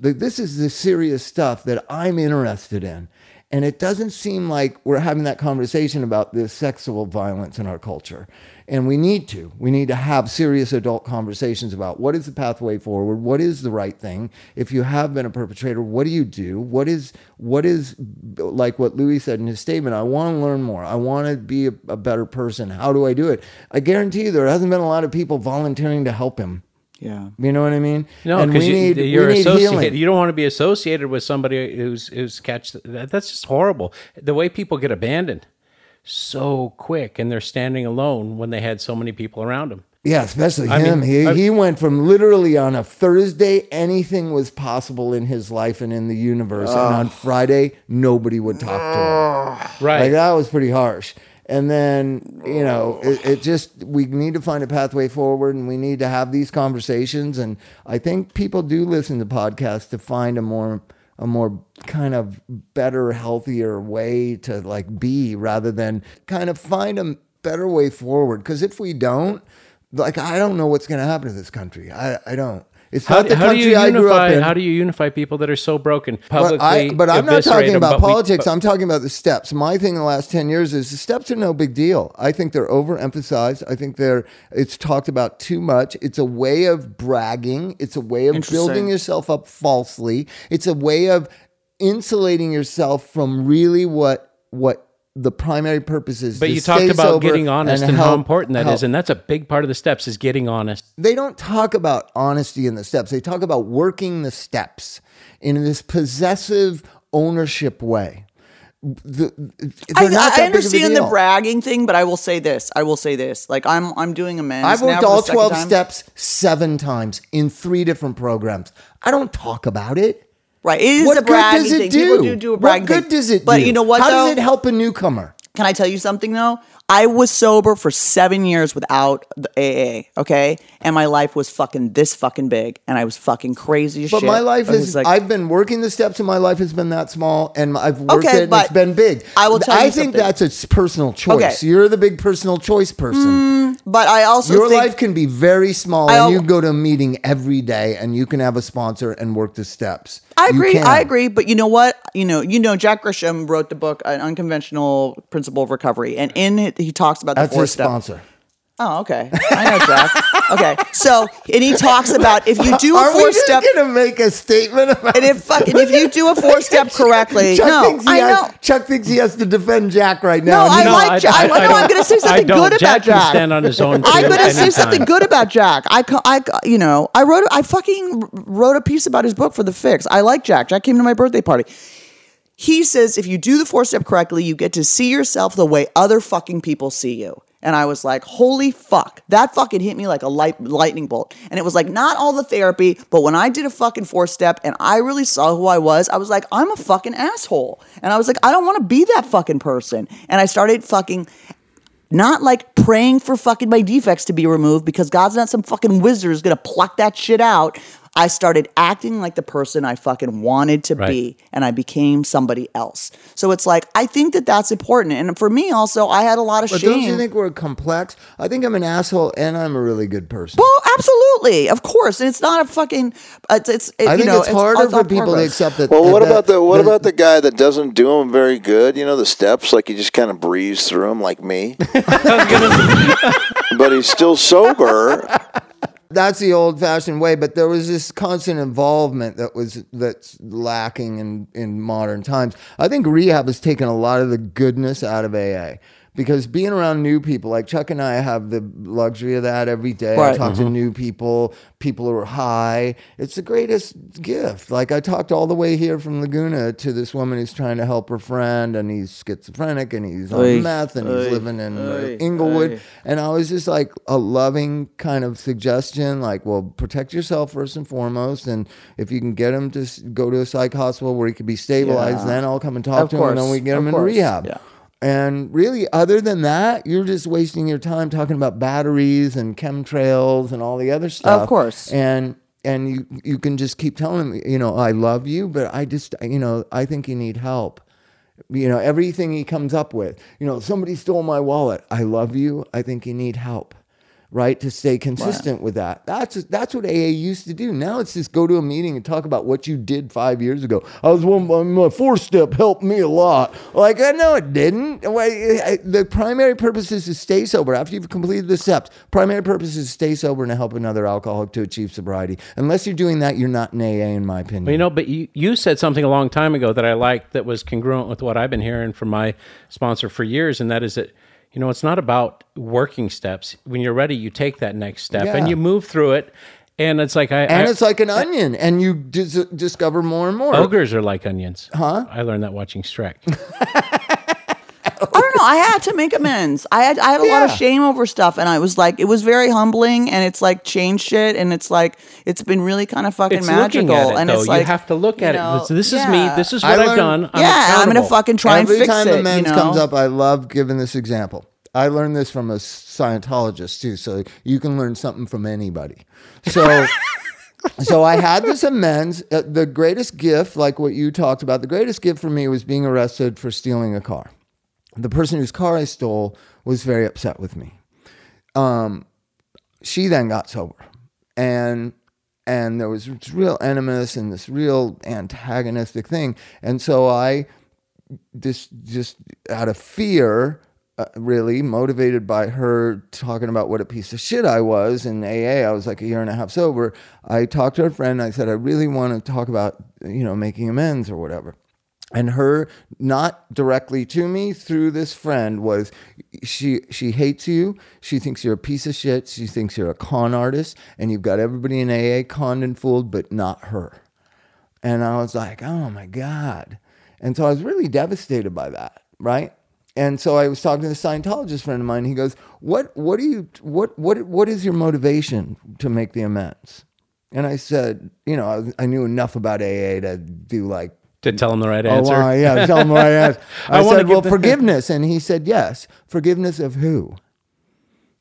A: like this is the serious stuff that I'm interested in. And it doesn't seem like we're having that conversation about this sexual violence in our culture. And we need to. We need to have serious adult conversations about what is the pathway forward? What is the right thing? If you have been a perpetrator, what do you do? What is what is like what Louis said in his statement, I want to learn more. I want to be a, a better person. How do I do it? I guarantee you there hasn't been a lot of people volunteering to help him.
C: Yeah.
A: You know what I mean?
B: No,
A: and
B: because
A: we
B: you,
A: need, we
B: you're
A: need
B: associated.
A: healing.
B: You don't want to be associated with somebody who's who's catch. That, that's just horrible. The way people get abandoned so quick, and they're standing alone when they had so many people around them.
A: Yeah, especially
B: mean,
A: him. he,
B: I-
A: he went from literally on a Thursday, anything was possible in his life and in the universe. and on Friday, nobody would talk to him.
B: Right.
A: Like, that was pretty harsh. And then, you know, it, it just, we need to find a pathway forward and we need to have these conversations. And I think people do listen to podcasts to find a more, a more kind of better, healthier way to like be rather than kind of find a better way forward. Cause if we don't, like, I don't know what's going to happen to this country. I, I don't. It's
B: How,
A: not the
B: how do
A: country
B: you
A: I grew
B: unify?
A: up in.
B: How do you unify people that are so broken publicly?
A: But, I, but I'm not
B: eviscerate
A: talking
B: them,
A: about
B: but we-
A: politics.
B: but-
A: I'm talking about the steps. My thing in the last 10 years is the steps are no big deal. I think they're overemphasized. I think they're it's talked about too much. It's a way of bragging. It's a way of
C: Interesting.
A: building yourself up falsely. It's a way of insulating yourself from really what what the primary purpose is.
B: but
A: to
B: you talked
A: stay
B: about
A: sober
B: getting honest and, how
A: help-
B: important that is,
A: help
B: and that's a big part of the steps is getting honest.
A: they don't talk about honesty in the steps. They talk about working the steps in this possessive ownership way. The-
C: I,
A: they're not that big
C: I
A: of a
C: understand the
A: deal.
C: bragging thing, but I will say this. I will say this. Like I'm, I'm doing amends.
A: I've
C: now
A: worked
C: for the
A: all
C: second
A: 12
C: time.
A: steps seven times in three different programs. I don't talk about it.
C: Right. It is
A: what
C: a
A: good
C: bragging
A: does it
C: thing.
A: do?
C: People do do a bragging
A: what good
C: thing.
A: does it
C: But
A: do?
C: you know what?
A: How
C: though?
A: does it help a newcomer?
C: Can I tell you something though? I was sober for seven years without the AA, okay? And my life was fucking this fucking big, and I was fucking crazy as
A: But
C: shit.
A: my life
C: I was
A: is,
C: like,
A: I've been working the steps and my life has been that small and I've worked
C: Okay,
A: it and it's
C: but
A: been big.
C: I will tell
A: I
C: you
A: think
C: something.
A: that's a s- personal choice.
C: Okay.
A: You're the big personal choice person.
C: but I also
A: Your
C: think,
A: life can be very small,
C: I'll-
A: and you go to a meeting every day, and you can have a sponsor and work the steps.
C: I
A: You
C: agree.
A: can.
C: I agree. But you know what? You know, you know, Jack Grisham wrote the book "An Unconventional Principle of Recovery," and in it he talks about the
A: That's
C: four
A: your
C: steps.
A: sponsor.
C: Oh, okay. I know Jack. okay, so and he talks about if you do a
A: Are we
C: four
A: just
C: step.
A: gonna make a statement about?
C: And if fucking if you do a four step correctly,
A: Chuck
C: no,
A: thinks he
C: I
A: has,
C: know.
A: Chuck thinks he has to defend Jack right
C: No,
A: now. and
C: I
A: he-
C: like Jack. I, know
B: don't.
C: I'm going to say
B: I
C: something
B: don't.
C: good about
B: Jack
C: Jack.
B: Can stand on his own.
C: I'm
B: two
C: going to say
B: anytime.
C: something good about Jack. I, co- I, co- you know, I wrote, I fucking wrote a piece about his book for the fix. I like Jack. Jack came to my birthday party. He says if you do the four step correctly, you get to see yourself the way other fucking people see you. And I was like, holy fuck, that fucking hit me like a light, lightning bolt. And it was like, not all the therapy, but when I did a fucking four step and I really saw who I was, I was like, I'm a fucking asshole. And I was like, I don't want to be that fucking person. And I started fucking not like praying for fucking my defects to be removed because God's not some fucking wizard who's gonna pluck that shit out. I started acting like the person I fucking wanted to
B: Right.
C: be and I became somebody else. So it's like, I think that that's important. And for me also, I had a lot of
A: But
C: shame.
A: don't you think we're complex? I think I'm an asshole, and I'm a really good person.
C: well, absolutely. Of course. And it's not a fucking, it's, it's it,
A: I
C: you
A: think
C: know,
A: it's harder
C: it's
A: for
C: on
A: people to
C: purpose.
A: accept that.
D: Well,
A: that-
D: what
A: that-
D: about the what
A: that-
D: about the guy that doesn't do them very good? You know, the steps, like he just kind of breezes through them, like me. but he's still sober.
A: that's the old fashioned way, but there was this constant involvement that was that's lacking in, in modern times. I think rehab has taken a lot of the goodness out of AA because being around new people, like Chuck and I have the luxury of that every day. I
C: Right. mm-hmm.
A: talk to new people, people who are high. It's the greatest gift. Like I talked all the way here from Laguna to this woman who's trying to help her friend and he's schizophrenic and he's on
C: Oy.
A: meth and he's
C: Oy.
A: living in uh,
C: Oy.
A: Inglewood.
C: Oy.
A: And I was just like a loving kind of suggestion, like, well, protect yourself first and foremost. And if you can get him to s- go to a psych hospital where he could be stabilized,
C: Yeah.
A: then I'll come and talk
C: Of
A: to him and then
C: course.
A: we get him
C: Of
A: into
C: course.
A: rehab.
C: Yeah.
A: And really, other than that, you're just wasting your time talking about batteries and chemtrails and all the other stuff.
C: course.
A: And and you you can just keep telling me, you know, I love you, but I just, you know, I think you need help you know everything he comes up with you know somebody stole my wallet i love you i think you need help right to stay consistent with that that's that's what aa used to do now it's just go to a meeting and talk about what you did five years ago i was one my- my four step helped me a lot like i know it didn't Why- I- I- the primary purpose is to stay sober after you've completed the steps primary purpose is to stay sober and to help another alcoholic to achieve sobriety unless you're doing that you're not in aa in my opinion
B: You know, but you, you said something a long time ago that I liked that was congruent with what I've been hearing from my sponsor for years, and that is that, you know, it's not about working steps. When you're ready, you take that next step and
A: Yeah.
B: you move through it. And it's like I
A: and
B: I-
A: it's like an onion and you dis- discover more and more
B: ogres are like onions. Huh? I learned that watching Shrek.
C: I don't no, I had to make amends. I had I had a lot of
B: Yeah.
C: shame over stuff, and I was like, it was very humbling, and it's like changed shit, and it's like it's been really kind of fucking
B: It's
C: magical,
B: looking at it
C: and
B: though.
C: it's like
B: you have to look
C: you
B: at
C: know,
B: it. This is
C: yeah.
B: me. This is
A: I
B: what I've
A: learned-
B: done. I'm
C: yeah, I'm gonna
B: accountable.
C: fucking try
A: Every
C: and fix
A: time
C: it.
A: amends
C: you know?
A: comes up, I love giving this example. I learned this from a Scientologist too, so you can learn something from anybody. So, so I had this amends. Uh, the greatest gift, like what you talked about, the greatest gift for me was being arrested for stealing a car. The person whose car I stole was very upset with me Um, she then got sober and and there was this real animus and this real antagonistic thing and so i this just out of fear uh, really motivated by her talking about what a piece of shit i was in aa i was like a year and a half sober i talked to her friend i said i really want to talk about you know making amends or whatever and her not directly to me through this friend was she she hates you she thinks you're a piece of shit she thinks you're a con artist and you've got everybody in aa conned and fooled but not her and i was like oh my god and so i was really devastated by that right and so i was talking to the scientologist friend of mine he goes what what do you what what what is your motivation to make the amends and i said you know i, I knew enough about aa to do like
B: to tell them the right answer.
A: Oh, uh, yeah, tell him what I asked. I,
B: I wanna
A: said,
B: give
A: well,
B: the-
A: forgiveness. And he said, yes. Forgiveness of who?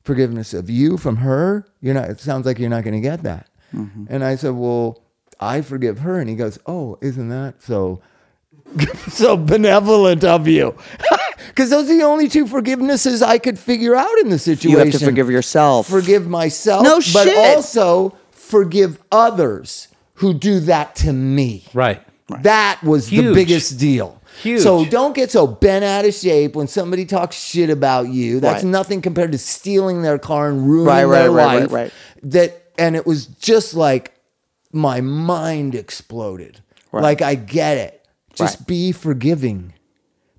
A: Forgiveness of you from her? You're not, it sounds like you're not going to get that.
C: Mm-hmm.
A: And I said, well, I forgive her. And he goes, oh, isn't that so, so benevolent of you? Because those are the only two forgivenesses I could figure out in the situation.
C: you have to forgive yourself.
A: Forgive myself.
C: No
A: But
C: shit.
A: also forgive others who do that to me.
B: Right.
A: That was the
B: Huge.
A: biggest deal.
B: Huge.
A: So don't get so bent out of shape when somebody talks shit about you. That's
C: Right.
A: nothing compared to stealing their car and ruining
C: Right, right,
A: their
C: right, right,
A: life.
C: right.
A: That and it was just like my mind exploded.
C: Right.
A: Like I get it. Just
C: Right.
A: be forgiving.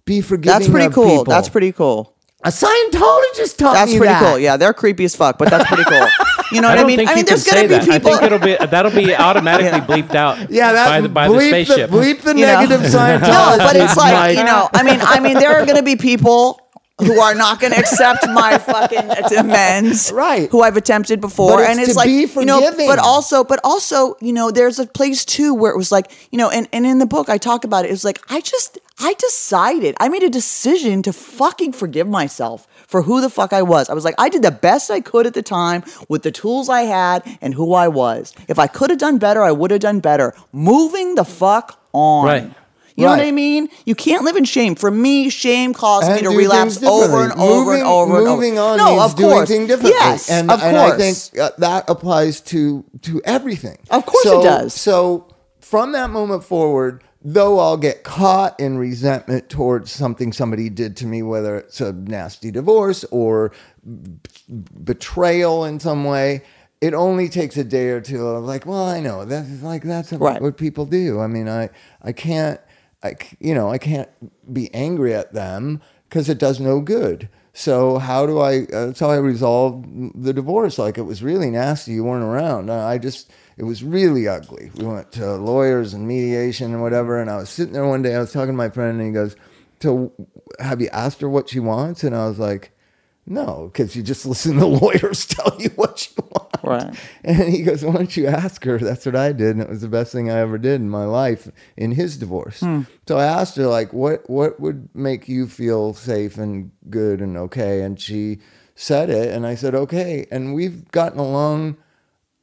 A: Be forgiving.
C: that's pretty
A: of
C: cool.
A: people.
C: That's pretty cool.
A: A Scientologist taught
C: That's
A: me
C: pretty
A: that.
C: cool. Yeah, they're creepy as fuck, but that's pretty cool. You know
B: I
C: what I,
B: don't
C: mean?
B: think
C: I
B: you
C: mean,
B: can
C: there's
B: say
C: gonna be
B: that. I
C: people.
B: think it'll be that'll be automatically bleeped out.
A: Yeah, that
B: by the by the
A: bleep
B: spaceship.
A: the bleep the
C: You know?
A: negative
C: no,
A: Scientologist.
C: but it's like
A: Mike.
C: you know. I mean, I mean, there are going to be people who are not going to accept my fucking amends,
A: Right.
C: Who I've attempted before,
A: But it's
C: and it's
A: to
C: like
A: be
C: you know.
A: forgiving.
C: But also, but also, you know, there's a place too where it was like you know, and and in the book I talk about it. It was like I just I decided I made a decision to fucking forgive myself for who the fuck I was. I was like I did the best I could at the time with the tools I had and who I was. If I could have done better, I would have done better. Moving the fuck on.
B: Right.
C: You know what
A: Right.
C: I mean? You can't live in shame. For me, shame caused me
A: And
C: to
A: do things
C: relapse
A: differently.
C: over and over
A: moving,
C: and over and over.
A: Moving on
C: no,
A: means
C: of
A: doing
C: course.
A: things differently.
C: Yes,
A: and,
C: of course.
A: and I think uh, that applies to to everything.
C: Of course it
A: So-
C: does.
A: So from that moment forward, though I'll get caught in resentment towards something somebody did to me, whether it's a nasty divorce or betrayal in some way. It only takes a day or two of like, well, I know that's like that's
C: Right.
A: what people do. I mean, I I can't, I c- you know, I can't be angry at them because it does no good. So how do I? Uh, that's how I resolved the divorce. Like it was really nasty. You weren't around. I I just it was really ugly. We went to lawyers and mediation and whatever. And I was sitting there one day. I was talking to my friend, and he goes, "So have you asked her what she wants?" And I was like. No, because you just listen to lawyers tell you what you want.
C: Right.
A: And he goes, Why don't you ask her? That's what I did. And it was the best thing I ever did in my life in his divorce.
C: Hmm.
A: So I asked her, like, what what would make you feel safe and good and okay? And she said it. And I said, Okay. And we've gotten along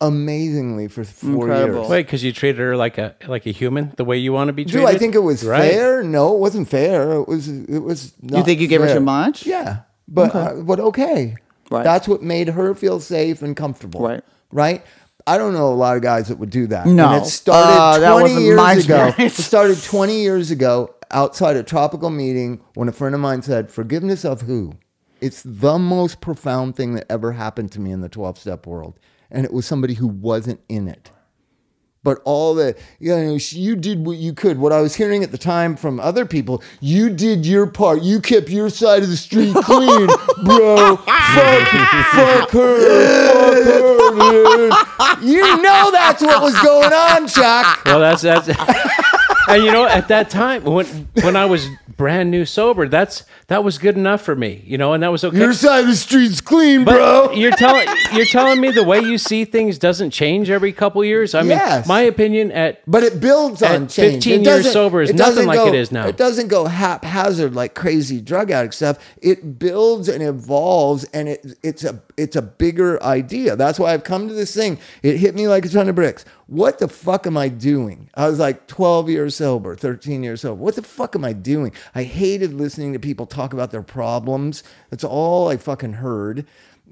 A: amazingly for four
C: Incredible.
A: years.
B: Wait, because you treated her like a like a human, the way you want to be treated.
A: Do I think it was
B: Right.
A: fair? No, it wasn't fair. It was it was. Not
C: think you gave her
A: fair.
C: too much?
A: Yeah, but uh, but okay.
C: Right.
A: That's what made her feel safe and comfortable.
C: Right.
A: Right. I don't know a lot of guys that would do that.
C: No.
A: And it started
C: Uh, that
A: 20
C: wasn't
A: years
C: my
A: ago. It
C: experience.
A: started 20 years ago outside a tropical meeting when a friend of mine said, "Forgiveness of who?" It's the most profound thing that ever happened to me in the 12 step world. And it was somebody who wasn't in it but all the you know sh- you did what you could what i was hearing at the time from other people you did your part you kept your side of the street clean bro fuck, fuck her fuck her dude. you know that's what was going on chuck
B: Well, that's that's. and you know, at that time when when I was brand new sober. That's that was good enough for me, you know, and that was okay.
A: Your side of the street's clean,
B: But
A: bro.
B: You're telling you're telling me the way you see things doesn't change every couple years. I mean,
A: Yes.
B: my opinion at
A: But it builds
B: At
A: on change.
B: 15
A: It
B: years
A: doesn't-
B: sober is
A: it
B: nothing
A: doesn't
B: like
A: go-
B: it is now.
A: It doesn't go haphazard like crazy drug addict stuff. It builds and evolves, and it it's a it's a bigger idea. That's why I've come to this thing. It hit me like a ton of bricks. What the fuck am I doing? I was like 12 years sober, 13 years sober. What the fuck am I doing? I hated listening to people talk about their problems. That's all I fucking heard.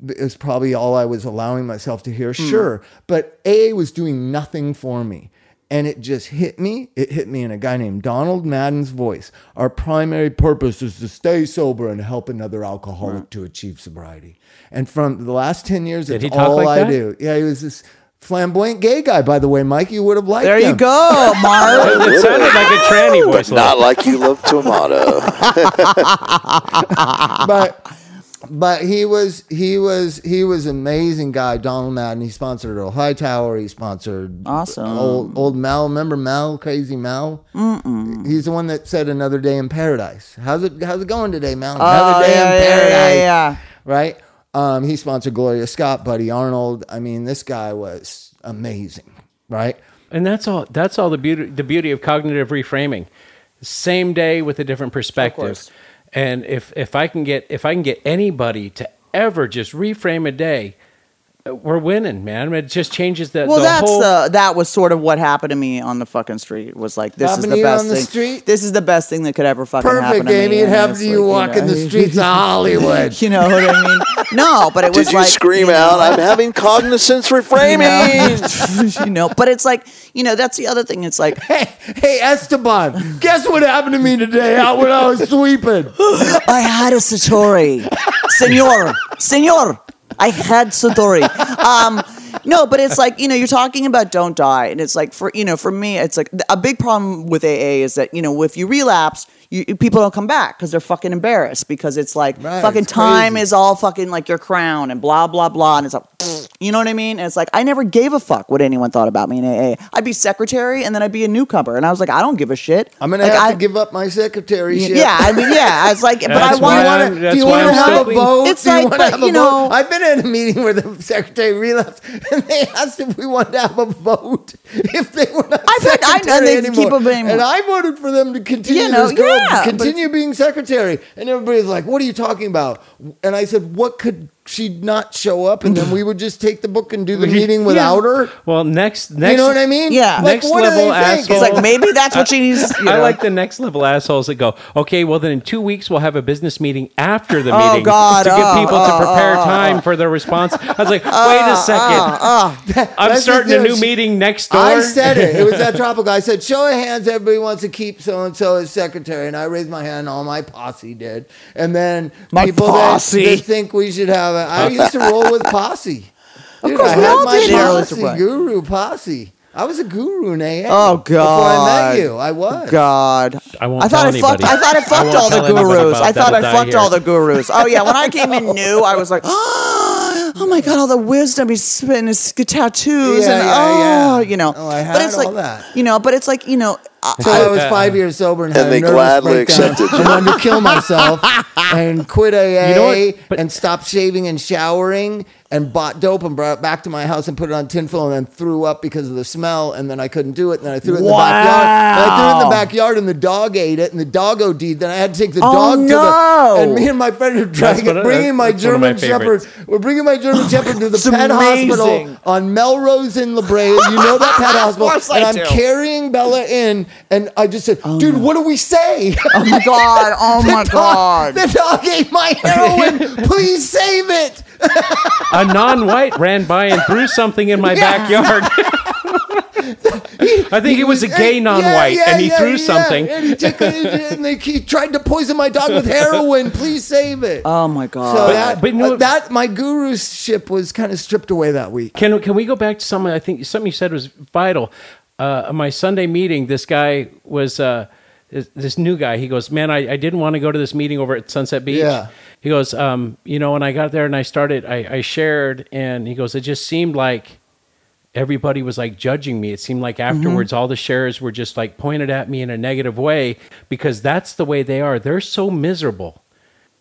A: Is probably all I was allowing myself to
B: Hmm.
A: hear. Sure, but A was doing nothing for me. And it just hit me. It hit me in a guy named Donald Madden's voice. Our primary purpose is to stay sober and help another alcoholic to achieve sobriety. And from the last 10 years,
B: he
A: it's
B: talk
A: all
B: like
A: I
B: that?
A: do. Yeah, he was this flamboyant gay guy, by the way, Mike. You would have liked
C: There you
A: him.
C: go, Marv.
B: it sounded like a tranny voice.
D: Not like you love tomato.
A: but but he was he was he was amazing guy Donald Madden. He sponsored Earl Hightower. He sponsored
C: Awesome.
A: old old Mal. Remember Mal, crazy Mal. Mm-mm. He's the one that said another day in paradise. How's it how's it going today, Mal? Another day
C: Oh, yeah,
A: in
C: yeah, yeah,
A: paradise.
C: yeah.
A: Right. Um, he sponsored Gloria Scott, Buddy Arnold. I mean, this guy was amazing. Right.
B: and that's all that's all the beauty the beauty of cognitive reframing same day with a different perspective
C: course.
B: and if if i can get if i can get anybody to ever just reframe a day uh, we're winning man it just changes the
C: Well,
B: the
C: that's
B: whole,
C: the that was sort of what happened to me on the fucking street. Was like this
A: Happened to
C: is the
A: you
C: best
A: on the
C: thing.
A: street?
C: This is the best thing that could ever fucking happen
A: Perfect,
C: to
A: Amy.
C: me.
A: It
C: and
A: happens
C: it's
A: to you
C: like,
A: walking
C: know,
A: the streets of Hollywood.
C: You know what I mean? No, but it was
D: Did you
C: like
D: scream
C: you know,
D: out, I'm having cognizance
C: you
D: reframing?
C: know, you know, but it's like you know that's the other thing. It's like
A: Hey, hey, Esteban, guess what happened to me today out when I was sweeping?
C: I had a satori, senor, senor. I had satori. Um, no, but it's like you know you're talking about don't die, and it's like for you know for me it's like th- a big problem with AA is that you know if you relapse. You, you- people don't come back because they're fucking embarrassed because it's like
A: Right,
C: fucking
A: it's
C: time
A: crazy.
C: is all fucking like your crown and blah blah blah and it's like pfft, you know what I mean and it's like I never gave a fuck what anyone thought about me in AA I'd be secretary and then I'd be a newcomer and I was like I don't give a shit
A: I'm gonna
C: Like,
A: have
C: I-
A: to give up my secretaryship.
C: yeah, I mean, yeah. I was like, but I
B: That's why
C: want
B: I'm-
C: to.
A: Do
B: that's
A: you
B: why
A: want to
B: I'm
A: have a
B: still-
A: vote?
C: It's
A: Do you
C: like,
A: wanna
C: but,
A: have a
C: you know-
A: vote? I've been at a meeting where the secretary relapsed, and they asked if we wanted to have a vote if they were not
C: I bet I-
A: secretary
C: and they
A: anymore.
C: keep 'em anymore.
A: And I voted for them to continue
C: You know,
A: this girl,
C: yeah, but-
A: continue being secretary. And everybody's like, "What are you talking about?" And I said, "What could she not show up?" And then we would just take the book and do the meeting without her.
B: well next next
A: you know what I mean?
C: Yeah.
A: Like,
B: Next
A: what do they
B: level
A: think?
B: asshole.
A: It's
C: It's
A: like,
C: like maybe that's what she needs. You know.
B: I like the next level assholes that go, okay, well, then in two weeks we'll have a business meeting after the
C: Oh,
B: meeting
C: God.
B: to get
C: Oh,
B: people
C: oh,
B: to prepare
C: oh,
B: time for their response. I was like, wait
C: Uh,
B: a second.
C: oh.
B: I'm
A: That's the
B: starting a
A: thing.
B: new meeting next door.
A: I said it. It was that tropical. I said, show of hands, everybody wants to keep so and so as secretary. And I raised my hand, all my posse did. And then
C: My
A: people
C: posse.
A: That, that think we should have it. I used to roll with posse. Dude,
C: course
A: I
C: we
A: had
C: all
A: my
C: did.
A: posse,
C: Cheryl.
A: guru posse. I was a guru in AA.
C: Oh,
A: Before I
C: God.
A: met you, I was.
C: God,
B: I won't
C: thought
B: tell
C: I fucked.
B: anybody.
C: I thought I
B: I
C: fucked
B: won't
C: all the
B: tell anybody
C: gurus.
B: about
C: I thought
B: that
C: I
B: without
C: fucked
B: here.
C: all the gurus. Oh yeah, when I came in new, I was like, oh my god, all the wisdom he's spitting his tattoos
A: Yeah,
C: and
A: yeah,
C: oh,
A: yeah.
C: you know.
A: Oh, I had
C: but it's like
A: all that.
C: you know, but it's like you know, uh, oh I,
A: So I was five years sober and, had
D: And
A: a
D: they
A: nervous
D: gladly
A: breakdown
D: accepted you.
A: and wanted to kill myself and quit AA
B: You know what? But-
A: and stopped shaving and showering and bought dope and brought it back to my house and put it on tinfoil and then threw up because of the smell and then I couldn't do it and then I threw it in the backyard. And I threw it in the
C: Wow.
A: backyard and the dog ate it and the dog OD'd. Then I had to take the
C: Oh,
A: dog
C: no.
A: to the and me and my friend are dragging
B: one of-
A: bringing my
B: that's one of my
A: German Shepherd.
B: favorites.
A: We're bringing my German Shepherd to the
C: It's
A: pet hospital
C: amazing.
A: on Melrose in La Brea. You know that pet hospital,
C: course I
A: and I'm
C: do.
A: carrying Bella in, and I just said, "Dude, what do we say?"
C: oh my god, oh my god.
A: the dog ate my heroin. Please save it.
B: a non-white ran by and threw something in my backyard. I think it was a gay
A: Yeah,
B: non-white,
A: yeah,
B: and he
A: yeah,
B: threw
A: yeah.
B: something.
A: And, he, took it, and they, he tried to poison my dog with heroin. Please save it.
C: Oh my god.
A: so that,
B: but you know
A: uh,
B: what-
A: that my guruship was kind of stripped away that week.
B: Can can we go back to something? I think something you said was vital. Uh, my Sunday meeting, this guy was uh, this, this new guy. He goes, "Man, I, I didn't want to go to this meeting over at Sunset Beach."
A: Yeah.
B: He goes, um, "You know, when I got there and I started, I, I shared, and he goes, it just seemed like everybody was like judging me. It seemed like
C: Mm-hmm.
B: afterwards, all the sharers were just like pointed at me in a negative way because that's the way they are. They're so miserable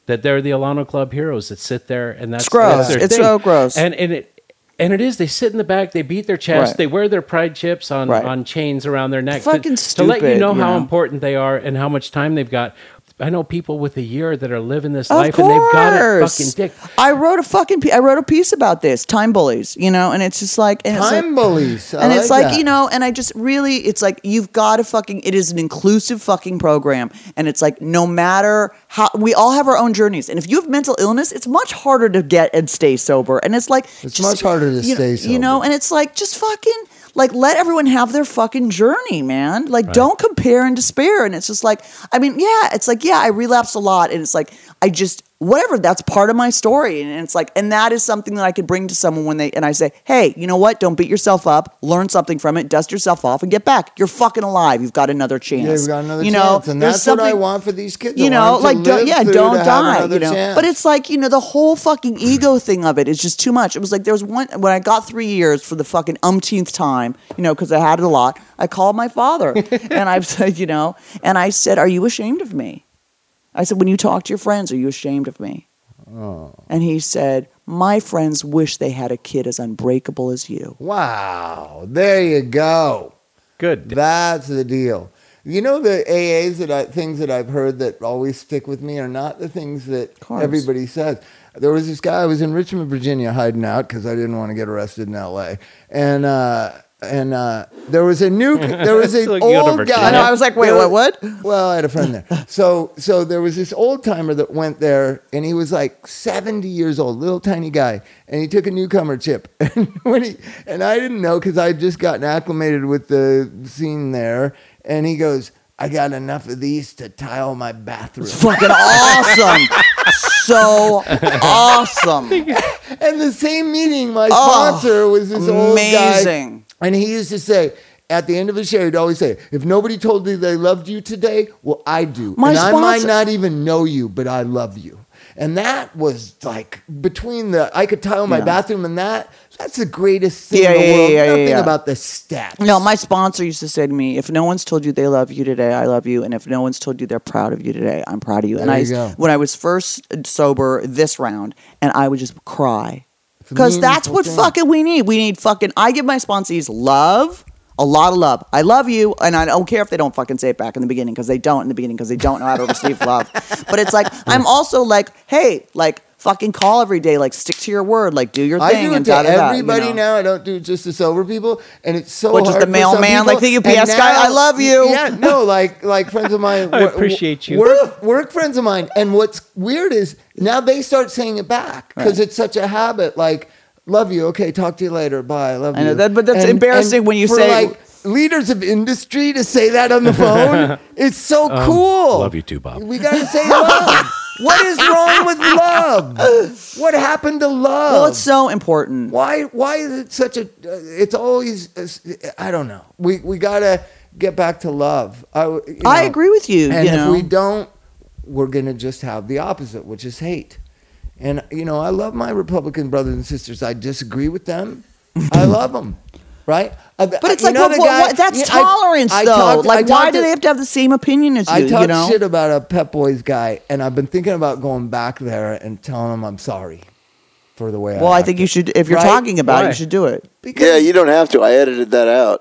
B: that they're the Alano Club heroes that sit there and that's,
C: It's gross.
B: that's their
C: It's
B: thing.
C: so gross.
B: And and it and it is. They sit in the back. They beat their chest.
C: Right.
B: They wear their pride chips on
C: Right.
B: on chains around their neck.
C: Fucking
B: to, to let you
C: stupid,
B: know
C: you
B: how
C: know?
B: important they are and how much time they've got. I know people with a year that are living this
C: Of
B: life and they've got it
C: course.
B: fucking dick.
C: I wrote a fucking pe- I wrote a piece about this time bullies, you know, and it's just like and it's
A: Time
C: like,
A: bullies. I
C: and it's like
A: that.
C: you know, and I just really, it's like you've got to fucking. It is an inclusive fucking program, and it's like no matter how we all have our own journeys, and if you have mental illness, it's much harder to get and stay sober, and it's like
A: It's much harder to
C: you know-
A: stay
C: You know,
A: sober.
C: and it's like just fucking like let everyone have their fucking journey, man. Like don't compare and despair. And it's just like, I mean, yeah, it's like yeah, I relapsed a lot, and it's like I just whatever. That's part of my story, and it's like, and that is something that I could bring to someone when they and I say, hey, you know what? Don't beat yourself up. Learn something from it. Dust yourself off and get back. You're fucking alive. You've got another chance.
A: Yeah, we got another
C: you
A: chance,
C: know,
A: and
C: there's
A: that's what I
C: something-
A: want for these kids. I
C: you know,
A: want 'em to
C: like don't,
A: live
C: yeah,
A: through
C: don't
A: to have
C: die.
A: another
C: You know,
A: chance.
C: but it's like you know the whole fucking ego thing of it is just too much. It was like there was one when I got three years for the fucking umpteenth time, you know, because I had it a lot. I called my father and I said, you know, and I said, "Are you ashamed of me?" I said, "When you talk to your friends, are you ashamed of me?" And he said, "My friends wish they had a kid as unbreakable as you."
A: wow, there you go.
B: Good.
A: That's the deal. You know the AAs that I, things that I've heard that always stick with me are not the things that
C: course.
A: everybody says. There was this guy I was in Richmond, Virginia, hiding out because I didn't want to get arrested in L.A. and uh, and uh, there was a new there was an
B: It's like you go to
A: old guy.
B: Virginia. I know, I
C: was like, wait,
A: There
C: what,
A: was-
C: what?
A: well, I had a friend there. So so there was this old timer that went there, and he was like seventy years old, little tiny guy, and he took a newcomer chip. And when he and I didn't know because I had just gotten acclimated with the scene there, and he goes. I got enough of these to tile my bathroom.
C: Fucking awesome. So awesome.
A: And the same meeting, my
C: Oh,
A: sponsor was this old
C: amazing.
A: guy, and he used to say. At the end of his show, he'd always say, "If nobody told you they loved you today, well, I do,
C: My
A: and I might
C: sponsor-
A: not even know you, but I love you." And that was like between the I could tile my
C: Yeah.
A: bathroom and that. That's the greatest thing
C: Yeah,
A: in the
C: yeah,
A: world.
C: yeah, yeah,
A: Nothing
C: yeah.
A: about the stats.
C: No, my sponsor used to say to me, "If no one's told you they love you today, I love you, and if no one's told you they're proud of you today, I'm proud of you." and
A: There
C: I,
A: you
C: used-
A: go.
C: when I was first sober this round, and I would just cry
A: a
C: because that's
A: meaningful
C: what
A: thing.
C: fucking we need. We need fucking. I give my sponsees love. A lot of love. I love you, and I don't care if they don't fucking say it back in the beginning because they don't in the beginning because they don't know how to receive love. But it's like I'm also like, hey, like fucking call every day, like stick to your word, like do your
A: I
C: thing,
A: do it
C: and
A: to
C: da da da.
A: everybody
C: you know?
A: now. I don't do it just to sober people, and it's so
C: Or
A: much
C: just
A: hard
C: the
A: for some
C: mailman, like the
A: people.
C: UPS
A: And
C: guy,
A: now-
C: "I love you."
A: Yeah, no, like like friends of mine.
B: I
A: wo-
B: appreciate you.
A: Work, work friends of mine, and what's weird is now they start saying it back because
C: Right.
A: it's such a habit. Like, love you. Okay, talk to you later. Bye. I love
C: I know
A: you.
C: that- but that's embarrassing when you
A: for,
C: say-
A: like leaders of industry to say that on the phone. it's so cool.
B: Um, Love you too, Bob.
A: We gotta say love. what is wrong with love? What happened to love?
C: Well, it's so important.
A: why why is it such a uh, it's always uh, i don't know we we gotta get back to love i, w- you
C: I
A: know,
C: agree with you.
A: and
C: you
A: if
C: know?
A: we don't we're gonna just have the opposite which is hate and you know i love my republican brothers and sisters i disagree with them i love them right
C: But it's like, what, what, what- that's tolerance, though. like, why do they have to have the same opinion as you?
A: I talked
C: you know,
A: shit about a Pep Boys guy, and I've been thinking about going back there and telling him I'm sorry for the way I
C: well, I
A: acted.
C: think you should. If you're
A: Right?
C: talking about it,
B: Why?
C: you should do it.
A: because
D: Yeah, you don't have to. I edited that out.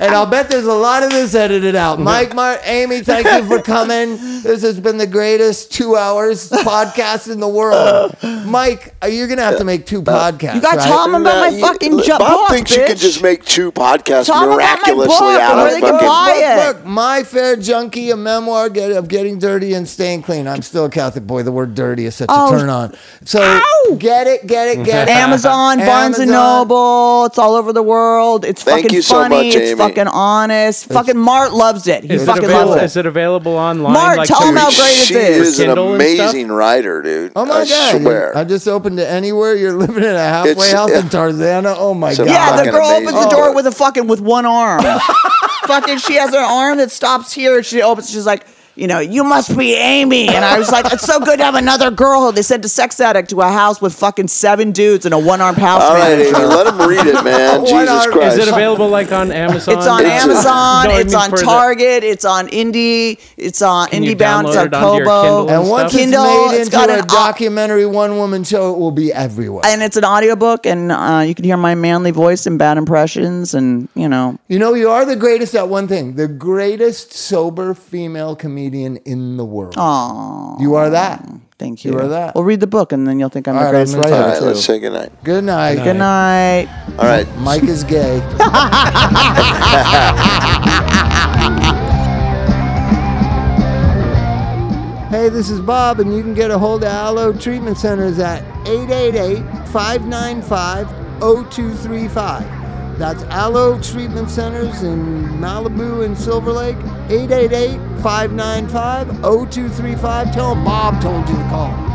A: And I'll bet there's a lot of this edited out.
D: Mm-hmm.
A: Mike, Mark, Amy, thank you for coming. This has been the greatest two hours podcast in the world. Mike, uh, you're gonna have to make two
D: Uh,
A: podcasts.
C: You got
A: right?
C: Tom about
D: Nah,
C: my
D: you-
C: fucking ju-
D: Bob
C: book,
D: thinks you can
C: bitch.
D: just make two podcasts
C: Talk about my
D: miraculously
C: book and
D: out
C: where
D: of
C: they can
D: fucking.
C: buy it.
A: Look, look, my fair junkie, a memoir get, of getting dirty and staying clean. I'm still a Catholic boy. The word "dirty" is such
C: Oh.
A: a turn on. So
C: Ow.
A: get it, get it, get it.
C: Amazon, Barnes and
A: Amazon.
C: Noble. It's all over the world. It's
D: Thank
C: fucking
D: you so
C: funny.
D: much,
C: it's
D: Amy.
C: fucking honest. fucking Mart loves it. He
B: Is it,
C: fucking
B: available,
C: loves
B: is
C: it.
B: it available online?
C: Mark, tell
B: to
C: him how
B: read?
C: great it
D: she
C: is.
D: is an
B: Kindle and stuff?
D: amazing writer, dude.
A: Oh my
D: I
A: god!
D: swear.
A: I just opened to anywhere. You're living in a halfway
D: It's-
A: house in
D: yeah.
A: Tarzana. Oh my
D: It's a
A: god!
C: Yeah, the
D: fucking
C: girl opens
D: amazing.
C: the door
D: Oh.
C: with a fucking with one arm. fucking, she has an arm that stops here. and She opens. She's like, you know, you must be Amy. And I was like, it's so good to have another girl. They sent a sex addict to a house with fucking seven dudes and a one armed house
D: All right, Amy,
C: manager.
D: let him read it, man.
A: What
D: Jesus
A: are-
D: Christ.
B: Is it available like on Amazon?
C: It's on
D: It's a-
C: Amazon.
B: No, I
C: it's
B: mean
C: on
B: for the-
C: Target. It's on Indie. It's on
B: Can you
C: Indie Bound. It's
B: download
C: on
B: it onto your Kindle
C: Kobo.
B: and
A: And once
B: stuff?
C: Kindle,
A: it's made
C: it's got
A: into a
C: an op-
A: documentary one woman show, it will be everywhere.
C: and it's an audiobook, and uh, you can hear my manly voice and bad impressions, and you know,
A: you know, you are the greatest at one thing the greatest sober female comedian in the world. You are that.
C: thank you.
A: You are that.
C: Well, read the book, and then you'll think I'm
A: All
C: the
A: right,
C: greatest
A: I'm gonna
D: All
A: try
C: writer.
D: right, let's say goodnight.
A: Good night.
C: Good night.
D: All right.
A: Mike is gay. hey, this is Bob, and you can get a hold of Aloe Treatment Centers at 888 595 0235. That's Aloe Treatment Centers in Malibu and Silver Lake, oh 888 595 0235. Tell 'em Bob told you to call.